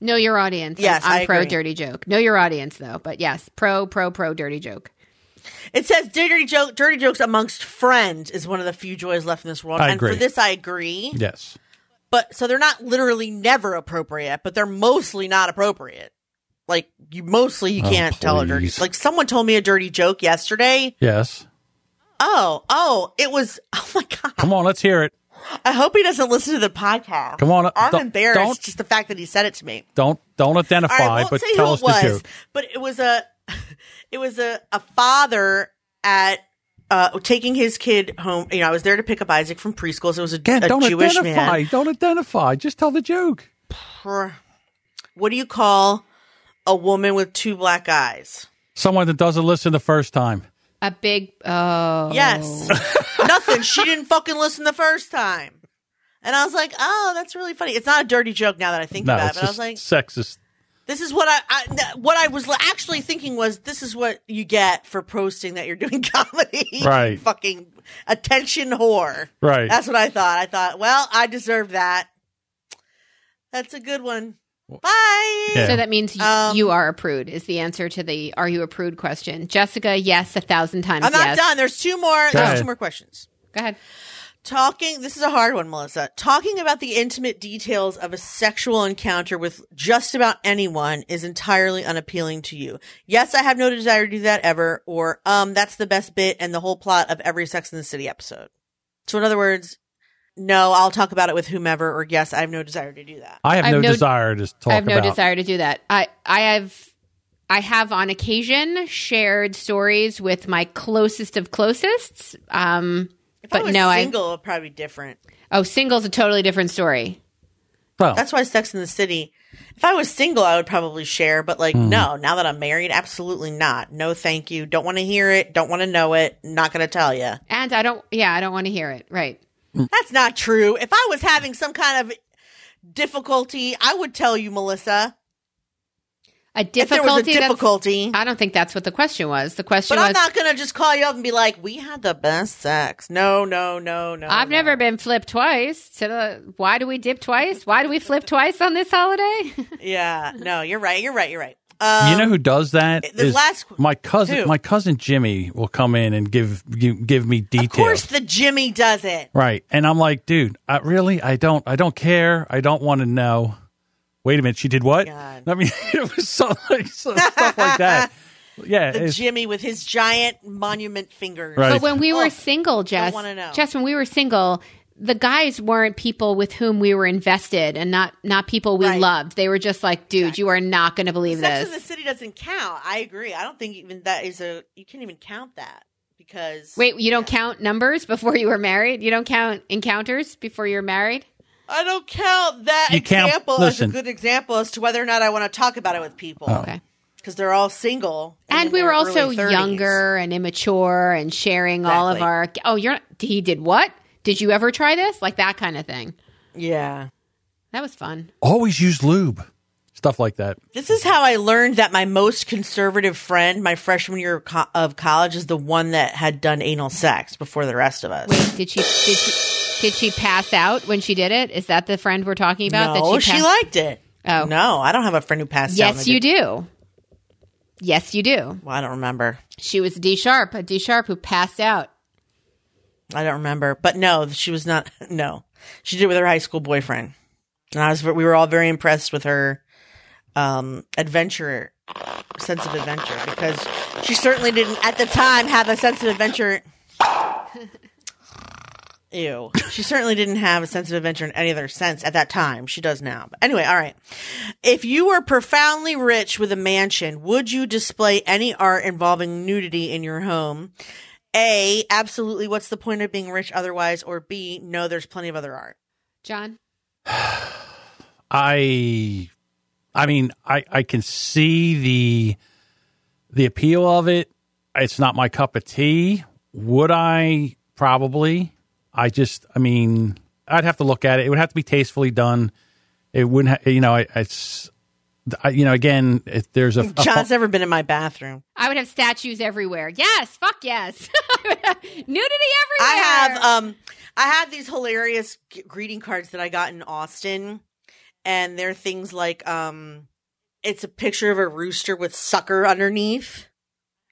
Speaker 1: know your audience.
Speaker 2: Yes,
Speaker 1: I'm, I'm
Speaker 2: I
Speaker 1: pro
Speaker 2: agree.
Speaker 1: dirty joke. Know your audience though. But yes, pro pro pro dirty joke.
Speaker 2: It says dirty joke, dirty jokes amongst friends is one of the few joys left in this world.
Speaker 3: I
Speaker 2: and
Speaker 3: agree.
Speaker 2: for this, I agree.
Speaker 3: Yes.
Speaker 2: But so they're not literally never appropriate, but they're mostly not appropriate. Like you mostly you
Speaker 3: Oh,
Speaker 2: can't tell a dirty.
Speaker 3: please.
Speaker 2: Like someone told me a dirty joke yesterday.
Speaker 3: Yes.
Speaker 2: Oh, oh, it was. Oh my god!
Speaker 3: Come on, let's hear it.
Speaker 2: I hope he doesn't listen to the podcast.
Speaker 3: Come on, uh,
Speaker 2: I'm
Speaker 3: don't-
Speaker 2: embarrassed
Speaker 3: don't-
Speaker 2: just the fact that he said it to me.
Speaker 3: Don't don't identify,
Speaker 2: All right, I won't
Speaker 3: but
Speaker 2: say
Speaker 3: tell
Speaker 2: who
Speaker 3: us
Speaker 2: it was,
Speaker 3: the joke.
Speaker 2: but it was a, it was a a father at. Uh, taking his kid home, you know, I was there to pick up Isaac from preschool. So it was a,
Speaker 3: Again,
Speaker 2: a
Speaker 3: don't
Speaker 2: Jewish
Speaker 3: identify.
Speaker 2: man.
Speaker 3: Don't identify. Just tell the joke.
Speaker 2: Pr- What do you call a woman with two black eyes?
Speaker 3: Someone that doesn't listen the first time.
Speaker 1: A big oh
Speaker 2: Yes.
Speaker 3: Oh.
Speaker 2: Nothing. She didn't fucking listen the first time. And I was like, oh, that's really funny. It's not a dirty joke now that I think
Speaker 3: No,
Speaker 2: about it,
Speaker 3: it's
Speaker 2: but I was
Speaker 3: just
Speaker 2: like,
Speaker 3: sexist.
Speaker 2: this is what I, I th- what I was actually thinking was this is what you get for posting that you're doing comedy. you
Speaker 3: Right.
Speaker 2: fucking attention whore.
Speaker 3: Right.
Speaker 2: That's what I thought. I thought, well, I deserve that. That's a good one. Bye.
Speaker 3: Yeah.
Speaker 1: So that means y-
Speaker 2: Um,
Speaker 1: you are a prude is the answer to the are you a prude question. Jessica, yes, a thousand times.
Speaker 2: I'm not
Speaker 1: yes.
Speaker 2: done. There's two more.
Speaker 3: ahead.
Speaker 2: There's two more questions.
Speaker 1: Go ahead.
Speaker 2: Talking, this is a hard one, Melissa. Talking about the intimate details of a sexual encounter with just about anyone is entirely unappealing to you. Yes, I have no desire to do that ever, or, um, that's the best bit and the whole plot of every Sex in the City episode. So, in other words, no, I'll talk about it with whomever, or yes, I have no desire to do that.
Speaker 3: I have
Speaker 1: I have
Speaker 3: no,
Speaker 1: no-
Speaker 3: desire to talk
Speaker 1: I have no
Speaker 3: about.
Speaker 1: desire to do that. I I have I have on occasion shared stories with my closest of closest. Um
Speaker 2: If I
Speaker 1: but
Speaker 2: was
Speaker 1: no,
Speaker 2: single, it'd probably be different.
Speaker 1: I oh single's a totally different story.
Speaker 3: Well,
Speaker 2: That's why Sex in the City. If I was single, I would probably share, but like,
Speaker 3: Hmm.
Speaker 2: no, now that I'm married, absolutely not. No, thank you. Don't want to hear it. Don't want to know it. Not going to tell you.
Speaker 1: And I don't, yeah, I don't want to hear it. Right.
Speaker 3: Hmm.
Speaker 2: That's not true. If I was having some kind of difficulty, I would tell you, Melissa.
Speaker 1: A
Speaker 2: If there was a
Speaker 1: difficulty. that's-
Speaker 2: difficulty.
Speaker 1: I don't think that's what the question was. The question
Speaker 2: But I'm
Speaker 1: was
Speaker 2: not going to just call you up and be like, we had the best sex. No, no, no, no.
Speaker 1: I've
Speaker 2: no.
Speaker 1: never been flipped twice. To the, why do we dip twice? Why do we flip twice on this holiday?
Speaker 2: Yeah. No, you're right. You're right. You're right. Um,
Speaker 3: you know who does that?
Speaker 2: the
Speaker 3: is
Speaker 2: last-
Speaker 3: my cousin,
Speaker 2: who?
Speaker 3: my cousin Jimmy, will come in and give give, give me details.
Speaker 2: Of course, the Jimmy does it.
Speaker 3: Right. And I'm like, dude, I, really? I don't, I don't care. I don't want to know. Wait a minute. She did what?
Speaker 2: God.
Speaker 3: I mean, it was so, like, so stuff like that. Yeah.
Speaker 2: The
Speaker 3: it's-
Speaker 2: Jimmy with his giant monument fingers.
Speaker 3: Right.
Speaker 1: But when we were
Speaker 2: Ugh,
Speaker 1: single, Jess,
Speaker 2: Oh. wanna know.
Speaker 1: Jess, when we were single, the guys weren't people with whom we were invested, and not not people we
Speaker 2: Right.
Speaker 1: loved. They were just like, dude, you are not going to believe
Speaker 2: Sex in the
Speaker 1: this.
Speaker 2: City doesn't count. I agree. I don't think even that is a. You can't even count that because
Speaker 1: Wait, you don't count numbers before you were married. You don't count encounters before you're married.
Speaker 2: I don't count that
Speaker 3: You count-
Speaker 2: example
Speaker 3: listen. Oh.
Speaker 2: as a good example as to whether or not I want to talk about it with people.
Speaker 1: Okay.
Speaker 2: Because they're all single,
Speaker 1: And
Speaker 2: in
Speaker 1: we
Speaker 2: their
Speaker 1: were also
Speaker 2: early 30s.
Speaker 1: younger and immature and sharing all of
Speaker 2: Exactly.
Speaker 1: our. Oh, you're. He did what? Did you ever try this? Like that kind of thing.
Speaker 2: Yeah.
Speaker 1: That was fun.
Speaker 3: always use lube. Stuff like that.
Speaker 2: This is how I learned that my most conservative friend, my freshman year of co- of college, is the one that had done anal sex before the rest of us.
Speaker 1: Wait, did she did she did she pass out when she did it? Is that the friend we're talking about?
Speaker 2: no,
Speaker 1: that
Speaker 2: she,
Speaker 1: passed-
Speaker 2: liked it.
Speaker 1: Oh.
Speaker 2: no, I don't have a friend who passed out.
Speaker 1: Yes,
Speaker 2: and I
Speaker 1: you
Speaker 2: did-
Speaker 1: do. Yes, you do.
Speaker 2: Well, I don't remember.
Speaker 1: She was D sharp, a D sharp who passed out.
Speaker 2: I don't remember, but no, she was not. No, she did it with her high school boyfriend, and I was. We were all very impressed with her um adventure sense of adventure because she certainly didn't at the time have a sense of adventure. Ew. She certainly didn't have a sense of adventure in any other sense at that time. She does now. But anyway, all right. If you were profoundly rich with a mansion, would you display any art involving nudity in your home? A, absolutely. What's the point of being rich otherwise? Or B, no, there's plenty of other art.
Speaker 1: John,
Speaker 3: I, I mean, I, I can see the, the appeal of it. It's not my cup of tea. Would I? Probably. I just, I mean, I'd have to look at it. It would have to be tastefully done. It wouldn't, ha- you know, I, it's, I, you know, again, if there's a, a
Speaker 2: John's never been in my bathroom.
Speaker 1: I would have statues everywhere. Yes, fuck yes. Nudity everywhere.
Speaker 2: I have um I have these hilarious g- greeting cards that I got in Austin and they're things like um it's a picture of a rooster with sucker underneath.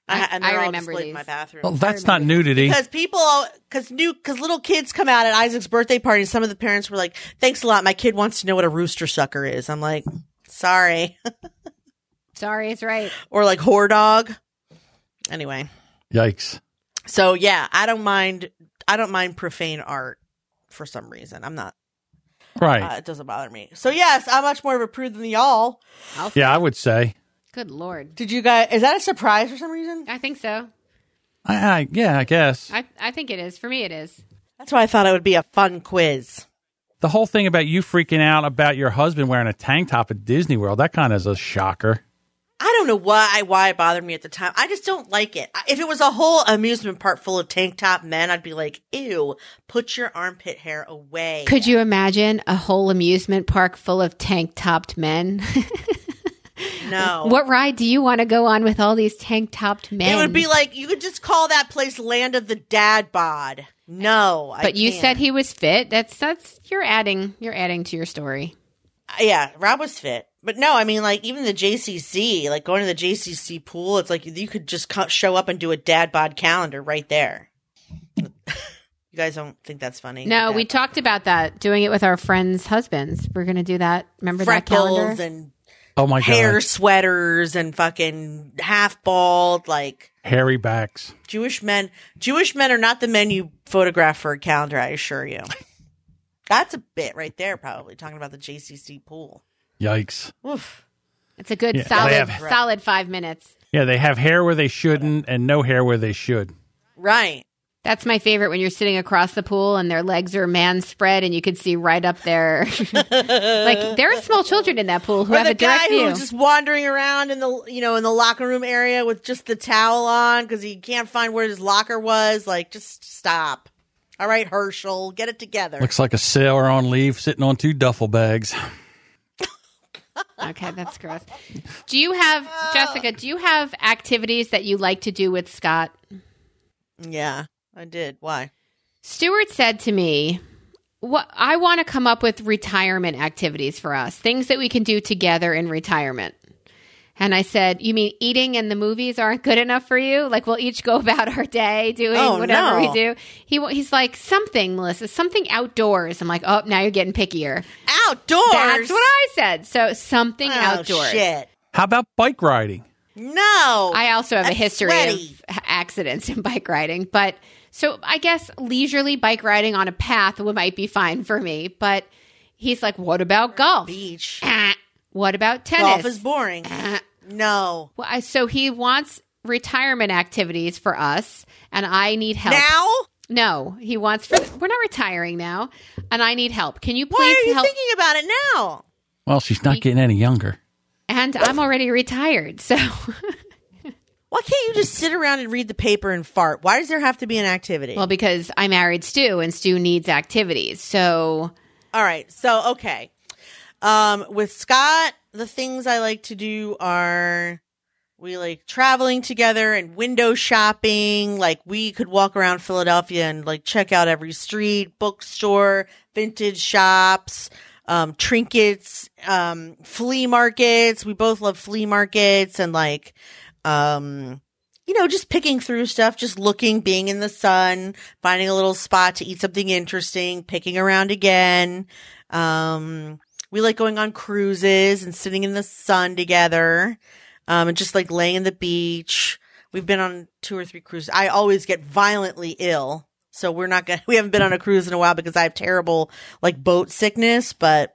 Speaker 1: I-
Speaker 2: and
Speaker 1: I
Speaker 2: they're all
Speaker 1: remember
Speaker 2: displayed
Speaker 1: these.
Speaker 2: in my bathroom.
Speaker 3: well, that's not nudity.
Speaker 2: because people, because new, because little kids come out at Isaac's birthday party, and some of the parents were like, "Thanks a lot, my kid wants to know what a rooster sucker is." I'm like, "Sorry,"
Speaker 1: Sorry, it's right.
Speaker 2: or like whore dog. Anyway,
Speaker 3: Yikes.
Speaker 2: So yeah, I don't mind. I don't mind profane art for some reason. I'm not.
Speaker 3: Right.
Speaker 2: Uh, it doesn't bother me. So yes, I'm much more of a prude than y'all.
Speaker 1: I'll-
Speaker 3: yeah, I would say.
Speaker 1: Good lord.
Speaker 2: Did you guys? Is that a surprise for some reason?
Speaker 1: I think so.
Speaker 3: I, I, yeah, I guess.
Speaker 1: I I think it is. For me, it is.
Speaker 2: That's why I thought it would be a fun quiz.
Speaker 3: the whole thing about you freaking out about your husband wearing a tank top at Disney World, that kind of is a shocker.
Speaker 2: I don't know why why it bothered me at the time. I just don't like it. I- If it was a whole amusement park full of tank top men, I'd be like, "Ew, put your armpit hair away."
Speaker 1: Could you imagine a whole amusement park full of tank topped men?
Speaker 2: no.
Speaker 1: what ride do you want to go on with all these tank topped men?
Speaker 2: It would be like you could just call that place "Land of the Dad Bod." No, I
Speaker 1: But you
Speaker 2: can't.
Speaker 1: said he was fit. That's that's you're adding you're adding to your story.
Speaker 2: Yeah, Rob was fit. But no, I mean, like, even the JCC, like going to the JCC pool, it's like you could just co- show up and do a dad bod calendar right there. you guys don't think that's funny?
Speaker 1: No,
Speaker 2: Dad
Speaker 1: we talked about that doing it with our friends' husbands. We're going to do that. Remember that
Speaker 2: freckles
Speaker 1: calendar?
Speaker 2: and
Speaker 3: Oh my
Speaker 2: hair
Speaker 3: god,
Speaker 2: sweaters and fucking half bald. Like,
Speaker 3: hairy backs.
Speaker 2: Jewish men, Jewish men are not the men you photograph for a calendar, I assure you. That's a bit right there, probably talking about the JCC pool.
Speaker 3: Yikes.
Speaker 2: Oof.
Speaker 1: it's a good
Speaker 3: Yeah, they
Speaker 1: solid
Speaker 3: have-
Speaker 1: solid 5 minutes.
Speaker 3: Yeah, they have hair where they shouldn't and no hair where they should.
Speaker 2: Right.
Speaker 1: That's my favorite when you're sitting across the pool and their legs are man spread and you can see right up there. like there are small children in that pool who
Speaker 2: Or
Speaker 1: have
Speaker 2: the
Speaker 1: a direct
Speaker 2: guy
Speaker 1: view.
Speaker 2: who's just wandering around in the you know in the locker room area with just the towel on because he can't find where his locker was. Like, just stop. All right, Herschel, get it together.
Speaker 3: Looks like a sailor on leave sitting on two duffel bags.
Speaker 1: okay, that's gross. Do you have Jessica? Do you have activities that you like to do with Scott?
Speaker 2: yeah, I did. Why?
Speaker 1: Stewart said to me, "What I want to come up with retirement activities for us, things that we can do together in retirement." And I said, "You mean eating and the movies aren't good enough for you? Like we'll each go about our day doing
Speaker 2: Oh,
Speaker 1: whatever
Speaker 2: no.
Speaker 1: we do." He wa- he's like, "Something, Melissa, something outdoors." I'm like, "Oh, now you're getting pickier."
Speaker 2: Outdoors.
Speaker 1: That's what I said. So something
Speaker 2: Oh,
Speaker 1: outdoors.
Speaker 2: Shit.
Speaker 3: How about bike riding?
Speaker 2: No.
Speaker 1: I also have a
Speaker 2: That's
Speaker 1: history
Speaker 2: sweaty.
Speaker 1: of accidents in bike riding, but so I guess leisurely bike riding on a path would might be fine for me. But he's like, "What about golf?
Speaker 2: Beach.
Speaker 1: Ah. What about tennis?"
Speaker 2: Golf is boring.
Speaker 1: Ah.
Speaker 2: No.
Speaker 1: Well, I- so he wants retirement activities for us, and I need help.
Speaker 2: Now?
Speaker 1: No, he wants. For, we're not retiring now, and I need help. Can you please
Speaker 2: Why are you
Speaker 1: help?
Speaker 2: thinking about it now?
Speaker 3: Well, she's not getting any younger.
Speaker 1: and I'm already retired, so
Speaker 2: Why can't you just sit around and read the paper and fart? Why does there have to be an activity?
Speaker 1: well because I married Stu, and Stu needs activities, so.
Speaker 2: All right. So, okay. Um, with Scott, the things I like to do are we like traveling together and window shopping. Like we could walk around Philadelphia and like check out every street, bookstore, vintage shops, um, trinkets, um, flea markets. We both love flea markets and like, um, you know, just picking through stuff, just looking, being in the sun, finding a little spot to eat something interesting, picking around again. Um, we like going on cruises and sitting in the sun together, um, and just like laying in the beach. We've been on two or three cruises. I always get violently ill, so we're not gonna. We haven't been on a cruise in a while because I have terrible like boat sickness, but.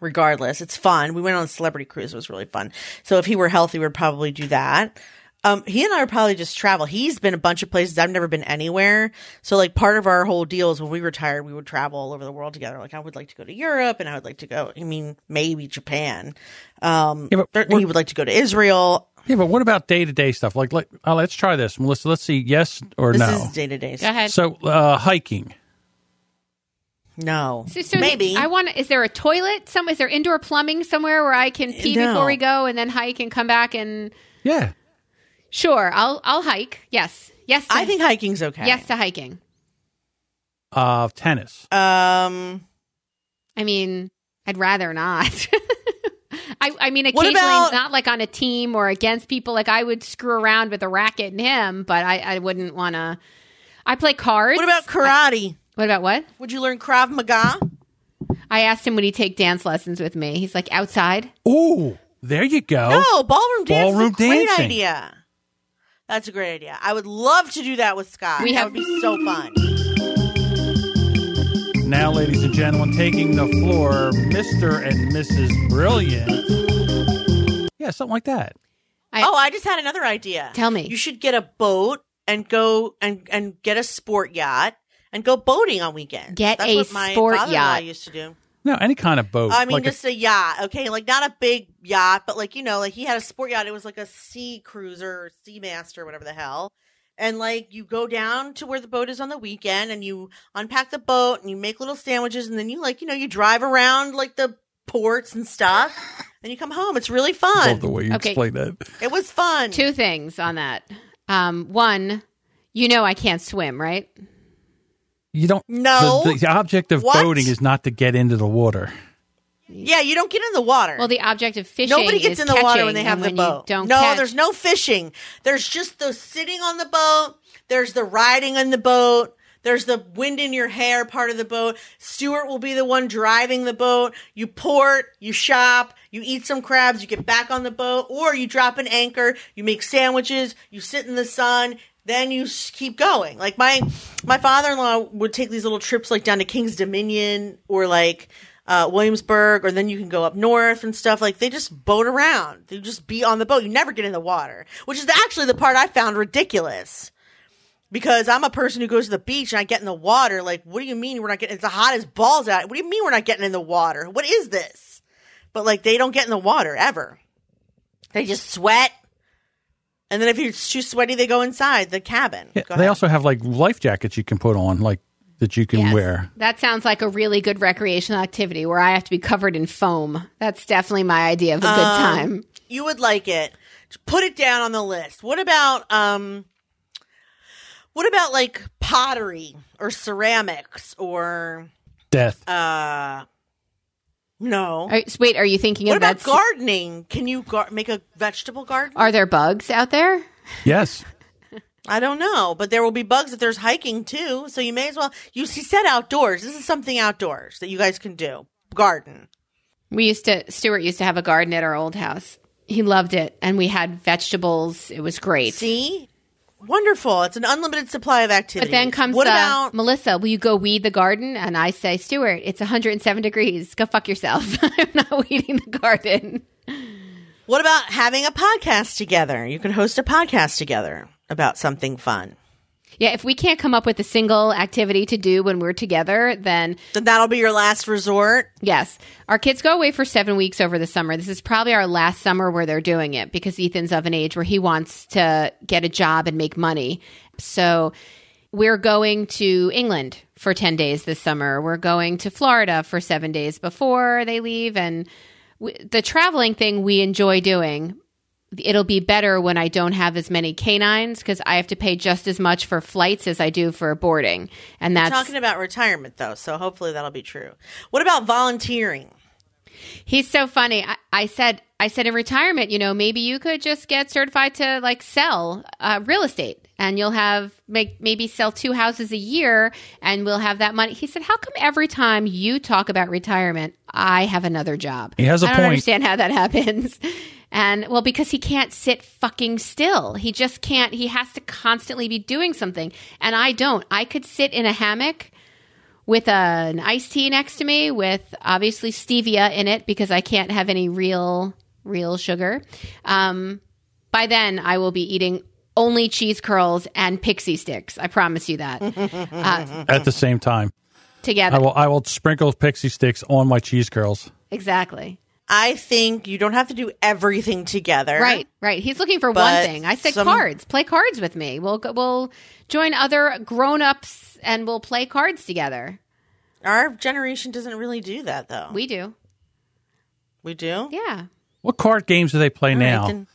Speaker 2: Regardless, it's fun. We went on a celebrity cruise. It was really fun. So if he were healthy, we'd probably do that. Um, he and I would probably just travel. He's been a bunch of places. I've never been anywhere. So like part of our whole deal is when we retired, we would travel all over the world together. Like I would like to go to Europe and I would like to go, I mean, maybe Japan. Um,
Speaker 3: Yeah, but
Speaker 2: there- he would like to go to Israel.
Speaker 3: Yeah, but what about day to day stuff? Like, like oh, let's try this, Melissa. Let's see, yes or
Speaker 2: This
Speaker 3: no.
Speaker 2: is day to day.
Speaker 1: Go ahead.
Speaker 3: So, uh, hiking.
Speaker 2: No,
Speaker 1: So, so
Speaker 2: maybe.
Speaker 1: I want. to Is there a toilet? Some is there indoor plumbing somewhere where I can pee
Speaker 2: No.
Speaker 1: before we go and then hike and come back and
Speaker 3: Yeah,
Speaker 1: sure, I'll I'll hike. Yes, yes. To,
Speaker 2: I think hiking's okay.
Speaker 1: yes to hiking.
Speaker 3: uh, tennis.
Speaker 2: Um,
Speaker 1: I mean, I'd rather not. I, I mean,
Speaker 2: What
Speaker 1: occasionally,
Speaker 2: about-
Speaker 1: not like on a team or against people. Like I would screw around with a racket and him, but I, I wouldn't want to. I play cards.
Speaker 2: what about karate?
Speaker 1: what about what?
Speaker 2: Would you learn Krav Maga?
Speaker 1: I asked him would he take dance lessons with me. He's like outside.
Speaker 3: Ooh, there you go.
Speaker 2: No, ballroom dance
Speaker 3: Oh. Ballroom
Speaker 2: is a great
Speaker 3: dancing.
Speaker 2: idea. That's a great idea. I would love to do that with Scott.
Speaker 1: We
Speaker 2: that
Speaker 1: have-
Speaker 2: would be so fun.
Speaker 3: Now, ladies and gentlemen, taking the floor, Mr. and Mrs. Brilliant. Yeah, something like that.
Speaker 1: I-
Speaker 2: oh, I just had another idea.
Speaker 1: Tell me.
Speaker 2: You should get a boat and go and and get a sport yacht and go boating on weekends.
Speaker 1: Get
Speaker 2: That's
Speaker 1: a
Speaker 2: what my
Speaker 1: sport
Speaker 2: father-in-law
Speaker 1: yacht.
Speaker 2: used to do.
Speaker 3: No, any kind of boat.
Speaker 2: I mean,
Speaker 3: Oh, Like a-
Speaker 2: just a, yacht, okay? Like not a big yacht, but like you know, like he had a sport yacht. It was like a sea cruiser, or sea master, whatever the hell. And like you go down to where the boat is on the weekend, and you unpack the boat, and you make little sandwiches, and then you like you know you drive around like the ports and stuff, and you come home. It's really
Speaker 3: I
Speaker 2: fun.
Speaker 3: love the way you
Speaker 1: Okay.
Speaker 3: explain that.
Speaker 2: it was fun.
Speaker 1: Two things on that. Um, one, you know I can't swim, right?
Speaker 3: You don't.
Speaker 2: No.
Speaker 3: The, the object of
Speaker 2: What?
Speaker 3: boating is not to get into the water.
Speaker 2: Yeah, you don't get in the water.
Speaker 1: Well, the object of fishing.
Speaker 2: Nobody gets
Speaker 1: is
Speaker 2: in the water
Speaker 1: catching,
Speaker 2: when they
Speaker 1: and
Speaker 2: have the
Speaker 1: you
Speaker 2: boat.
Speaker 1: Don't
Speaker 2: no,
Speaker 1: catch-
Speaker 2: there's no fishing. There's just the sitting on the boat. There's the riding on the boat. There's the wind in your hair part of the boat. Stewart will be the one driving the boat. You port, you shop, you eat some crabs, you get back on the boat, or you drop an anchor, you make sandwiches, you sit in the sun, then you s- keep going. Like my my father-in-law would take these little trips like down to King's Dominion or like uh, Williamsburg, or then you can go up north and stuff. Like they just boat around. They just be on the boat. You never get in the water, which is actually the part I found ridiculous. because I'm a person who goes to the beach and I get in the water. Like, what do you mean we're not getting? It's the hottest balls out. What do you mean we're not getting in the water? What is this? But like, they don't get in the water ever. They just sweat, and then if you're too sweaty, they go inside the cabin.
Speaker 3: Yeah,
Speaker 2: Go
Speaker 3: they
Speaker 2: ahead.
Speaker 3: also have like life jackets you can put on, like that you can
Speaker 1: Yes.
Speaker 3: wear.
Speaker 1: That sounds like a really good recreational activity where I have to be covered in foam. That's definitely my idea of a good
Speaker 2: Uh,
Speaker 1: time.
Speaker 2: you would like it. Just Put it down on the list. What about um what about like pottery or ceramics or
Speaker 3: Death.
Speaker 2: uh no.
Speaker 1: Are, so wait, are you thinking
Speaker 2: what
Speaker 1: of that?
Speaker 2: about gardening? Can you gar- make a vegetable garden?
Speaker 1: Are there bugs out there?
Speaker 3: yes.
Speaker 2: I don't know, but there will be bugs if there's hiking too, so you may as well you she said outdoors. This is something outdoors that you guys can do. Garden.
Speaker 1: We used to, Stuart used to have a garden at our old house. He loved it, and we had vegetables. It was great.
Speaker 2: See? Wonderful. It's an unlimited supply of activity.
Speaker 1: But then comes
Speaker 2: What
Speaker 1: the,
Speaker 2: about
Speaker 1: Melissa, will you go weed the garden? And I say, Stuart, it's 107 degrees. Go fuck yourself. I'm not weeding the garden.
Speaker 2: What about having a podcast together? You could host a podcast together about something fun.
Speaker 1: Yeah, if we can't come up with a single activity to do when we're together, then
Speaker 2: Then that'll be your last resort.
Speaker 1: yes, our kids go away for seven weeks over the summer. This is probably our last summer where they're doing it because Ethan's of an age where he wants to get a job and make money. So we're going to England for 10 days this summer. We're going to Florida for seven days before they leave. And we, the traveling thing we enjoy doing, it'll be better when I don't have as many canines because I have to pay just as much for flights as I do for boarding. And that's
Speaker 2: Talking about retirement though, so hopefully that'll be true. What about volunteering?
Speaker 1: He's so funny. I, I said, I said in retirement, you know, maybe you could just get certified to like sell uh, real estate, and you'll have make maybe sell two houses a year, and we'll have that money. He said, "How come every time you talk about retirement, I have another job?"
Speaker 3: He has a
Speaker 1: I
Speaker 3: point.
Speaker 1: Don't understand how that happens. And well, because he can't sit fucking still. He just can't. He has to constantly be doing something, and I don't. I could sit in a hammock with an iced tea next to me with obviously stevia in it because I can't have any real real sugar. Um, by then, I will be eating only cheese curls and pixie sticks. I promise you that. uh,
Speaker 3: At the same time,
Speaker 1: together,
Speaker 3: I will. I will sprinkle pixie sticks on my cheese curls.
Speaker 1: exactly.
Speaker 2: I think you don't have to do everything together.
Speaker 1: Right, right. He's looking for one
Speaker 2: But
Speaker 1: thing. I said
Speaker 2: some-
Speaker 1: cards. Play cards with me. We'll go- we'll join other grown ups and we'll play cards together.
Speaker 2: Our generation doesn't really do that though.
Speaker 1: We do.
Speaker 2: we do?
Speaker 1: Yeah.
Speaker 3: What card games do they play
Speaker 2: All right,
Speaker 3: now?
Speaker 2: then.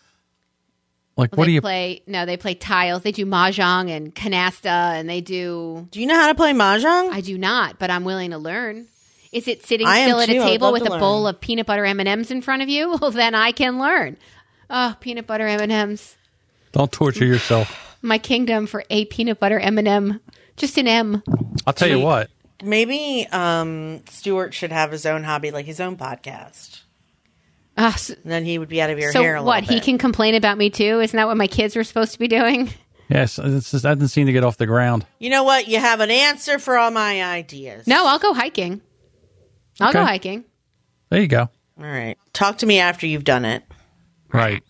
Speaker 3: like,
Speaker 1: Well,
Speaker 3: what
Speaker 1: they
Speaker 3: do you?
Speaker 1: play? No, they play tiles. They do mahjong and canasta, and they do.
Speaker 2: Do you know how to play mahjong?
Speaker 1: I do not, but I'm willing to learn. Is it sitting
Speaker 2: I am
Speaker 1: still at
Speaker 2: too.
Speaker 1: a
Speaker 2: I would
Speaker 1: table
Speaker 2: love
Speaker 1: with
Speaker 2: to
Speaker 1: a
Speaker 2: learn.
Speaker 1: bowl of peanut butter M and M's in front of you? Well, then I can learn. Oh, peanut butter M and M's.
Speaker 3: Don't torture yourself.
Speaker 1: My kingdom for a peanut butter M and M. Just an M.
Speaker 3: I'll tell you what.
Speaker 2: Maybe um Stuart should have his own hobby, like his own podcast.
Speaker 1: Ah, so,
Speaker 2: And then he would be out of your
Speaker 1: so
Speaker 2: hair a little
Speaker 1: what? He
Speaker 2: bit.
Speaker 1: can complain about me too. Isn't that what my kids were supposed to be doing?
Speaker 3: Yes, it's just, that doesn't seem to get off the ground.
Speaker 2: You know what? You have an answer for all my ideas.
Speaker 1: No, I'll go hiking. I'll go
Speaker 3: Okay.
Speaker 1: hiking.
Speaker 3: There you go.
Speaker 2: All right. Talk to me after you've done it.
Speaker 3: Right.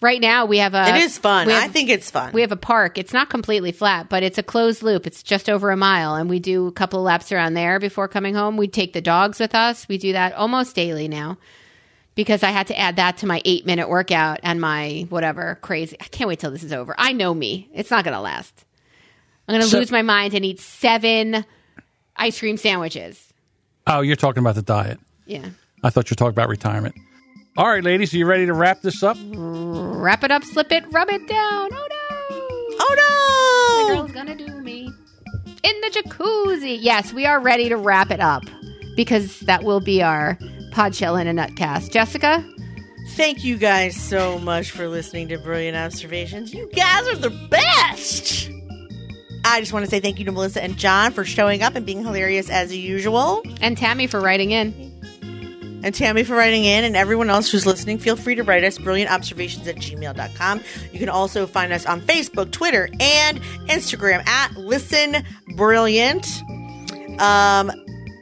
Speaker 1: Right now we have a.
Speaker 2: It is fun.
Speaker 1: Uh, we have-
Speaker 2: I think it's fun.
Speaker 1: We have a park. It's not completely flat, but it's a closed loop. It's just over a mile, and we do a couple of laps around there before coming home. We take the dogs with us. We do that almost daily now because I had to add that to my eight minute workout and my whatever crazy. I can't wait till this is over. I know me. It's not going to last. I'm going to
Speaker 3: So-
Speaker 1: lose my mind and eat seven ice cream sandwiches.
Speaker 3: Oh, you're talking about the diet.
Speaker 1: Yeah.
Speaker 3: I thought you were talking about retirement. All right, ladies, are you ready to wrap this up?
Speaker 1: Wrap it up, slip it, rub it down. Oh no.
Speaker 2: oh
Speaker 1: The
Speaker 2: no!
Speaker 1: girl's gonna do me in the jacuzzi. Yes, we are ready to wrap it up because that will be our pod shell in a nutcast. Jessica,
Speaker 2: Thank you guys so much for listening to Brilliant Observations. You guys are the best! I just want to say thank you to Melissa and John for showing up and being hilarious as usual,
Speaker 1: and Tammy for writing in.
Speaker 2: and Tammy for writing in, and everyone else who's listening. Feel free to write us brilliantobservations at gmail.com. You can also find us on Facebook, Twitter, and Instagram at Listen Brilliant. Um,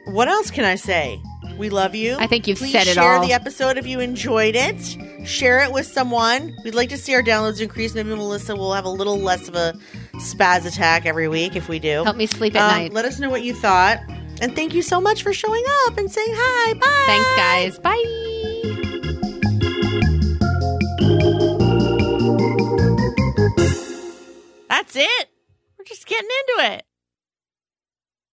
Speaker 2: what else can I say? We love you.
Speaker 1: I think you've
Speaker 2: Please
Speaker 1: said it
Speaker 2: share
Speaker 1: all.
Speaker 2: the episode if you enjoyed it. Share it with someone. We'd like to see our downloads increase. Maybe Melissa will have a little less of a spaz attack every week if we do.
Speaker 1: Help me sleep at
Speaker 2: Um,
Speaker 1: night.
Speaker 2: Let us know what you thought. And thank you so much for showing up and saying hi. Bye.
Speaker 1: Thanks, guys. Bye.